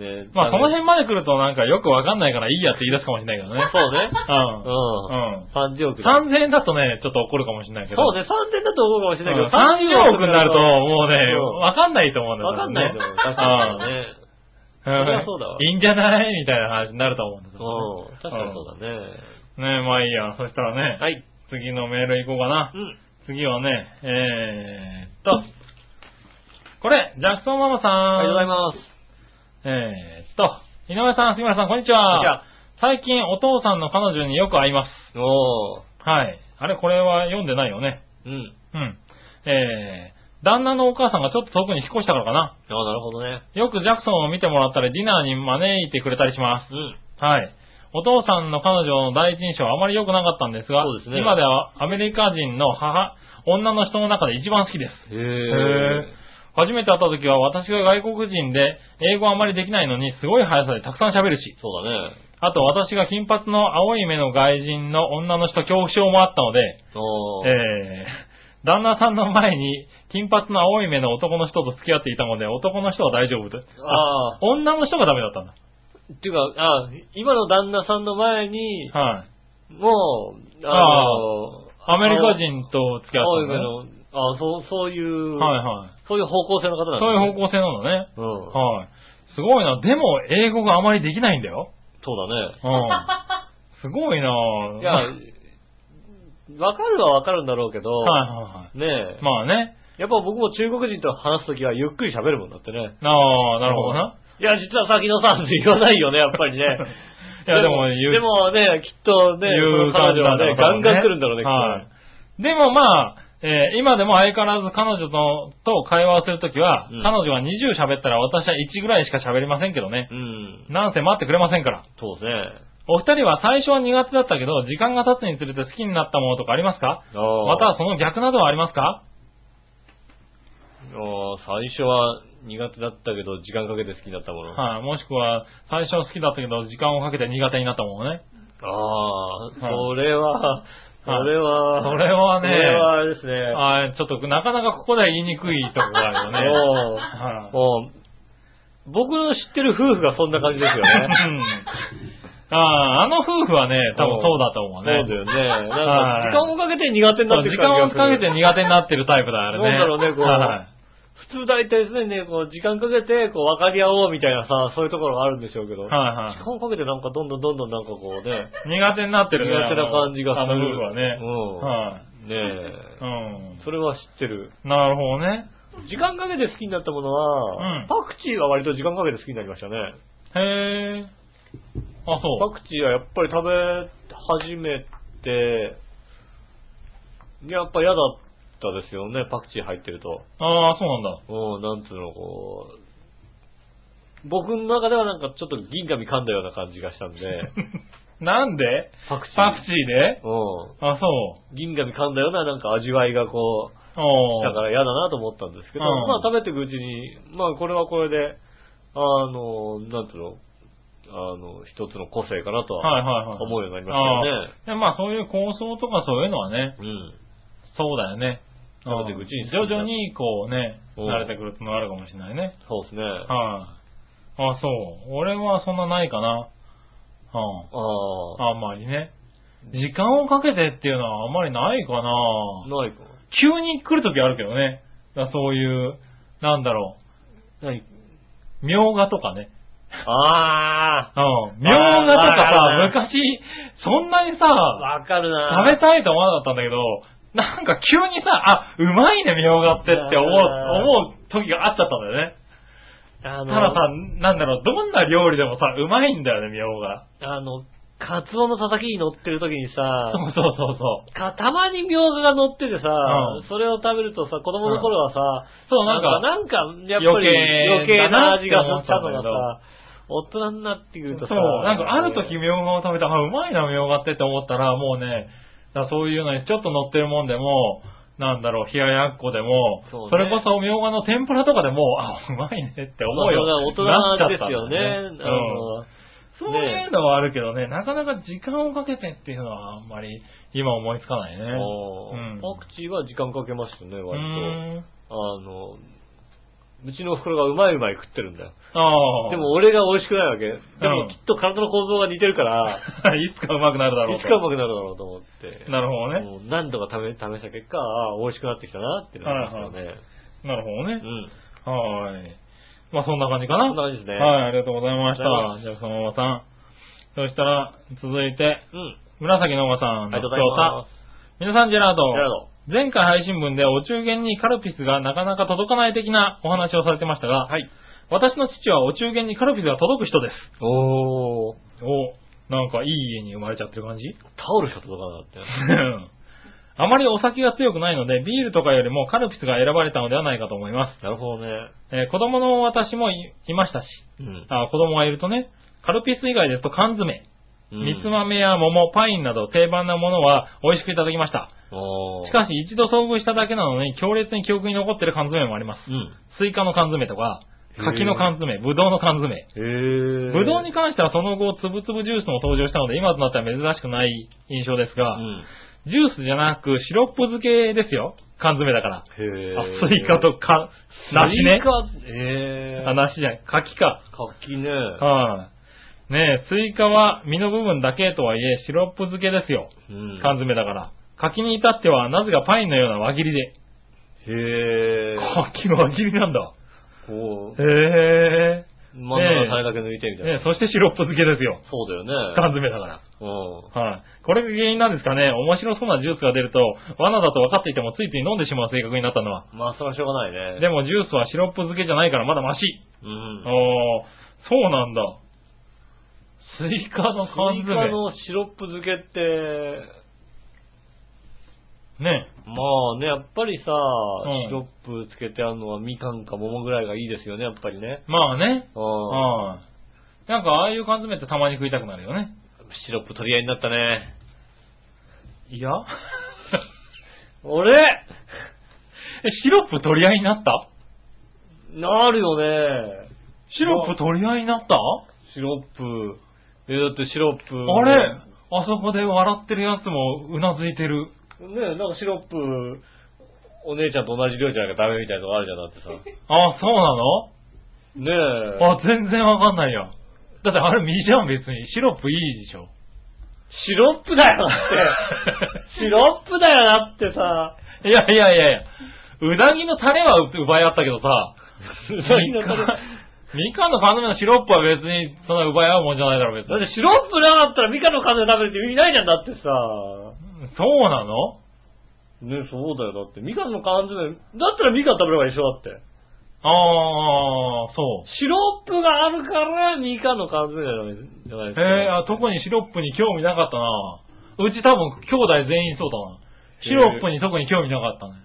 [SPEAKER 2] え
[SPEAKER 3] まあ、その
[SPEAKER 2] 残念
[SPEAKER 3] 辺まで来るとなんかよくわかんないからいいやって言い出すかもしれないけどね。
[SPEAKER 2] そうね。
[SPEAKER 3] う。
[SPEAKER 2] うん
[SPEAKER 3] うん。
[SPEAKER 2] ん。30億。
[SPEAKER 3] 3000円だとね、ちょっと怒るかもしれないけど。
[SPEAKER 2] そうね、30円だと思うかもしれないけど、
[SPEAKER 3] 30億になると、
[SPEAKER 2] 30
[SPEAKER 3] もうね、
[SPEAKER 2] うん
[SPEAKER 3] わかんないと思うんだ
[SPEAKER 2] わかんないと思う。確
[SPEAKER 3] か
[SPEAKER 2] かにね。そりゃ
[SPEAKER 3] ら
[SPEAKER 2] そうだわ
[SPEAKER 3] いいんじゃないみたいな話になると思うんだけど
[SPEAKER 2] うん。確かにそうだね。
[SPEAKER 3] ね。ねまあいいや。そしたらね、
[SPEAKER 2] はい。
[SPEAKER 3] 次のメール行こうかな
[SPEAKER 2] う。ん。
[SPEAKER 3] 次はね、えーっと、これ、ジャクソンママさん。
[SPEAKER 2] ありがとうございます。
[SPEAKER 3] えーっと、井上さん、杉村さん、こんにち
[SPEAKER 2] じゃ
[SPEAKER 3] は
[SPEAKER 2] あ。
[SPEAKER 3] 最近お父さんの彼女によく会います。
[SPEAKER 2] おー。
[SPEAKER 3] はい。あれ、これは読んでないよね。
[SPEAKER 2] うん。
[SPEAKER 3] うん。えー、旦那のお母さんがちょっと遠くに引っ越したからかな。
[SPEAKER 2] ああ、なるほどね。
[SPEAKER 3] よくジャクソンを見てもらったり、ディナーに招いてくれたりしま
[SPEAKER 2] うん。
[SPEAKER 3] す。はい。お父さんの彼女の第一印象はあまり良くなかったんですが、
[SPEAKER 2] そうですね
[SPEAKER 3] 今ではアメリカ人の母、女の人の中で一番好きです。
[SPEAKER 2] へ
[SPEAKER 3] へ
[SPEAKER 2] え。
[SPEAKER 3] 初めて会った時は私が外国人で英語あまりできないのにすごい速さでたくさん喋るし、
[SPEAKER 2] そうだね。
[SPEAKER 3] あと私が金髪の青い目の外人の女の人恐怖症もあったので、
[SPEAKER 2] おー。
[SPEAKER 3] えー、旦那さんの前に金髪の青い目の男の人と付き合っていたので男の人は大丈夫で。
[SPEAKER 2] ああ、
[SPEAKER 3] 女の人がダメだったん
[SPEAKER 2] っていうか、ああ、今の旦那さんの前に、
[SPEAKER 3] だ。はい。
[SPEAKER 2] もう、
[SPEAKER 3] アメリカ人と付き合
[SPEAKER 2] 青
[SPEAKER 3] っ
[SPEAKER 2] い
[SPEAKER 3] てた
[SPEAKER 2] 目
[SPEAKER 3] の、ね。
[SPEAKER 2] の、ああ、そう、そういう、
[SPEAKER 3] はいはい。
[SPEAKER 2] そういう方向性の方なん
[SPEAKER 3] そういう
[SPEAKER 2] う
[SPEAKER 3] 方向性なんだね。
[SPEAKER 2] 方向。うん。
[SPEAKER 3] はい。すごいな。でも英語があまりできないんだよ。
[SPEAKER 2] そうだね。
[SPEAKER 3] うん。すごいない
[SPEAKER 2] や、わかるはわかるんだろうけど、
[SPEAKER 3] はいは
[SPEAKER 2] ねえ、
[SPEAKER 3] いはい。まあね。
[SPEAKER 2] やっぱ僕も中国人と話すときはゆっくり喋るもんだってね。
[SPEAKER 3] ああ、なるほどな。
[SPEAKER 2] いや、実は先のさんって言わないよね、やっぱりね。
[SPEAKER 3] いや、でも言う、
[SPEAKER 2] でもね、きっとね、
[SPEAKER 3] 言う
[SPEAKER 2] この
[SPEAKER 3] 感
[SPEAKER 2] 彼
[SPEAKER 3] じ
[SPEAKER 2] 女
[SPEAKER 3] な
[SPEAKER 2] は
[SPEAKER 3] んだろ
[SPEAKER 2] ね、
[SPEAKER 3] う
[SPEAKER 2] ガンガン来るんだろうね、
[SPEAKER 3] は
[SPEAKER 2] きっ
[SPEAKER 3] い。でもまあ、えー今でも相変わらず彼女とと会話をするときは、
[SPEAKER 2] うん
[SPEAKER 3] 彼女が20喋ったら私は1ぐらいしか喋りませんけどね
[SPEAKER 2] と。ね。うん。
[SPEAKER 3] なんせ待ってくれませんから。
[SPEAKER 2] そうですね。
[SPEAKER 3] お二人は最初は苦手だったけど、時間が経つにつれて好きになったものとかありますかま
[SPEAKER 2] ま
[SPEAKER 3] たはその逆などはありますか
[SPEAKER 2] 最初は苦手だったけど、時間かけて好きになったもの。あ
[SPEAKER 3] はい。もしくは、最初は好きだったけど、時間をかけて苦手になったものね。
[SPEAKER 2] あー、
[SPEAKER 3] はい
[SPEAKER 2] それは、それは、
[SPEAKER 3] それはね
[SPEAKER 2] それはあれですね。
[SPEAKER 3] はい。ちょっと、なかなかここでは言いにくいとこがあるよね。
[SPEAKER 2] もう
[SPEAKER 3] はい
[SPEAKER 2] もう、僕の知ってる夫婦がそんな感じですよね。
[SPEAKER 3] ああ、あの夫婦はね、多分 そうだと思
[SPEAKER 2] そうう
[SPEAKER 3] ね。
[SPEAKER 2] だよね。なんか
[SPEAKER 3] はい、
[SPEAKER 2] 時間をかけて苦手になって
[SPEAKER 3] 時
[SPEAKER 2] る
[SPEAKER 3] 間
[SPEAKER 2] 感
[SPEAKER 3] を
[SPEAKER 2] じ
[SPEAKER 3] か
[SPEAKER 2] が
[SPEAKER 3] け
[SPEAKER 2] する
[SPEAKER 3] て苦手になってるタイプだ、あれね。
[SPEAKER 2] なんだろうねこう
[SPEAKER 3] はい
[SPEAKER 2] 普通大体ですね、こう、時間かけて、こう、分かり合おうみたいなさ、そういうところがあるんでしょうけど。
[SPEAKER 3] はい
[SPEAKER 2] 時
[SPEAKER 3] は
[SPEAKER 2] 間をかけてなんかどんどんどんどんなんかこうね、
[SPEAKER 3] い。苦手になって
[SPEAKER 2] 苦
[SPEAKER 3] る
[SPEAKER 2] 手
[SPEAKER 3] ね。
[SPEAKER 2] な感じがする。
[SPEAKER 3] あの夫婦はね。は
[SPEAKER 2] うん。ね
[SPEAKER 3] い。うん
[SPEAKER 2] え。。それは知ってる。
[SPEAKER 3] なるほどね。
[SPEAKER 2] 時間かけて好きになったものは、
[SPEAKER 3] うん
[SPEAKER 2] パクチーは割と時間かけて好きになりましたね。
[SPEAKER 3] へえ。あ、
[SPEAKER 2] パ
[SPEAKER 3] そう。
[SPEAKER 2] クチーはやっぱり食べ始めて、やっぱ嫌だったですよね、パクチー入ってると。
[SPEAKER 3] ああ、そうな
[SPEAKER 2] うん、
[SPEAKER 3] んだ。
[SPEAKER 2] なんつうの、こう、僕の中ではなんかちょっと銀紙噛んだような感じがした んで、
[SPEAKER 3] なんで
[SPEAKER 2] パクチー。
[SPEAKER 3] パクチーで
[SPEAKER 2] う
[SPEAKER 3] あ、そ
[SPEAKER 2] ん。銀紙噛んだようななんか味わいがこう、
[SPEAKER 3] う。おー
[SPEAKER 2] だから嫌だなと思ったんですけど、
[SPEAKER 3] うん
[SPEAKER 2] まあ食べていくうちに、まあこれはこれで、あの、なんていうの、あの、一つの個性かなと
[SPEAKER 3] はい
[SPEAKER 2] は
[SPEAKER 3] はいはい。
[SPEAKER 2] 思うようになりましたよね。
[SPEAKER 3] でまあそういう構想とかそういうのはね、
[SPEAKER 2] うん。
[SPEAKER 3] そうだよね。
[SPEAKER 2] 食べていくうちに
[SPEAKER 3] 徐々に、こうね、
[SPEAKER 2] うん
[SPEAKER 3] 慣れてくるってのはあるかもしれないね。
[SPEAKER 2] そうですね。あ
[SPEAKER 3] はい、あ。そう。俺はそんなないかな。は
[SPEAKER 2] あ
[SPEAKER 3] あ、あんまりね。時間をかけてっていうのはあんまりないかな。
[SPEAKER 2] ー。ないか。
[SPEAKER 3] 急に来るときあるけどね。だからそういう、なんだろ
[SPEAKER 2] ない。
[SPEAKER 3] う。苗画とかね。
[SPEAKER 2] あ
[SPEAKER 3] うん。苗画と
[SPEAKER 2] あーある
[SPEAKER 3] か
[SPEAKER 2] ね
[SPEAKER 3] さ、昔、そんなに
[SPEAKER 2] あ。
[SPEAKER 3] さ、
[SPEAKER 2] わかるな。
[SPEAKER 3] 食べたいと思わなかったんだけど、なんか急にさ、あ、うまいね、みょうがってって思う、
[SPEAKER 2] あー
[SPEAKER 3] 思う時があっちゃったんだよね。
[SPEAKER 2] あの、
[SPEAKER 3] たださ、なんだろう、どんな料理でもさ、うまいんだよね、みょうが。
[SPEAKER 2] あの、カツオのたたきに乗ってる時にさ
[SPEAKER 3] そ、うそうそうそう。
[SPEAKER 2] かたまにみょうがが乗っててさ、
[SPEAKER 3] うん
[SPEAKER 2] それを食べるとさ、子供の頃はさ、
[SPEAKER 3] そう、なんか、
[SPEAKER 2] なんか、やっぱり余計
[SPEAKER 3] 余
[SPEAKER 2] な
[SPEAKER 3] 計な
[SPEAKER 2] 味がすったの
[SPEAKER 3] って思ったんだけど
[SPEAKER 2] がさ、大人になってくると
[SPEAKER 3] そう、
[SPEAKER 2] さ、
[SPEAKER 3] なんかある時みょうがを食べて、あ、うまいな、みょうがってって思ったら、もうね、だからそういうのにちょっと乗ってるもんでも、なんだろう、冷ややっこでも、
[SPEAKER 2] そう
[SPEAKER 3] そ,、
[SPEAKER 2] ね
[SPEAKER 3] れこそみょうがの天ぷらとかでも、あ、うまいねって思
[SPEAKER 2] まあ
[SPEAKER 3] うよ。
[SPEAKER 2] 大人の味ですよね。
[SPEAKER 3] なっちゃったんだ
[SPEAKER 2] あ
[SPEAKER 3] よねうん
[SPEAKER 2] の
[SPEAKER 3] そういうのはあるけどね、なかなか時間をかけてっていうのはあんまり今思いつかないね。
[SPEAKER 2] もう
[SPEAKER 3] うん
[SPEAKER 2] パクチーは時間かけましたね、
[SPEAKER 3] う
[SPEAKER 2] 割
[SPEAKER 3] ん。
[SPEAKER 2] と。あの、うちのお袋がうまいうまい食ってるんだよ。
[SPEAKER 3] ああ。
[SPEAKER 2] でも、俺が美味しくないわけ。で
[SPEAKER 3] う
[SPEAKER 2] も
[SPEAKER 3] ん
[SPEAKER 2] きっと体の構造が似てるから、
[SPEAKER 3] いつか上手くなるだろう
[SPEAKER 2] い
[SPEAKER 3] と。
[SPEAKER 2] つかうまくなるだろうと思って。
[SPEAKER 3] なるほどね。
[SPEAKER 2] もう何度か試試した結果、ああ、美味しくなってきたなってなりましたよね。
[SPEAKER 3] なるほど
[SPEAKER 2] うん。
[SPEAKER 3] ね。はーい。まあそんな感じか
[SPEAKER 2] そ
[SPEAKER 3] な。
[SPEAKER 2] んな感じですね。
[SPEAKER 3] はい、ありがとうございました
[SPEAKER 2] あ。
[SPEAKER 3] じゃあ、そのままさん。そしたら、続いて、
[SPEAKER 2] うん。
[SPEAKER 3] 紫のおばさ
[SPEAKER 2] あ
[SPEAKER 3] ん
[SPEAKER 2] りが
[SPEAKER 3] の
[SPEAKER 2] と
[SPEAKER 3] 調
[SPEAKER 2] うござい
[SPEAKER 3] 査
[SPEAKER 2] ま。す。
[SPEAKER 3] 皆さん、ジェラード。
[SPEAKER 2] ジェラード
[SPEAKER 3] 前回配信分でお中元にカルピスがなかなか届かない的なお話をされてましたが、
[SPEAKER 2] はい。
[SPEAKER 3] 私の父はお中元にカルピスが届く人です。
[SPEAKER 2] おー。
[SPEAKER 3] おなんかいい家に生まれちゃってる感じ
[SPEAKER 2] タオルしか届かなかったよ。
[SPEAKER 3] あまりお酒が強くないので、ビールとかよりもカルピスが選ばれたのではないかと思います。
[SPEAKER 2] なるほどね。
[SPEAKER 3] えー子供の私もいいましたし、
[SPEAKER 2] うん。
[SPEAKER 3] あ子供がいるとね、カルピス以外ですと缶詰、
[SPEAKER 2] うん
[SPEAKER 3] 蜜。豆や桃、パインなど定番なものは美味しくいただきました。
[SPEAKER 2] おー。
[SPEAKER 3] しかし一度遭遇しただけなのに強烈に記憶に残ってる缶詰もあります。
[SPEAKER 2] うん。
[SPEAKER 3] スイカの缶詰とか、
[SPEAKER 2] へー
[SPEAKER 3] 柿の缶詰、ぶどうの缶詰。
[SPEAKER 2] へー。
[SPEAKER 3] ぶどうに関してはその後、つぶつぶジュースも登場したので、今となっては珍しくない印象です
[SPEAKER 2] う
[SPEAKER 3] が、
[SPEAKER 2] ん。
[SPEAKER 3] ジュースじゃなくシロップ漬けですよ。缶詰だから。
[SPEAKER 2] へー。
[SPEAKER 3] あスイカとか、梨
[SPEAKER 2] スイ。
[SPEAKER 3] ね
[SPEAKER 2] カ、えー。
[SPEAKER 3] あ、梨じゃない。柿か。
[SPEAKER 2] 柿ね。
[SPEAKER 3] はい、ねえ、スイカは実の部分だけとはいえ、シロップ漬けですよ。
[SPEAKER 2] うん。
[SPEAKER 3] 缶詰だから。柿に至っては、なぜかパインのような輪切りで。
[SPEAKER 2] へー。
[SPEAKER 3] 柿の輪切りなんだ。
[SPEAKER 2] こう、
[SPEAKER 3] へえ。
[SPEAKER 2] 真ん中の種だけ抜いてみたいな。
[SPEAKER 3] ねえそしてシロップ漬けですよ。
[SPEAKER 2] そうだよね。
[SPEAKER 3] 缶詰だから。
[SPEAKER 2] うん。
[SPEAKER 3] はい。これが原因なんですかね。面白そうなジュースが出ると、罠だと分かっていてもついつい飲んでしまう性格になったのは。
[SPEAKER 2] まあ、それはしょうがないね。
[SPEAKER 3] でもジュースはシロップ漬けじゃないからまだマシ。
[SPEAKER 2] うん。
[SPEAKER 3] おー、そうなんだ。スイカの缶
[SPEAKER 2] スイカ
[SPEAKER 3] 詰。
[SPEAKER 2] のシロップ漬けって、
[SPEAKER 3] ね。
[SPEAKER 2] まあね、やっぱりさ、
[SPEAKER 3] ん
[SPEAKER 2] シロップ漬けてあるのはみかんか桃ぐらいがいいですよね、やっぱりね。
[SPEAKER 3] まあね。
[SPEAKER 2] う
[SPEAKER 3] うん
[SPEAKER 2] ん。
[SPEAKER 3] なんかああいう缶詰ってたまに食いたくなるよね。
[SPEAKER 2] シロップ取り合いになったね。
[SPEAKER 3] い や
[SPEAKER 2] 俺
[SPEAKER 3] え、シロップ取り合いになった
[SPEAKER 2] なるよね。
[SPEAKER 3] シロップ取り合いになった
[SPEAKER 2] シロップ。え、だってシロップ。
[SPEAKER 3] あれあそこで笑ってるやつもうなずいてる。
[SPEAKER 2] ねなんかシロップ、お姉ちゃんと同じ量じゃなきゃダメみたいなのがあるじゃん、だってさ。
[SPEAKER 3] あ、そうな
[SPEAKER 2] ね
[SPEAKER 3] の あ、全然わかんないや。だってあれ身じゃん別に。シロップいいでしょ。
[SPEAKER 2] シロップだよ、だ って。シロップだよ、だってさ。
[SPEAKER 3] いやいやいやいや。うなぎのタレは奪い合ったけどさ。
[SPEAKER 2] うなぎのタレ
[SPEAKER 3] みかんみかんの缶詰のシロップは別にそんな奪い合うもんじゃないだろ別
[SPEAKER 2] だって
[SPEAKER 3] に。
[SPEAKER 2] シロップなかったらミカの缶詰食べるって意味ないじゃん、だってさ。
[SPEAKER 3] そうなの
[SPEAKER 2] ね、そうだよ、だって。ミカの缶詰、だったらミカン食べれば一緒だって。
[SPEAKER 3] ああ、そ。
[SPEAKER 2] シロップがあるからミカの缶詰じゃないじゃないうですか。
[SPEAKER 3] えー、あ特にシロップに興味なかったな。うち多分兄弟全員そうだな。シロップに特に興味なかったね。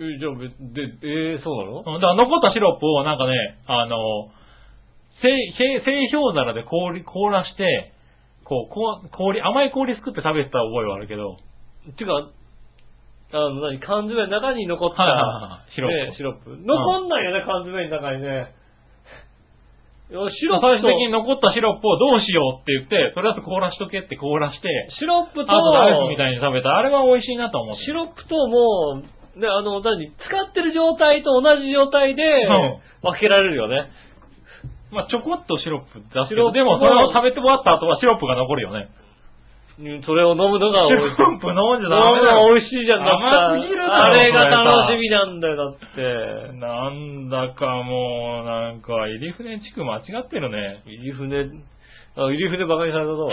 [SPEAKER 2] えじゃあ別、で、えー、そうなの
[SPEAKER 3] うんだから残ったシロップをなんかね、あの、製製製氷皿で氷、凍らして、こう、こう氷、甘い氷作って食べてた覚えはあるけど、
[SPEAKER 2] ていうか、あの、何、缶詰の中に残った、
[SPEAKER 3] はいはいはいシロップ
[SPEAKER 2] ねシロップ。残んないよね、缶詰の中にね。いやシロッ
[SPEAKER 3] 最
[SPEAKER 2] プと
[SPEAKER 3] 終的、に残ったシロップをどうしようって言って、とりあえず凍らしとけって凍らして、
[SPEAKER 2] シロップと、
[SPEAKER 3] あとライスみたいに食べた。あれは美味しいなと思って。
[SPEAKER 2] シロップともう、ね、あの、何、使ってる状態と同じ状態で
[SPEAKER 3] うん、
[SPEAKER 2] 分けられるよね。
[SPEAKER 3] まあちょこっとシロップ出す
[SPEAKER 2] シ
[SPEAKER 3] け
[SPEAKER 2] ロッ
[SPEAKER 3] ど、
[SPEAKER 2] プ
[SPEAKER 3] でもそれを食べて終わった後はシロップが残るよね。
[SPEAKER 2] うんそれを飲むの
[SPEAKER 3] シ
[SPEAKER 2] が美味しい。
[SPEAKER 3] ロップ飲んじ
[SPEAKER 2] 飲
[SPEAKER 3] ゃ
[SPEAKER 2] む
[SPEAKER 3] ダメだ
[SPEAKER 2] の
[SPEAKER 3] よ。
[SPEAKER 2] が美味しいじゃん、だって
[SPEAKER 3] 甘すぎるだろ
[SPEAKER 2] あれが
[SPEAKER 3] それさ
[SPEAKER 2] 楽しみなんだよ、だって。
[SPEAKER 3] なんだかもう、なんか、入り船地区間違ってるね。
[SPEAKER 2] 入船、あ、入船バカにされた ぞ。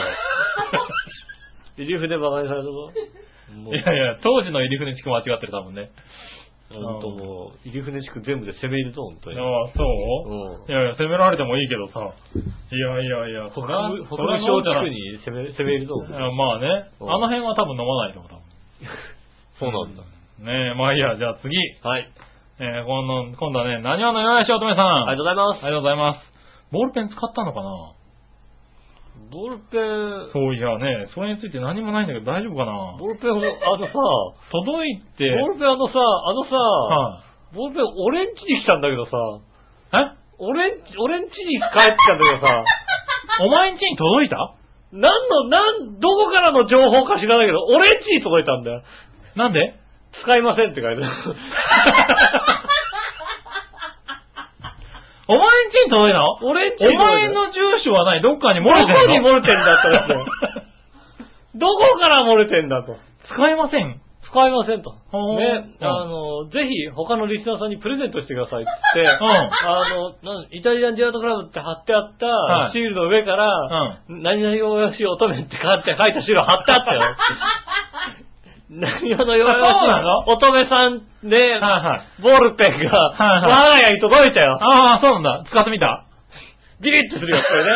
[SPEAKER 2] 入船バカにされたぞ。もう
[SPEAKER 3] いやいや、当時の入り船地区間違ってる多分ね。
[SPEAKER 2] ほんともう、入船地区全部で攻め入るぞ、ほんと
[SPEAKER 3] あ
[SPEAKER 2] に。
[SPEAKER 3] あ、そう、
[SPEAKER 2] うん
[SPEAKER 3] いやいや、攻められてもいいけどさ。いやいやいや、
[SPEAKER 2] 北
[SPEAKER 3] そりゃ
[SPEAKER 2] 部、北部
[SPEAKER 3] そりゃ
[SPEAKER 2] 小
[SPEAKER 3] そうじゃ
[SPEAKER 2] 地
[SPEAKER 3] な
[SPEAKER 2] 区
[SPEAKER 3] い
[SPEAKER 2] に攻め、攻め入るぞ。
[SPEAKER 3] いやまあね、あ
[SPEAKER 2] うん
[SPEAKER 3] の辺は多分飲まないと思う多
[SPEAKER 2] そうなんだ。
[SPEAKER 3] 分。ねえ、まあいいや、じゃあ次。え
[SPEAKER 2] はい。
[SPEAKER 3] ー、今度、今度はね、何話のよやしおとめさん。
[SPEAKER 2] ありがとうございます。
[SPEAKER 3] ありがとうございます。ボールペン使ったのかな
[SPEAKER 2] ボールペン、
[SPEAKER 3] そういやね、それについて何もないんだけど大丈夫かな
[SPEAKER 2] ボールペンほど、あのさ、
[SPEAKER 3] 届い
[SPEAKER 2] ボ
[SPEAKER 3] て、
[SPEAKER 2] ールペンあのさ、あのさ、
[SPEAKER 3] は
[SPEAKER 2] ボールペン俺んちに来たんだけどさ、
[SPEAKER 3] い、え
[SPEAKER 2] 俺んち、俺んちに帰ってきたんだけどさ、
[SPEAKER 3] お前ん家に届いた
[SPEAKER 2] 何の、なん、どこからの情報か知らないけど、俺んちに届いたんだよ。
[SPEAKER 3] なんで
[SPEAKER 2] 使いませんって書いてある。
[SPEAKER 3] お前ん家に届いたの
[SPEAKER 2] 俺んちに
[SPEAKER 3] お
[SPEAKER 2] 届いた
[SPEAKER 3] 前の住所はないどっかに漏
[SPEAKER 2] ど
[SPEAKER 3] れて
[SPEAKER 2] こに
[SPEAKER 3] るの
[SPEAKER 2] 漏れてんだったら どこから漏れてんだと。
[SPEAKER 3] 使えません。
[SPEAKER 2] 使いませんと。
[SPEAKER 3] ほう
[SPEAKER 2] ね、
[SPEAKER 3] うん
[SPEAKER 2] あの、ぜひ他のリスナーさんにプレゼントしてくださいって言って、
[SPEAKER 3] うん
[SPEAKER 2] あの、なんイタリアンジェラートクラブって貼ってあった、
[SPEAKER 3] はい
[SPEAKER 2] シールの上 から、何々およし乙女って書いて書いたシール貼ってあったよ。何話の弱々しい
[SPEAKER 3] あそうなの
[SPEAKER 2] 乙女さんで、
[SPEAKER 3] はいはい。
[SPEAKER 2] ボールペンが、
[SPEAKER 3] はいはい
[SPEAKER 2] 我が家に届いたよ。
[SPEAKER 3] ああ、そうなんだ。使ってみた
[SPEAKER 2] ビリッとするよ、やっ ぱりね。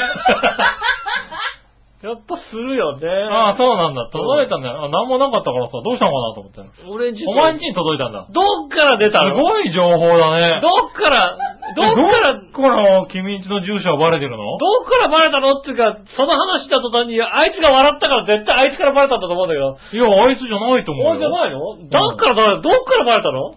[SPEAKER 2] やっぱするよね。
[SPEAKER 3] ああ、そうなんだ。届いたんだよ。あ、なんもなかったからさ、どうしたのかなと思ってんの。
[SPEAKER 2] 俺んち
[SPEAKER 3] お前んちに届いたんだ。
[SPEAKER 2] どっから出
[SPEAKER 3] す
[SPEAKER 2] たの
[SPEAKER 3] ごい情報だね。
[SPEAKER 2] どっから、どっから、ど
[SPEAKER 3] どっから君んちの住所はバレてるの
[SPEAKER 2] っからバレたのっていうか、その話した途端に、あいつが笑ったから絶対あいつからバレたんだと思うんだけど。
[SPEAKER 3] いや、あいつじゃないと思うよ。
[SPEAKER 2] おいじゃないのどっからバレた、どっからバレた の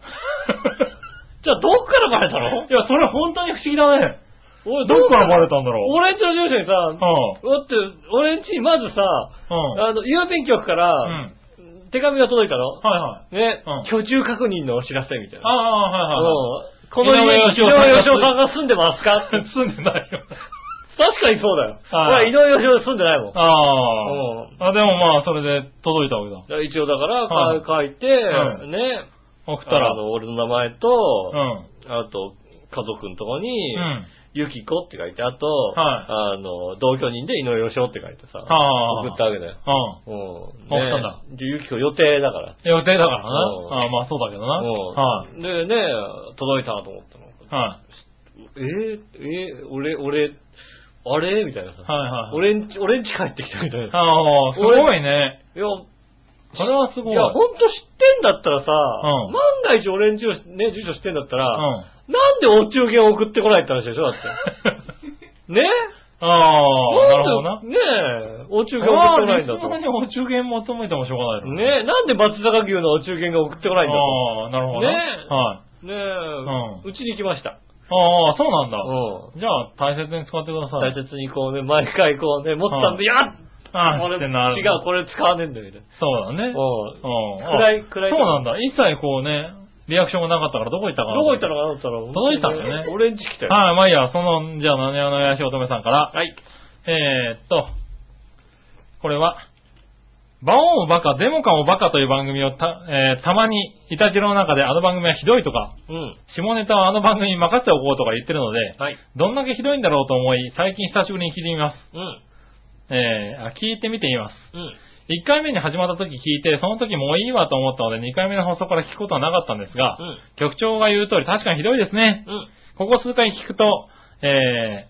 [SPEAKER 2] じゃあどっからバレたの
[SPEAKER 3] いや、それ本当に不思議だね。
[SPEAKER 2] おい
[SPEAKER 3] どっからバ
[SPEAKER 2] レ
[SPEAKER 3] レたんだろう。
[SPEAKER 2] 俺んちの住所にさ、だって、俺んちにまずさ、
[SPEAKER 3] うん。うん。
[SPEAKER 2] あの、郵便局か
[SPEAKER 3] う
[SPEAKER 2] ら、
[SPEAKER 3] ん。
[SPEAKER 2] 手紙が届いたの、
[SPEAKER 3] はいはい。
[SPEAKER 2] ね、
[SPEAKER 3] うん
[SPEAKER 2] 居住確認のお知らせみたいな。
[SPEAKER 3] ああ、はいはい。
[SPEAKER 2] うんこの家に井
[SPEAKER 3] 井上
[SPEAKER 2] 上義
[SPEAKER 3] 義
[SPEAKER 2] 雄さ
[SPEAKER 3] 雄さ
[SPEAKER 2] ん
[SPEAKER 3] ん
[SPEAKER 2] が住んでますか確
[SPEAKER 3] 住んでない よ。
[SPEAKER 2] かにそうだよ。
[SPEAKER 3] は
[SPEAKER 2] 俺
[SPEAKER 3] い
[SPEAKER 2] 井上義雄住んでないもん。
[SPEAKER 3] ああ。あ、でもまあ、それで届いたわけだ。
[SPEAKER 2] だから一応だから、か
[SPEAKER 3] はい
[SPEAKER 2] 書いて、
[SPEAKER 3] う
[SPEAKER 2] ね、
[SPEAKER 3] 送った
[SPEAKER 2] あ
[SPEAKER 3] ら。
[SPEAKER 2] の俺の名前と、
[SPEAKER 3] うん。
[SPEAKER 2] あと、家族のとこに、
[SPEAKER 3] うん。
[SPEAKER 2] ゆきこって書いて、あと、
[SPEAKER 3] は
[SPEAKER 2] あの、同居人で井上義雄って書いてさ、
[SPEAKER 3] はあ
[SPEAKER 2] 送ったわけだよ。
[SPEAKER 3] うん。
[SPEAKER 2] うん。
[SPEAKER 3] 送ったんだ。
[SPEAKER 2] で、ゆきこ予定だから。
[SPEAKER 3] 予定だからな。
[SPEAKER 2] うん
[SPEAKER 3] ああ、まあそうだけどな。はい。
[SPEAKER 2] うん。でね、届いたと思ったの。
[SPEAKER 3] はい。
[SPEAKER 2] えー、えー、俺、俺、あれみたいなさ。
[SPEAKER 3] はいはい。、
[SPEAKER 2] 俺んち、俺んち帰ってきたみたいな。いや、
[SPEAKER 3] ああ、すごいね。それはす
[SPEAKER 2] い
[SPEAKER 3] ごい。
[SPEAKER 2] や、ほんと知ってんだったらさ、
[SPEAKER 3] うん
[SPEAKER 2] 万が一俺んちをね、住所知ってんだったら、
[SPEAKER 3] うん。
[SPEAKER 2] なんでお中元送ってこないって話でしょだ って。ね
[SPEAKER 3] ああ、なるほどな。
[SPEAKER 2] んでねえ、お中元送ってこないんだ
[SPEAKER 3] ああリスナー
[SPEAKER 2] と。
[SPEAKER 3] にお中元求めてもしょうがないの
[SPEAKER 2] ねえ、なんで松坂牛のお中元が送ってこないんだと。
[SPEAKER 3] ああ、なるほどな。
[SPEAKER 2] ね
[SPEAKER 3] はい。
[SPEAKER 2] ねえ、
[SPEAKER 3] う
[SPEAKER 2] うちに来ました。
[SPEAKER 3] ああ、そうなん
[SPEAKER 2] う
[SPEAKER 3] だ。
[SPEAKER 2] ん。
[SPEAKER 3] じゃあ、大切に使ってくださ
[SPEAKER 2] 大
[SPEAKER 3] い。
[SPEAKER 2] 切にこうね、毎回こうね、持ってたんで、やっ
[SPEAKER 3] ああ、
[SPEAKER 2] 俺
[SPEAKER 3] ってなる。
[SPEAKER 2] 違う、これ使わねえんだよ、みたいな。
[SPEAKER 3] そうだね。うん。
[SPEAKER 2] うん。暗
[SPEAKER 3] 暗
[SPEAKER 2] い暗い
[SPEAKER 3] そうなんだ。一切こうね、リアクションがなかったからどこ行ったかな。
[SPEAKER 2] どこ行ったのかなと思ったら、
[SPEAKER 3] 届いたんだよね
[SPEAKER 2] 俺んち来たよ。
[SPEAKER 3] はい、まあいいや、その、じゃあ、何屋のやしおとめさんから。
[SPEAKER 2] はい。
[SPEAKER 3] えーっと、これは、バオンをバカ、デモカンをバカという番組をた、えーたまに、イタジロの中であの番組はひどいとか、
[SPEAKER 2] うん。
[SPEAKER 3] 下ネタはあの番組に任せておこうとか言ってるので、
[SPEAKER 2] はい。
[SPEAKER 3] どんだけひどいんだろうと思い、最近久しぶりに聞いてみます。
[SPEAKER 2] うん。
[SPEAKER 3] えーあ聞いてみています。
[SPEAKER 2] うん。
[SPEAKER 3] 1回目に始まった時聞いて、その時もういいわと思ったので、2回目の放送から聞くことはなかったんですが、
[SPEAKER 2] うん。
[SPEAKER 3] 局長が言う通り確かにひどいですね。
[SPEAKER 2] うん。
[SPEAKER 3] ここ数回聞くと、え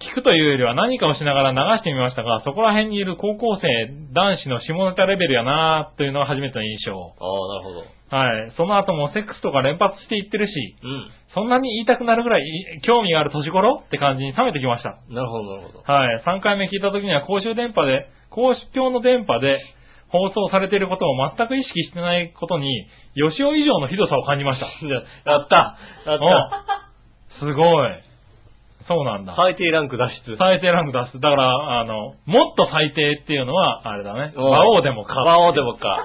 [SPEAKER 3] ー、聞くというよりは何かをしながら流してみましたが、そこら辺にいる高校生、男子の下ネタレベルやなというのが初めての印象。
[SPEAKER 2] ああ、なるほど。
[SPEAKER 3] はい。その後もセックスとか連発していってるし、
[SPEAKER 2] うん。
[SPEAKER 3] そんなに言いたくなるぐらい興味がある年頃って感じに冷めてきました。
[SPEAKER 2] なるほど、なるほど。
[SPEAKER 3] はい。3回目聞いた時には公衆電波で、公共の電波で放送されていることを全く意識してないことに、吉尾以上のひどさを感じました。
[SPEAKER 2] やったやった
[SPEAKER 3] おすごい。そうなんだ。
[SPEAKER 2] 最低ランク脱出。
[SPEAKER 3] 最低ランク出す。だから、あの、もっと最低っていうのは、あれだね。
[SPEAKER 2] おう
[SPEAKER 3] 馬王でもか。
[SPEAKER 2] 馬王でも か。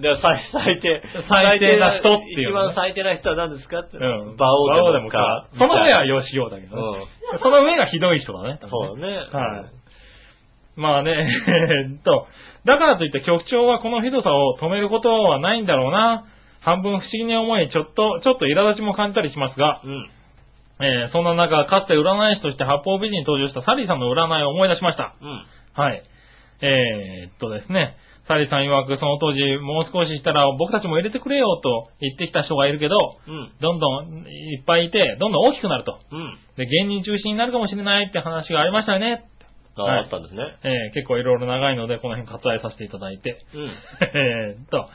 [SPEAKER 2] で、最、最低。
[SPEAKER 3] 最低な人っていう
[SPEAKER 2] 一番最低な人は何ですかって。
[SPEAKER 3] うん。
[SPEAKER 2] 馬王でも
[SPEAKER 3] 馬
[SPEAKER 2] か
[SPEAKER 3] 王。でもその上
[SPEAKER 2] み
[SPEAKER 3] は吉尾だけ
[SPEAKER 2] た
[SPEAKER 3] ど
[SPEAKER 2] いな
[SPEAKER 3] ね。
[SPEAKER 2] うん。
[SPEAKER 3] その上がひどい人だね。
[SPEAKER 2] そうだね。
[SPEAKER 3] はい。まあね、 えーっと、だからといって局長はこのひどさを止めることはないんだろうな。半分不思議に思い、ちょっと、ちょっと苛立ちも感じたりしますが、
[SPEAKER 2] うん。
[SPEAKER 3] えーそんな中、かつて占い師として八方美人に登場したサリーさんの占いを思い出しました。
[SPEAKER 2] うん。
[SPEAKER 3] はい。えーっとですね、サリーさん曰くその当時、もう少ししたら僕たちも入れてくれよと言ってきた人がいるけど、
[SPEAKER 2] うん。
[SPEAKER 3] どんどんいっぱいいて、どんどん大きくなると。
[SPEAKER 2] うん。
[SPEAKER 3] で、芸人中心になるかもしれないって話がありましたよね。
[SPEAKER 2] あ
[SPEAKER 3] はい
[SPEAKER 2] あったんですね。
[SPEAKER 3] えー結構いろいろ長いので、この辺割愛させていただいて。
[SPEAKER 2] うん。
[SPEAKER 3] えーっと、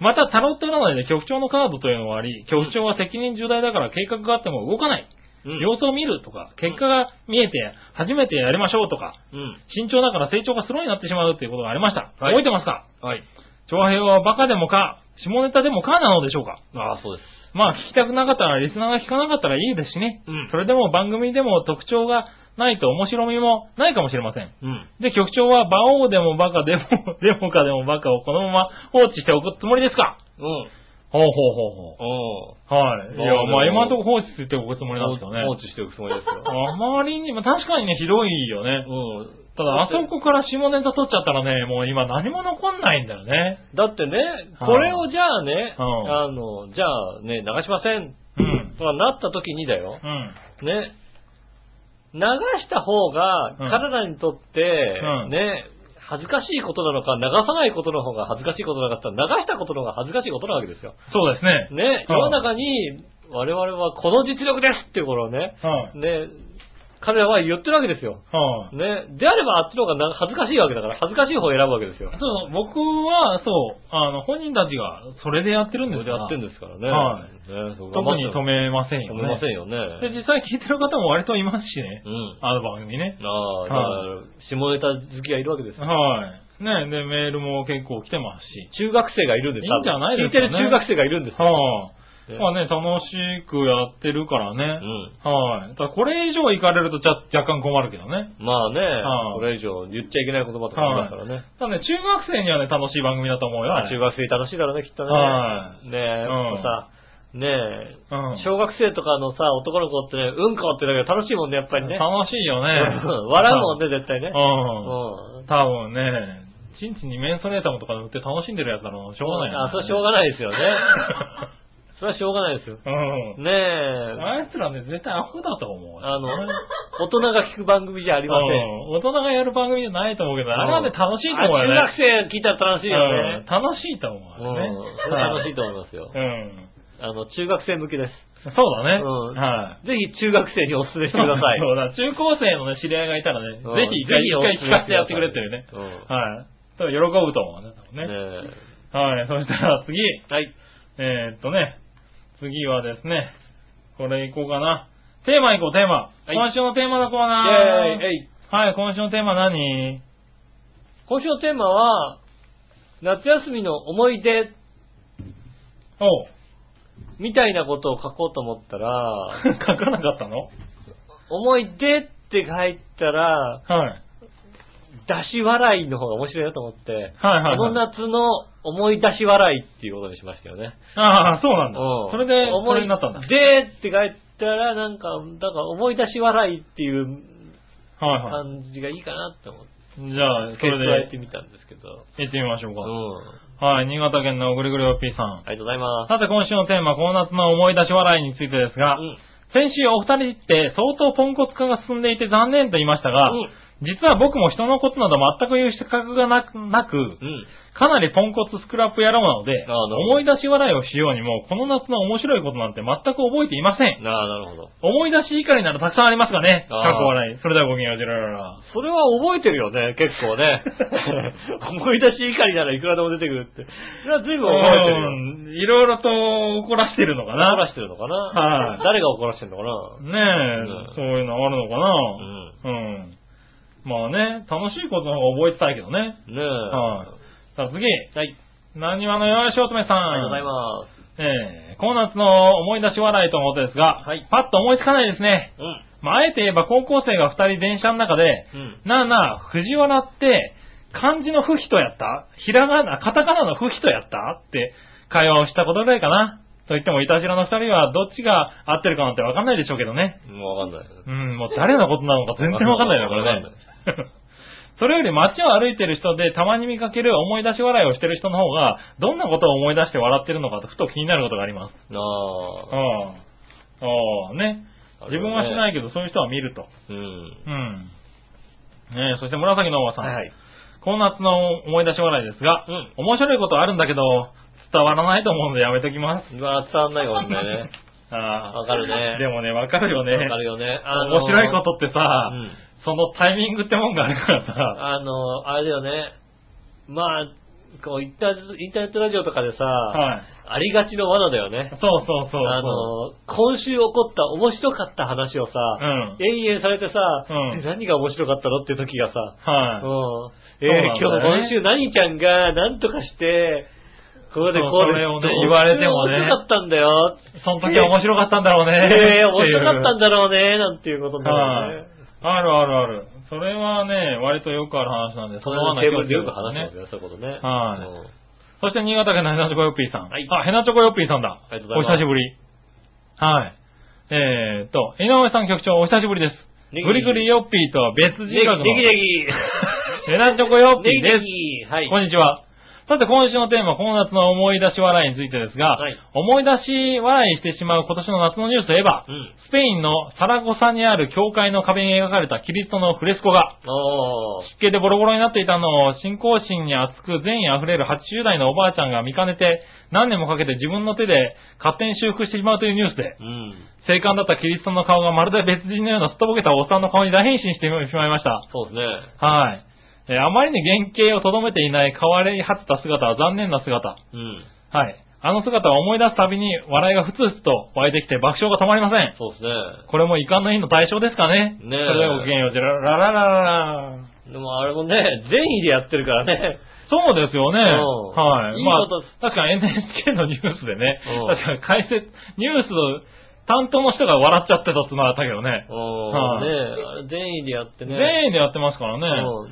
[SPEAKER 3] またタロット占いで局長のカードというのがあり、局長は責任重大だから計画があっても動かない。
[SPEAKER 2] うん。
[SPEAKER 3] 様子を見るとか、結果が見えて初めてやりましょうとか、
[SPEAKER 2] うん。
[SPEAKER 3] 慎重だから成長がスローになってしまうということがありました。
[SPEAKER 2] はい
[SPEAKER 3] 覚えてますか
[SPEAKER 2] はい。
[SPEAKER 3] 長平はバカでもか、下ネタでもかなのでしょうか
[SPEAKER 2] ああ、そうです。
[SPEAKER 3] まあ聞きたくなかったら、リスナーが聞かなかったらいいですしね。
[SPEAKER 2] うん
[SPEAKER 3] それでも番組でも特徴がないと面白みもないかもしれません。
[SPEAKER 2] うん。
[SPEAKER 3] で、局長は、馬王でもバカでも、デモカでもバカをこのまま放置しておくつもりですか
[SPEAKER 2] うん。
[SPEAKER 3] ほうほうほう
[SPEAKER 2] うん。
[SPEAKER 3] ほう。はい。いや
[SPEAKER 2] まあ、
[SPEAKER 3] まあ
[SPEAKER 2] でも
[SPEAKER 3] 今のところ放置しておくつもりなんですよね。
[SPEAKER 2] 放置しておくつもりです よ。
[SPEAKER 3] あまりにも、確かにね、ひどいよね。
[SPEAKER 2] うん。
[SPEAKER 3] ただ、あそこから下ネタ取っちゃったらね、もう今何も残んないんだよね。
[SPEAKER 2] だってね、これをじゃあね、
[SPEAKER 3] うん
[SPEAKER 2] あの、じゃあね、流しません。
[SPEAKER 3] うん。
[SPEAKER 2] とかなった時にだよ。
[SPEAKER 3] うん。
[SPEAKER 2] ね。流した方が、
[SPEAKER 3] うん
[SPEAKER 2] 体にとって、
[SPEAKER 3] うん
[SPEAKER 2] ね、恥ずかしいことなのか、流さないことの方が恥ずかしいことなかったら、流したことの方が恥ずかしいことなわけですよ。
[SPEAKER 3] そうですね。
[SPEAKER 2] ね、世の中に、我々はこの実力ですっていうことをね、
[SPEAKER 3] はい。
[SPEAKER 2] ね、彼らは言ってるわけですよ。
[SPEAKER 3] はい。
[SPEAKER 2] ね、であればあっちの方がな恥ずかしいわけだから、恥ずかしい方を選ぶわけですよ。
[SPEAKER 3] そう、僕は、そう、あの、本人たちがそれでやってるん
[SPEAKER 2] そ
[SPEAKER 3] で
[SPEAKER 2] れで
[SPEAKER 3] すか
[SPEAKER 2] やっ
[SPEAKER 3] ら
[SPEAKER 2] てんですからね。
[SPEAKER 3] はい
[SPEAKER 2] ねそこ
[SPEAKER 3] 特
[SPEAKER 2] 頑張
[SPEAKER 3] に
[SPEAKER 2] って
[SPEAKER 3] 止めませんよ
[SPEAKER 2] 止
[SPEAKER 3] ね。
[SPEAKER 2] めませんよね。
[SPEAKER 3] で、実際聞いてる方も割といますしね。
[SPEAKER 2] うん。
[SPEAKER 3] あの番組ね。
[SPEAKER 2] ああ、だから、
[SPEAKER 3] は
[SPEAKER 2] 下ネタ好きがいるわけですよ。
[SPEAKER 3] はい。ねで、メールも結構来てますし。
[SPEAKER 2] 中学生がいるんです
[SPEAKER 3] いいんじゃないですか
[SPEAKER 2] 聞い
[SPEAKER 3] ね
[SPEAKER 2] てる中学生がいるんですよ
[SPEAKER 3] はい、
[SPEAKER 2] ね
[SPEAKER 3] まあね、楽しくやってるから
[SPEAKER 2] う
[SPEAKER 3] ね。
[SPEAKER 2] ん。
[SPEAKER 3] はい、ただこれ以上行かれるとじゃ若干困るけどね。
[SPEAKER 2] まあね、
[SPEAKER 3] は
[SPEAKER 2] こ
[SPEAKER 3] い
[SPEAKER 2] れ以上言っちゃいけない言葉とかありますからね。
[SPEAKER 3] ただね、中学生にはね、楽しい番組だと思うよ。
[SPEAKER 2] まあ中学生楽しいだろうね、きっとね。
[SPEAKER 3] は
[SPEAKER 2] ねえ、こう
[SPEAKER 3] うん
[SPEAKER 2] さ、ねえ、
[SPEAKER 3] うん。
[SPEAKER 2] 小学生とかのさ、男の子ってね、うんこってだけど楽しいもんね、やっぱりね。。
[SPEAKER 3] 楽しいよね
[SPEAKER 2] 笑うもんね、絶対ね。
[SPEAKER 3] う
[SPEAKER 2] うん。
[SPEAKER 3] ん。多分ね、チンチンにメンソレータムとか塗って楽しんでるやつだろうしょうがない
[SPEAKER 2] あ、
[SPEAKER 3] よね、
[SPEAKER 2] それはしょうがないですよ ね。それはしょうがないですよ。
[SPEAKER 3] うん。
[SPEAKER 2] ねえ、
[SPEAKER 3] あいつらね、絶対アホだと思う。
[SPEAKER 2] あの、大人が聞く番組じゃありません。
[SPEAKER 3] うん大人がやる番組じゃないと思うけど、あれはね、楽しいと思うよね。
[SPEAKER 2] あ中学生聞いたら楽しいよ
[SPEAKER 3] うん
[SPEAKER 2] ね。
[SPEAKER 3] 楽しいと思
[SPEAKER 2] うん
[SPEAKER 3] うよね。
[SPEAKER 2] それ楽しいと思いますよ。
[SPEAKER 3] うん。
[SPEAKER 2] あの、中学生向けです。
[SPEAKER 3] そうだね。
[SPEAKER 2] うん
[SPEAKER 3] はい。
[SPEAKER 2] ぜひ中学生にお勧めしてください。
[SPEAKER 3] そうだ、中高生のね、知り合いがいたらね、ぜ
[SPEAKER 2] うん
[SPEAKER 3] ひ一回、一回
[SPEAKER 2] ぜひ
[SPEAKER 3] 聞かせてやってくれっていうね。
[SPEAKER 2] うん
[SPEAKER 3] はい。多分喜ぶと思うね。多分ね
[SPEAKER 2] ね
[SPEAKER 3] はい。そしたら次、
[SPEAKER 2] えはい。
[SPEAKER 3] えーっとね、次はですね、これいこうかな。テーマいこう、テーマ。
[SPEAKER 2] はい
[SPEAKER 3] 今週のテーマのコー
[SPEAKER 2] イェ
[SPEAKER 3] ナ
[SPEAKER 2] ー
[SPEAKER 3] ー。
[SPEAKER 2] イえい
[SPEAKER 3] はい、今週のテーマ何
[SPEAKER 2] 今週のテーマは、夏休みの思い出
[SPEAKER 3] お う。
[SPEAKER 2] みたいなことを書こうと思ったら、
[SPEAKER 3] 書かなかったの
[SPEAKER 2] 思い出って書いたら、
[SPEAKER 3] はい。
[SPEAKER 2] 出し笑いの方が面白いなと思って、
[SPEAKER 3] はいはいはい
[SPEAKER 2] この夏の思い出し笑いっていうことにしましたよね。
[SPEAKER 3] ああ、そうなんだ
[SPEAKER 2] うん。
[SPEAKER 3] それで、
[SPEAKER 2] 思い
[SPEAKER 3] それになったんだ。は
[SPEAKER 2] で
[SPEAKER 3] い
[SPEAKER 2] って書いたら、なんか、だから思い出し笑いっていう
[SPEAKER 3] は
[SPEAKER 2] 感じがいいかなって思って、
[SPEAKER 3] い。じゃあ、そ
[SPEAKER 2] 付け加え
[SPEAKER 3] れ
[SPEAKER 2] て
[SPEAKER 3] で、
[SPEAKER 2] みたんですけど。
[SPEAKER 3] 行ってみましょう
[SPEAKER 2] うん。
[SPEAKER 3] か。はい、新潟県のおぐりぐりおっぴーさん。
[SPEAKER 2] ありがとうございます。
[SPEAKER 3] さて、今週のテーマ、この夏の思い出し笑いについてですが、
[SPEAKER 2] うん
[SPEAKER 3] 先週お二人って相当ポンコツ化が進んでいて残念と言いましたが、
[SPEAKER 2] うん
[SPEAKER 3] 実は僕も人のことなど全く言う資格がなく、なく
[SPEAKER 2] うん。
[SPEAKER 3] かなりポンコツスクラップ野郎なの
[SPEAKER 2] ああ
[SPEAKER 3] で
[SPEAKER 2] なるほど
[SPEAKER 3] 思い出し笑いをしようにも、この夏の面白いことなんて全く覚えていません。
[SPEAKER 2] なあ、なるほど。
[SPEAKER 3] 思い出し怒りならたくさんありますがね。
[SPEAKER 2] ああ
[SPEAKER 3] 過去笑い。それではごきげんよう、ジェラララ。
[SPEAKER 2] それは覚えてるよね、結構 ね。思い出し怒りならいくらでも出てくるって。それは随分覚えてるよ。
[SPEAKER 3] うんいろいろと怒らしてるのか
[SPEAKER 2] 怒ら
[SPEAKER 3] な。
[SPEAKER 2] してるのかな、
[SPEAKER 3] はい
[SPEAKER 2] 誰が怒らしてるのかな
[SPEAKER 3] ねえ、
[SPEAKER 2] うん
[SPEAKER 3] そういうのあるのかな。
[SPEAKER 2] うん。
[SPEAKER 3] うん。まあね、楽しいことの方が覚えてたいけどね。
[SPEAKER 2] ねえ。
[SPEAKER 3] はさあ次、
[SPEAKER 2] はい。
[SPEAKER 3] 何話のよしおとめさん。
[SPEAKER 2] ありがとうございます。
[SPEAKER 3] えー、この夏の思い出し笑いと思ってですが、
[SPEAKER 2] はい
[SPEAKER 3] パッと思いつかないですね。
[SPEAKER 2] うん。
[SPEAKER 3] まあ、あえて言えば高校生が二人電車の中で、
[SPEAKER 2] うん。
[SPEAKER 3] なあなあ、藤原って、漢字の不比とやったひらがな、カタカナの不比とやったって会話をしたことぐらいかな。と言っても、いたしらの二人はどっちが合ってるかなんてわかんないでしょうけどね。
[SPEAKER 2] もうわかんない。
[SPEAKER 3] うん、もう誰のことなのか全然わかんないな、これね
[SPEAKER 2] わ。
[SPEAKER 3] それより街を歩いてる人でたまに見かける思い出し笑いをしてる人の方が、どんなことを思い出して笑ってるのかとふと気になることがあります。
[SPEAKER 2] なあ。
[SPEAKER 3] ああ。ああ、ね。
[SPEAKER 2] ある
[SPEAKER 3] 自
[SPEAKER 2] よね
[SPEAKER 3] 分はしないけど、そういう人は見ると。
[SPEAKER 2] うん。
[SPEAKER 3] うん。ねえ、そして紫のおばさん。
[SPEAKER 2] はいはい。
[SPEAKER 3] この夏の思い出し笑いですが、
[SPEAKER 2] うん
[SPEAKER 3] 面白いことあるんだけど、伝わらないと思うのでやめときます。
[SPEAKER 2] うわ、伝わんないかもしれないね。
[SPEAKER 3] ああ。
[SPEAKER 2] わかるね
[SPEAKER 3] でもね、わかるよ ね。
[SPEAKER 2] わかるよね。あの
[SPEAKER 3] 面白いことってさ、
[SPEAKER 2] うん
[SPEAKER 3] そのタイミングってもんがあるからさ。
[SPEAKER 2] あの、あれだよね。まあ、こう、インターインターネットラジオとかでさ、
[SPEAKER 3] はい。
[SPEAKER 2] ありがちの罠だよね
[SPEAKER 3] そ。うそうそうそう。
[SPEAKER 2] あの、今週起こった面白かった話をさ、
[SPEAKER 3] うん
[SPEAKER 2] 延々されてさ、
[SPEAKER 3] うん
[SPEAKER 2] で何が面白かったのって時がさ、
[SPEAKER 3] はい。
[SPEAKER 2] うん。え
[SPEAKER 3] そうな
[SPEAKER 2] ー
[SPEAKER 3] んだよね
[SPEAKER 2] 今日今週何ちゃんが何とかして、ここでこう
[SPEAKER 3] そうそ
[SPEAKER 2] で
[SPEAKER 3] れ
[SPEAKER 2] す
[SPEAKER 3] をね言われてもね
[SPEAKER 2] 面白かったんだよ。
[SPEAKER 3] その時は面白かったんだろうね。
[SPEAKER 2] ええー、面白かったん
[SPEAKER 3] だ。
[SPEAKER 2] だろうね、なんていうことになるよね。
[SPEAKER 3] あるあるある。それはね、割とよくある話なんで、そ
[SPEAKER 2] そ
[SPEAKER 3] の
[SPEAKER 2] の
[SPEAKER 3] まま
[SPEAKER 2] テーブルでよく話しま
[SPEAKER 3] ね
[SPEAKER 2] す。よ、そういうことね。
[SPEAKER 3] はい
[SPEAKER 2] うん
[SPEAKER 3] そして新潟県のヘナチョコヨッピーさん。
[SPEAKER 2] はい
[SPEAKER 3] あ、ヘナチョコヨッピーさんだ。
[SPEAKER 2] ありがとうございます
[SPEAKER 3] お久しぶり。はい。えーっと、井上さん局長、お久しぶりです。
[SPEAKER 2] ネギネギ
[SPEAKER 3] グリグリヨッピーとは別人
[SPEAKER 2] ネギ
[SPEAKER 3] 格の
[SPEAKER 2] ネギネギ。
[SPEAKER 3] ヘナチョコヨッピー
[SPEAKER 2] ネギ
[SPEAKER 3] です。
[SPEAKER 2] ネギ。はい。
[SPEAKER 3] こんにちは。さて、今週のテーマ、この夏の思い出し笑いについてですが、
[SPEAKER 2] はい
[SPEAKER 3] 思い出し笑いしてしまう今年の夏のニュースといえば、
[SPEAKER 2] うん。
[SPEAKER 3] スペインのサラゴサにある教会の壁に描かれたキリストのフレスコが、
[SPEAKER 2] ああ。
[SPEAKER 3] 湿気でボロボロになっていたのを信仰心に熱く善意あふれる80代のおばあちゃんが見かねて何年もかけて自分の手で勝手に修復してしまうというニュースで、
[SPEAKER 2] うん。
[SPEAKER 3] 生還だったキリストの顔がまるで別人のようなすっとぼけたおっさんの顔に大変身してしまいました。
[SPEAKER 2] そうですね。
[SPEAKER 3] はい。えーあまりに原型をとどめていない変わり果てた姿は残念な姿。
[SPEAKER 2] うん。
[SPEAKER 3] はい。あの姿を思い出すたびに笑いがふつふつと湧いてきて爆笑が止まりません。
[SPEAKER 2] そうですね。
[SPEAKER 3] これも遺憾の意の対象ですか
[SPEAKER 2] ね
[SPEAKER 3] ね。
[SPEAKER 2] え
[SPEAKER 3] それではごきげんよう。じゃらららららら。
[SPEAKER 2] でもあれもね、善意でやってるからね。
[SPEAKER 3] そうですよね。
[SPEAKER 2] うん
[SPEAKER 3] はい。
[SPEAKER 2] いいこ
[SPEAKER 3] まあ
[SPEAKER 2] と、
[SPEAKER 3] 確か NHK のニュースでね
[SPEAKER 2] う、ん
[SPEAKER 3] 確かに解説、ニュースの担当の人が笑っちゃってたつもあったけどね。
[SPEAKER 2] うん。
[SPEAKER 3] はい
[SPEAKER 2] ねえあれ善意でやってね。
[SPEAKER 3] 全員でやってますからね。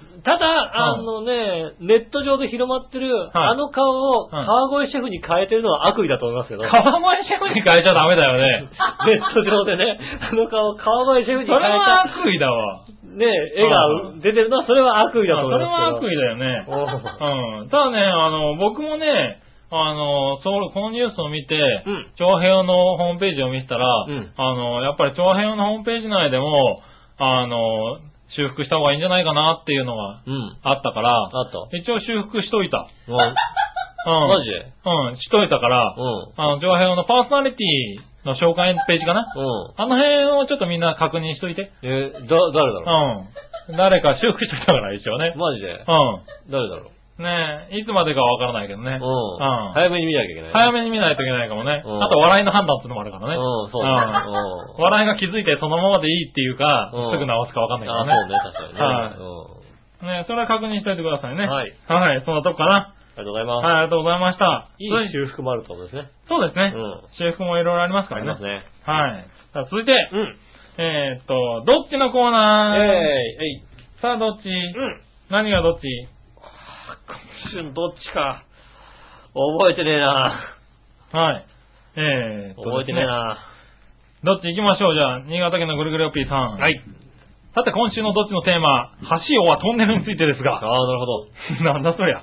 [SPEAKER 2] うんただ、あのね、ネット上で広まってる、あの顔を川越シェフに変えてるのは悪意だと思いますけど。
[SPEAKER 3] 川越シェフに変えちゃダメだよ ね。
[SPEAKER 2] ネット上でね、あの顔を川越シェフに
[SPEAKER 3] それ
[SPEAKER 2] 変え
[SPEAKER 3] は
[SPEAKER 2] た、
[SPEAKER 3] 悪意だわ。
[SPEAKER 2] ね、絵が出てるのは、それは悪意
[SPEAKER 3] それ
[SPEAKER 2] だと思い
[SPEAKER 3] は
[SPEAKER 2] ます
[SPEAKER 3] 悪
[SPEAKER 2] け
[SPEAKER 3] 意だよね。
[SPEAKER 2] ど。悪意。
[SPEAKER 3] うん。ただね、あの、僕もね、あの、そう、このニュースを見て、
[SPEAKER 2] うん
[SPEAKER 3] 長平のホームページを見てたら、
[SPEAKER 2] うん
[SPEAKER 3] あの、やっぱり長平のホームページ内でも、あの、修復した方がいいんじゃないかなっていうのが
[SPEAKER 2] うん。
[SPEAKER 3] あったから、
[SPEAKER 2] あと。
[SPEAKER 3] 一応修復しといた。
[SPEAKER 2] うん
[SPEAKER 3] うん。
[SPEAKER 2] マジで
[SPEAKER 3] うん、しといたから、
[SPEAKER 2] うん。
[SPEAKER 3] あの、長平のパーソナリティの紹介のページかな。
[SPEAKER 2] うん。
[SPEAKER 3] あの辺をちょっとみんな確認しといて。
[SPEAKER 2] えー、だ、誰だろ
[SPEAKER 3] うん。誰か修復しといたから、一応ね
[SPEAKER 2] う。マジで
[SPEAKER 3] う。
[SPEAKER 2] 誰だろうん
[SPEAKER 3] ねえ、いつまでかはわからないけどね。
[SPEAKER 2] う。
[SPEAKER 3] うんん
[SPEAKER 2] 早めに見なきゃいけない。
[SPEAKER 3] 早
[SPEAKER 2] め
[SPEAKER 3] めに見ないといけないかもね。
[SPEAKER 2] うん
[SPEAKER 3] あと笑いの判断ってのもあるから
[SPEAKER 2] ね。
[SPEAKER 3] ね。
[SPEAKER 2] うん、そうだね。うん。
[SPEAKER 3] 笑いが気づいてそのままでいいっていうか、
[SPEAKER 2] うん
[SPEAKER 3] すぐ直すかわかんない
[SPEAKER 2] あ、
[SPEAKER 3] か
[SPEAKER 2] そ
[SPEAKER 3] ら
[SPEAKER 2] う
[SPEAKER 3] ね。
[SPEAKER 2] ね、確かにね。
[SPEAKER 3] はい
[SPEAKER 2] うん
[SPEAKER 3] ね、それは確認しておいてくださいね。
[SPEAKER 2] はい。
[SPEAKER 3] はい、そんなとこかな。
[SPEAKER 2] ありがとうござい
[SPEAKER 3] はい、
[SPEAKER 2] ま
[SPEAKER 3] ありがとうございました。
[SPEAKER 2] す。いい
[SPEAKER 3] 続て
[SPEAKER 2] 修復もあるってことですね。
[SPEAKER 3] そうですね。
[SPEAKER 2] うん
[SPEAKER 3] 修復もいろいろありますか
[SPEAKER 2] あ
[SPEAKER 3] ら
[SPEAKER 2] り
[SPEAKER 3] ね。
[SPEAKER 2] ますね。
[SPEAKER 3] はい。さあ、続いて、
[SPEAKER 2] うん。
[SPEAKER 3] えーっと、どっちのコーナ
[SPEAKER 2] え
[SPEAKER 3] ー、
[SPEAKER 2] い、えい。
[SPEAKER 3] さあ、どっち、
[SPEAKER 2] うん。
[SPEAKER 3] 何がどっち
[SPEAKER 2] 今週どっちか。覚えてねえ な
[SPEAKER 3] はい。えーっと、
[SPEAKER 2] 覚えてねえ。な
[SPEAKER 3] どっち行きましょう、じゃあ、新潟県のぐるぐるおっぴーさん。
[SPEAKER 2] は。い。
[SPEAKER 3] さて、今週のどっちのテーマ、橋をはトンネルについてです
[SPEAKER 2] あ
[SPEAKER 3] が。
[SPEAKER 2] あ、なるほど。
[SPEAKER 3] なんだそりゃ。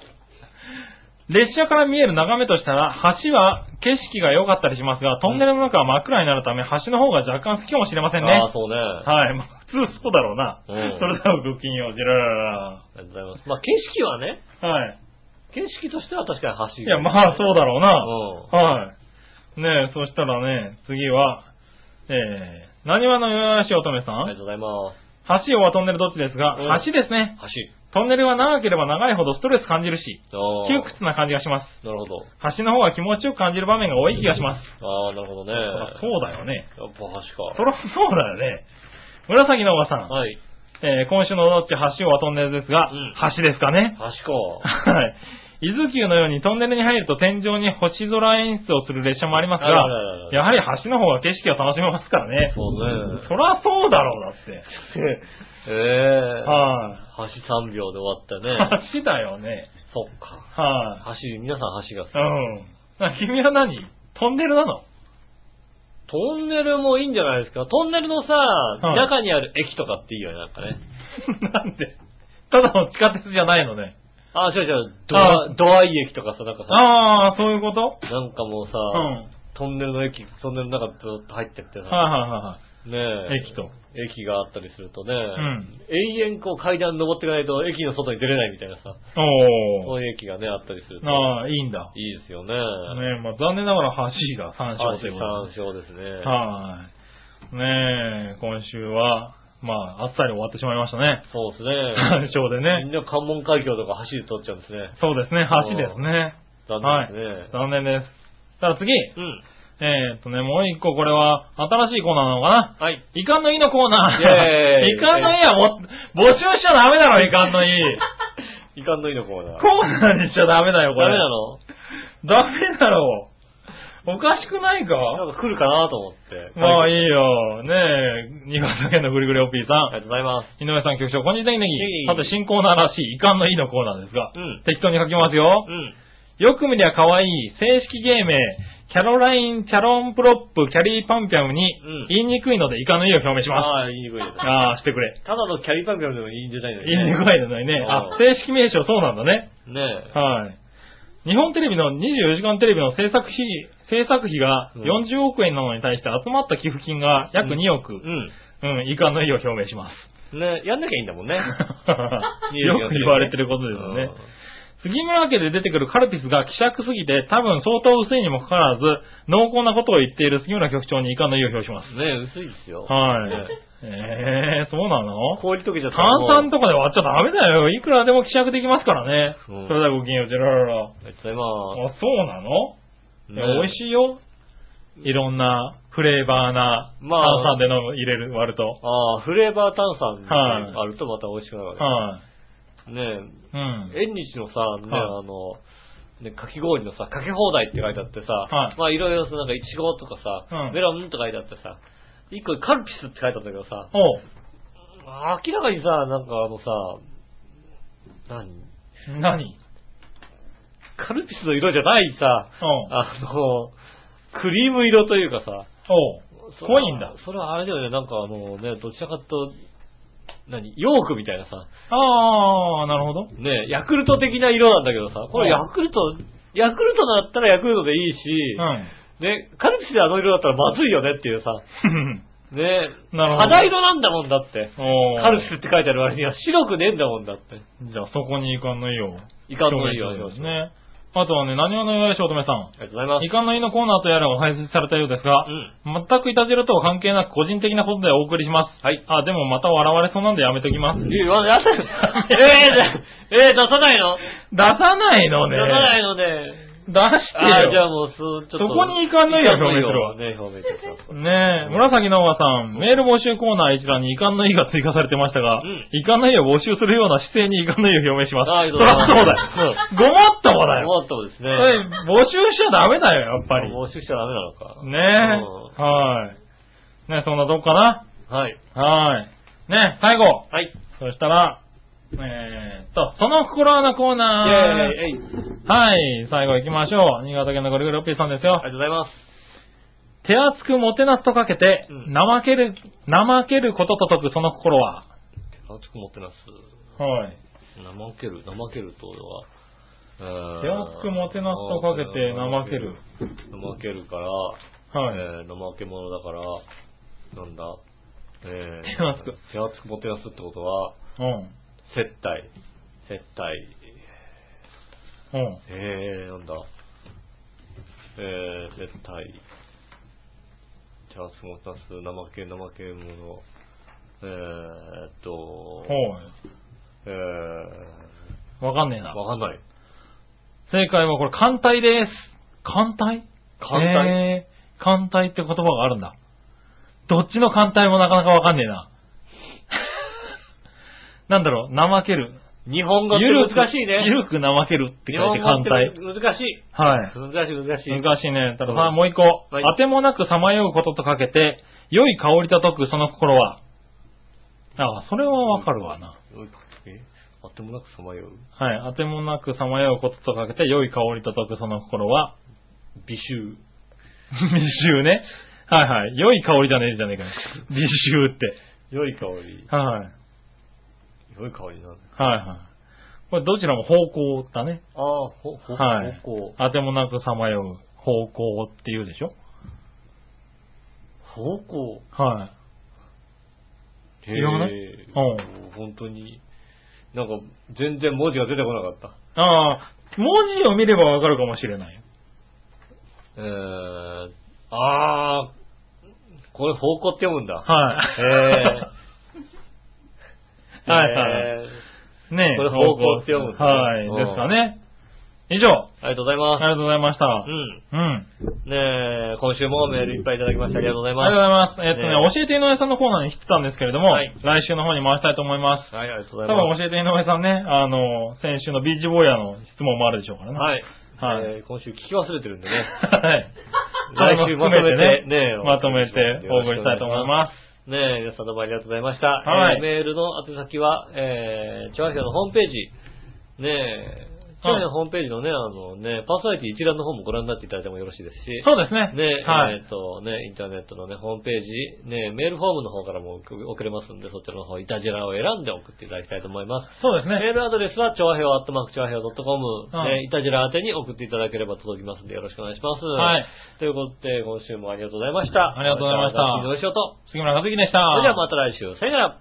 [SPEAKER 3] 列車から見える眺めとしたら、橋は景色が良かったりしますが、トンネルの中は真っ暗になるため、橋の方が若干好きかもしれませんね。
[SPEAKER 2] ああ、そうね。あ
[SPEAKER 3] はい。まあ普通そうだろうな。
[SPEAKER 2] うん
[SPEAKER 3] それではごきげんよう、じららら
[SPEAKER 2] りがとうございます。まあ、景色はね、
[SPEAKER 3] ら。はい。
[SPEAKER 2] 景色としては確かに橋。
[SPEAKER 3] いや、まあそうだろうな。
[SPEAKER 2] う
[SPEAKER 3] はい。ねえ、そしたらね、次は、えー、何わのよよし乙女さ
[SPEAKER 2] ん。ありが
[SPEAKER 3] ん、
[SPEAKER 2] とうございま
[SPEAKER 3] 橋をはトンネルどっちですが
[SPEAKER 2] うん、
[SPEAKER 3] 橋ですね。
[SPEAKER 2] す。
[SPEAKER 3] トンネルは長ければ長いほどストレス感じるし、
[SPEAKER 2] 橋。ああ。
[SPEAKER 3] 窮屈な感じがします。
[SPEAKER 2] なるほど。
[SPEAKER 3] 橋の方が気持ちよく感じる場面が多い気がします。
[SPEAKER 2] ああ、なるほどね。
[SPEAKER 3] そうだよね。
[SPEAKER 2] やっぱ橋
[SPEAKER 3] そ
[SPEAKER 2] か。
[SPEAKER 3] らそうだよね。紫のおばさん、
[SPEAKER 2] はい。
[SPEAKER 3] えー今週のどっち橋をはトンネルですが、
[SPEAKER 2] うん
[SPEAKER 3] 橋ですかね。
[SPEAKER 2] 橋か。
[SPEAKER 3] はい。伊豆急のようにトンネルに入ると天井に星空演出をする列車もあります
[SPEAKER 2] あら
[SPEAKER 3] が
[SPEAKER 2] ららら、
[SPEAKER 3] やはり橋の方が景色を楽しめますから ね。
[SPEAKER 2] そうね。
[SPEAKER 3] そらそうだろう、だっ て。
[SPEAKER 2] ええ
[SPEAKER 3] は
[SPEAKER 2] 橋3秒で終わったね。
[SPEAKER 3] い。橋だよね。
[SPEAKER 2] そっか。
[SPEAKER 3] は
[SPEAKER 2] 橋、皆さん橋が好
[SPEAKER 3] い。
[SPEAKER 2] き。
[SPEAKER 3] うん。な君は何トンネルなの
[SPEAKER 2] トンネルもいいんじゃないですか。トンネルのさ、
[SPEAKER 3] い
[SPEAKER 2] 中にある駅とかっていいよね、なんかね。
[SPEAKER 3] なんでただの地下鉄じゃないのね。
[SPEAKER 2] あ、違う違う、ドア、
[SPEAKER 3] あ
[SPEAKER 2] ドアイ駅とかさ、なんかさ、
[SPEAKER 3] ああ、そういうこと
[SPEAKER 2] なんかもうさ、
[SPEAKER 3] うん。
[SPEAKER 2] トンネルの駅、トンネルの中ずっと入ってってさ、
[SPEAKER 3] はいはいはいはい。
[SPEAKER 2] ねえ
[SPEAKER 3] 駅と。
[SPEAKER 2] 駅があったりするとね、
[SPEAKER 3] ん
[SPEAKER 2] 永遠こう階段登っていかないと駅の外に出れないみたいなさ、
[SPEAKER 3] お
[SPEAKER 2] そういう駅がね、あったりすると、
[SPEAKER 3] ああ、いいんだ。ね
[SPEAKER 2] いいですよね。
[SPEAKER 3] え、まあ残念ながら橋が3勝という
[SPEAKER 2] 橋
[SPEAKER 3] こ
[SPEAKER 2] 三章ですね。
[SPEAKER 3] とで。はい。ねえ、今週は、まあ、あっさり終わってしまいましたね。
[SPEAKER 2] そうです
[SPEAKER 3] 3
[SPEAKER 2] ね。
[SPEAKER 3] 勝でね
[SPEAKER 2] み。んな関門海峡とか橋で通っちゃうんですね。
[SPEAKER 3] そうですね、橋ですね。
[SPEAKER 2] 残
[SPEAKER 3] はい
[SPEAKER 2] 念ですね。。
[SPEAKER 3] 残念です。さあ次、
[SPEAKER 2] うん。
[SPEAKER 3] えーっとね、もう一個これは新しいコーナーなのかな
[SPEAKER 2] はい。
[SPEAKER 3] 遺憾の意のコーナー。
[SPEAKER 2] イェーイ
[SPEAKER 3] 遺憾の意はもう、募集しちゃダメだろ、遺 憾の意。
[SPEAKER 2] 遺憾のいいのコーナー。
[SPEAKER 3] コーナーにしちゃダメだよ、こ
[SPEAKER 2] ダ
[SPEAKER 3] れ。
[SPEAKER 2] メなの
[SPEAKER 3] ダメだろう。おかしくないか
[SPEAKER 2] なんか来るかなと思って。
[SPEAKER 3] まあい
[SPEAKER 2] い。
[SPEAKER 3] いよ。ねえ、新潟県のぐりぐりおっぴー
[SPEAKER 2] あり
[SPEAKER 3] さ
[SPEAKER 2] がとうございます。
[SPEAKER 3] ん。井上さん局長、こんにちは、ネギ
[SPEAKER 2] いえいえ。
[SPEAKER 3] さて、新コーナーらしい、遺憾の意のコーナーですが、
[SPEAKER 2] うん
[SPEAKER 3] 適当に書きますよ。
[SPEAKER 2] うん。
[SPEAKER 3] よく見りゃ可愛い、正式芸名、キャロライン・チャロンプロップ・キャリーパンピャムに、
[SPEAKER 2] うん
[SPEAKER 3] 言いにくいので遺憾の意を表明します。
[SPEAKER 2] ああ、言いにくいです。
[SPEAKER 3] ああ、してくれ。
[SPEAKER 2] ただのキャリーパンピョンでもいいんじゃないの
[SPEAKER 3] 言いにくいのにね。あ、正式名称そうなんだね。
[SPEAKER 2] い。ねえ。
[SPEAKER 3] はい。日本テレビの24時間テレビの制作費、制作費が
[SPEAKER 2] うん
[SPEAKER 3] 40億円なのに対して集まった寄付金が約2億、うん、
[SPEAKER 2] う
[SPEAKER 3] 遺憾の意を表明します。
[SPEAKER 2] ん。ね、やんなきゃいいんだもんね。
[SPEAKER 3] よく言われてることですよね。杉村家で出てくるカルピスが希釈すぎて、多分相当薄いにもかかわらず、濃厚なことを言っている杉村局長に遺憾の意を表しま
[SPEAKER 2] う
[SPEAKER 3] す。
[SPEAKER 2] ん。ね、薄いですよ。
[SPEAKER 3] はい
[SPEAKER 2] ね。
[SPEAKER 3] えー、そうなの
[SPEAKER 2] 氷溶けちゃったら
[SPEAKER 3] 炭
[SPEAKER 2] もう
[SPEAKER 3] 酸とかで割っちゃダメだよ。いくらでも希釈できますからね。
[SPEAKER 2] うん
[SPEAKER 3] それではごきげんよう、ジェラララ。あ、
[SPEAKER 2] ありがとうございま
[SPEAKER 3] そうな
[SPEAKER 2] す。
[SPEAKER 3] のいや美味
[SPEAKER 2] い。
[SPEAKER 3] しいよ。いろんなフレーバーな炭
[SPEAKER 2] まあ
[SPEAKER 3] 酸で飲む、入れる、割ると。
[SPEAKER 2] ああ、フレーバー炭酸
[SPEAKER 3] はい
[SPEAKER 2] があるとまた美味しくなるわ
[SPEAKER 3] は
[SPEAKER 2] け。ね
[SPEAKER 3] い。うん。
[SPEAKER 2] 縁日のさ、ね、
[SPEAKER 3] はい
[SPEAKER 2] あの、ね、かき氷のさ、かけ放題って書いてあってさ、
[SPEAKER 3] はい
[SPEAKER 2] まあいろいろさ、なんかイチゴとかさ、
[SPEAKER 3] うん
[SPEAKER 2] メロンとか書いてあってさ、一個カルピスって書いてあったんだけどさ、
[SPEAKER 3] おう。
[SPEAKER 2] 明らかにさ、なんかあのさ、何
[SPEAKER 3] 何
[SPEAKER 2] カルピスの色じゃないさ、
[SPEAKER 3] おう。
[SPEAKER 2] あの、クリーム色というかさ、
[SPEAKER 3] おう。
[SPEAKER 2] それは
[SPEAKER 3] 濃いんだ。
[SPEAKER 2] それはあれだよね、なんかあのね、どちらかというと、何ヨークみたいなさ、
[SPEAKER 3] あー、なるほど。
[SPEAKER 2] ねヤクルト的な色なんだけどさ、これ
[SPEAKER 3] う
[SPEAKER 2] ヤ
[SPEAKER 3] ん
[SPEAKER 2] クルト、ヤクルトだったらヤクルトでいいし、
[SPEAKER 3] う
[SPEAKER 2] ね、カルピスであの色だったらまずいよねっていうさ、
[SPEAKER 3] ん。
[SPEAKER 2] ね、
[SPEAKER 3] なるほど
[SPEAKER 2] 肌色なんだもんだって。
[SPEAKER 3] おー
[SPEAKER 2] カルピスって書いてある割には白くねえんだもんだって。
[SPEAKER 3] じゃあそこに遺憾の意を。
[SPEAKER 2] いかんのいいよ、
[SPEAKER 3] 表明
[SPEAKER 2] 表
[SPEAKER 3] す
[SPEAKER 2] 情
[SPEAKER 3] るね。あとはね、何話のよしおとめさん。
[SPEAKER 2] ありがとうございます。
[SPEAKER 3] 遺憾の意のコーナーとやらを配信されたようですが、全くいたじらとは関係なく個人的なことでお送りします。はい。あ、でもまた笑われそうなんでやめときます。
[SPEAKER 2] いや、まだ出さないえー、えー、出さないの
[SPEAKER 3] 出さないの
[SPEAKER 2] 出さない
[SPEAKER 3] ね。
[SPEAKER 2] のね。
[SPEAKER 3] 出して
[SPEAKER 2] あー、じゃ
[SPEAKER 3] よ。
[SPEAKER 2] あもう、そう、ちょっと。
[SPEAKER 3] そこに遺憾の意を表明するわ
[SPEAKER 2] 遺憾の意をね、表明してください
[SPEAKER 3] ねえ、紫のおばさん、メール募集コーナー一覧に遺憾の意が追加されてましたが、
[SPEAKER 2] うん
[SPEAKER 3] 遺憾の意を募集するような姿勢に遺憾の意を表明します。
[SPEAKER 2] ありが
[SPEAKER 3] そ
[SPEAKER 2] とうございます
[SPEAKER 3] らそうだよ。ごもっともだよ。
[SPEAKER 2] もっともですね。
[SPEAKER 3] これ募集しちゃダメだよ、やっぱり。ね
[SPEAKER 2] もう募集しちゃダメなのか。
[SPEAKER 3] え。はい。ねそんなとこかな。
[SPEAKER 2] うんはい。
[SPEAKER 3] はい。ね最後。
[SPEAKER 2] はい。
[SPEAKER 3] そしたら、えーっと、その心はのコーナー。
[SPEAKER 2] イェーイえい。
[SPEAKER 3] はい。最後行きましょう。新潟県のゴリゴリオッピーさんです
[SPEAKER 2] あ
[SPEAKER 3] よ。
[SPEAKER 2] りがとうございます。
[SPEAKER 3] 手厚くもてなすとかけて、
[SPEAKER 2] うん
[SPEAKER 3] 怠ける、怠けることと解くその心は。
[SPEAKER 2] あ、ちょっと持ってます。
[SPEAKER 3] はい。
[SPEAKER 2] 怠ける、怠けるとは。手
[SPEAKER 3] 手厚くもてなすとかけて、怠ける。。
[SPEAKER 2] 怠けるから、
[SPEAKER 3] はい。
[SPEAKER 2] えー怠け者だから、なんだ。えー
[SPEAKER 3] 手厚く。
[SPEAKER 2] 手厚くもてなすってことは、
[SPEAKER 3] うん。
[SPEAKER 2] 接待。接待。
[SPEAKER 3] うん。
[SPEAKER 2] えー、なんだ。えー、接待。手厚くもてなす、怠け、怠け者。えーっと、
[SPEAKER 3] は
[SPEAKER 2] えー、
[SPEAKER 3] い。わかんねえな。
[SPEAKER 2] わかんない。
[SPEAKER 3] 正解はこれ、艦隊です。艦隊
[SPEAKER 2] 艦隊
[SPEAKER 3] えー、艦隊って言葉があるんだ。どっちの艦隊もなかなかわかんねえ な。なんだろう、怠ける。
[SPEAKER 2] 日本語って難しいね。
[SPEAKER 3] ゆるくゆるく怠けるって
[SPEAKER 2] 日
[SPEAKER 3] 書い
[SPEAKER 2] 本
[SPEAKER 3] て
[SPEAKER 2] 語っ
[SPEAKER 3] 艦
[SPEAKER 2] て
[SPEAKER 3] 隊。
[SPEAKER 2] 難しい。
[SPEAKER 3] はい。
[SPEAKER 2] 難しい、難しい。
[SPEAKER 3] 難しいね。たださ
[SPEAKER 2] う
[SPEAKER 3] あ、
[SPEAKER 2] ん
[SPEAKER 3] もう一個。
[SPEAKER 2] はい
[SPEAKER 3] 当てもなくさまようこととかけて、良い香りと解くその心は。ああ、それはわかるわな。
[SPEAKER 2] えあってもなくさまよう。
[SPEAKER 3] はい。当てもなくさまようこととかけて、良い香りと解くその心は、
[SPEAKER 2] 美 臭。
[SPEAKER 3] 微臭ね。はいはい。良い香りじゃねえじゃね えかよ。微臭って。
[SPEAKER 2] 良い香り。
[SPEAKER 3] はい。はい
[SPEAKER 2] 良い香りなんだ。
[SPEAKER 3] はい。これどちらも方向だね。
[SPEAKER 2] ああ、ほ、ほ、
[SPEAKER 3] はい
[SPEAKER 2] 方向。
[SPEAKER 3] 当てもなくさまよう方向って言うでしょ
[SPEAKER 2] 方向。
[SPEAKER 3] はい
[SPEAKER 2] へ
[SPEAKER 3] いらない
[SPEAKER 2] え。
[SPEAKER 3] う
[SPEAKER 2] 本当に。なんか、全然文字が出てこなかった。。
[SPEAKER 3] ああ、文字を見ればわかるかもしれないよ。
[SPEAKER 2] えー、ああ、これ方向って読むんだ。
[SPEAKER 3] はい。
[SPEAKER 2] へえ。
[SPEAKER 3] はいはい
[SPEAKER 2] へー
[SPEAKER 3] ねえ。
[SPEAKER 2] これ方向って読むんだね
[SPEAKER 3] はい。
[SPEAKER 2] うん
[SPEAKER 3] ですかね。以上、
[SPEAKER 2] ありがとうござい
[SPEAKER 3] あ
[SPEAKER 2] ま
[SPEAKER 3] り
[SPEAKER 2] す。
[SPEAKER 3] がとうございました。
[SPEAKER 2] うん。
[SPEAKER 3] うん。あり
[SPEAKER 2] ねえ、今週もメールいっぱいいただきましてありがとうござい
[SPEAKER 3] がとう
[SPEAKER 2] ま
[SPEAKER 3] ございます。えっと
[SPEAKER 2] ね
[SPEAKER 3] ね、教えて井上さんのコーナーに来てたんですけれども、
[SPEAKER 2] はい
[SPEAKER 3] 来週の方に回したいと思います
[SPEAKER 2] す。。はい、ありがとうご
[SPEAKER 3] 多
[SPEAKER 2] ざいま
[SPEAKER 3] 分
[SPEAKER 2] す。
[SPEAKER 3] 教えて井上さんね、あの、先週のビーチボーイヤーの質問もあるでしょうからね。
[SPEAKER 2] はい。
[SPEAKER 3] はい
[SPEAKER 2] えー今週聞き忘れてるんで ね。
[SPEAKER 3] はい。
[SPEAKER 2] 来週まとめてね
[SPEAKER 3] まとめてお送りしたいと思いま
[SPEAKER 2] ねえ、皆さんどうもありがとうございました。
[SPEAKER 3] はい
[SPEAKER 2] えーメールの宛先は、えー、チョアヘのホームページ、ねえ、去年ホームページのね、あのね、パーソナリティ一覧の方もご覧になっていただいてもよろしいですし。
[SPEAKER 3] そうですね。
[SPEAKER 2] ね、
[SPEAKER 3] は
[SPEAKER 2] え
[SPEAKER 3] い。
[SPEAKER 2] っ、とね、インターネットのね、ホームページ、ね、メールフォームの方からも送送れますんで、そちらの方、いたじらを選んで送っていただきたいと思います。
[SPEAKER 3] そうです
[SPEAKER 2] メ
[SPEAKER 3] ね。
[SPEAKER 2] ールアドレスは、ちょうへいアットマークちょうへい .com、
[SPEAKER 3] うん
[SPEAKER 2] ね、いたじら宛てに送っていただければ届きますんで、よろしくお願いします。
[SPEAKER 3] はい。
[SPEAKER 2] ということで、今週もありがとうございました。
[SPEAKER 3] ありがとうございました
[SPEAKER 2] 私井上翔と。
[SPEAKER 3] 杉村和樹でした。
[SPEAKER 2] それではまた来週、さよなら。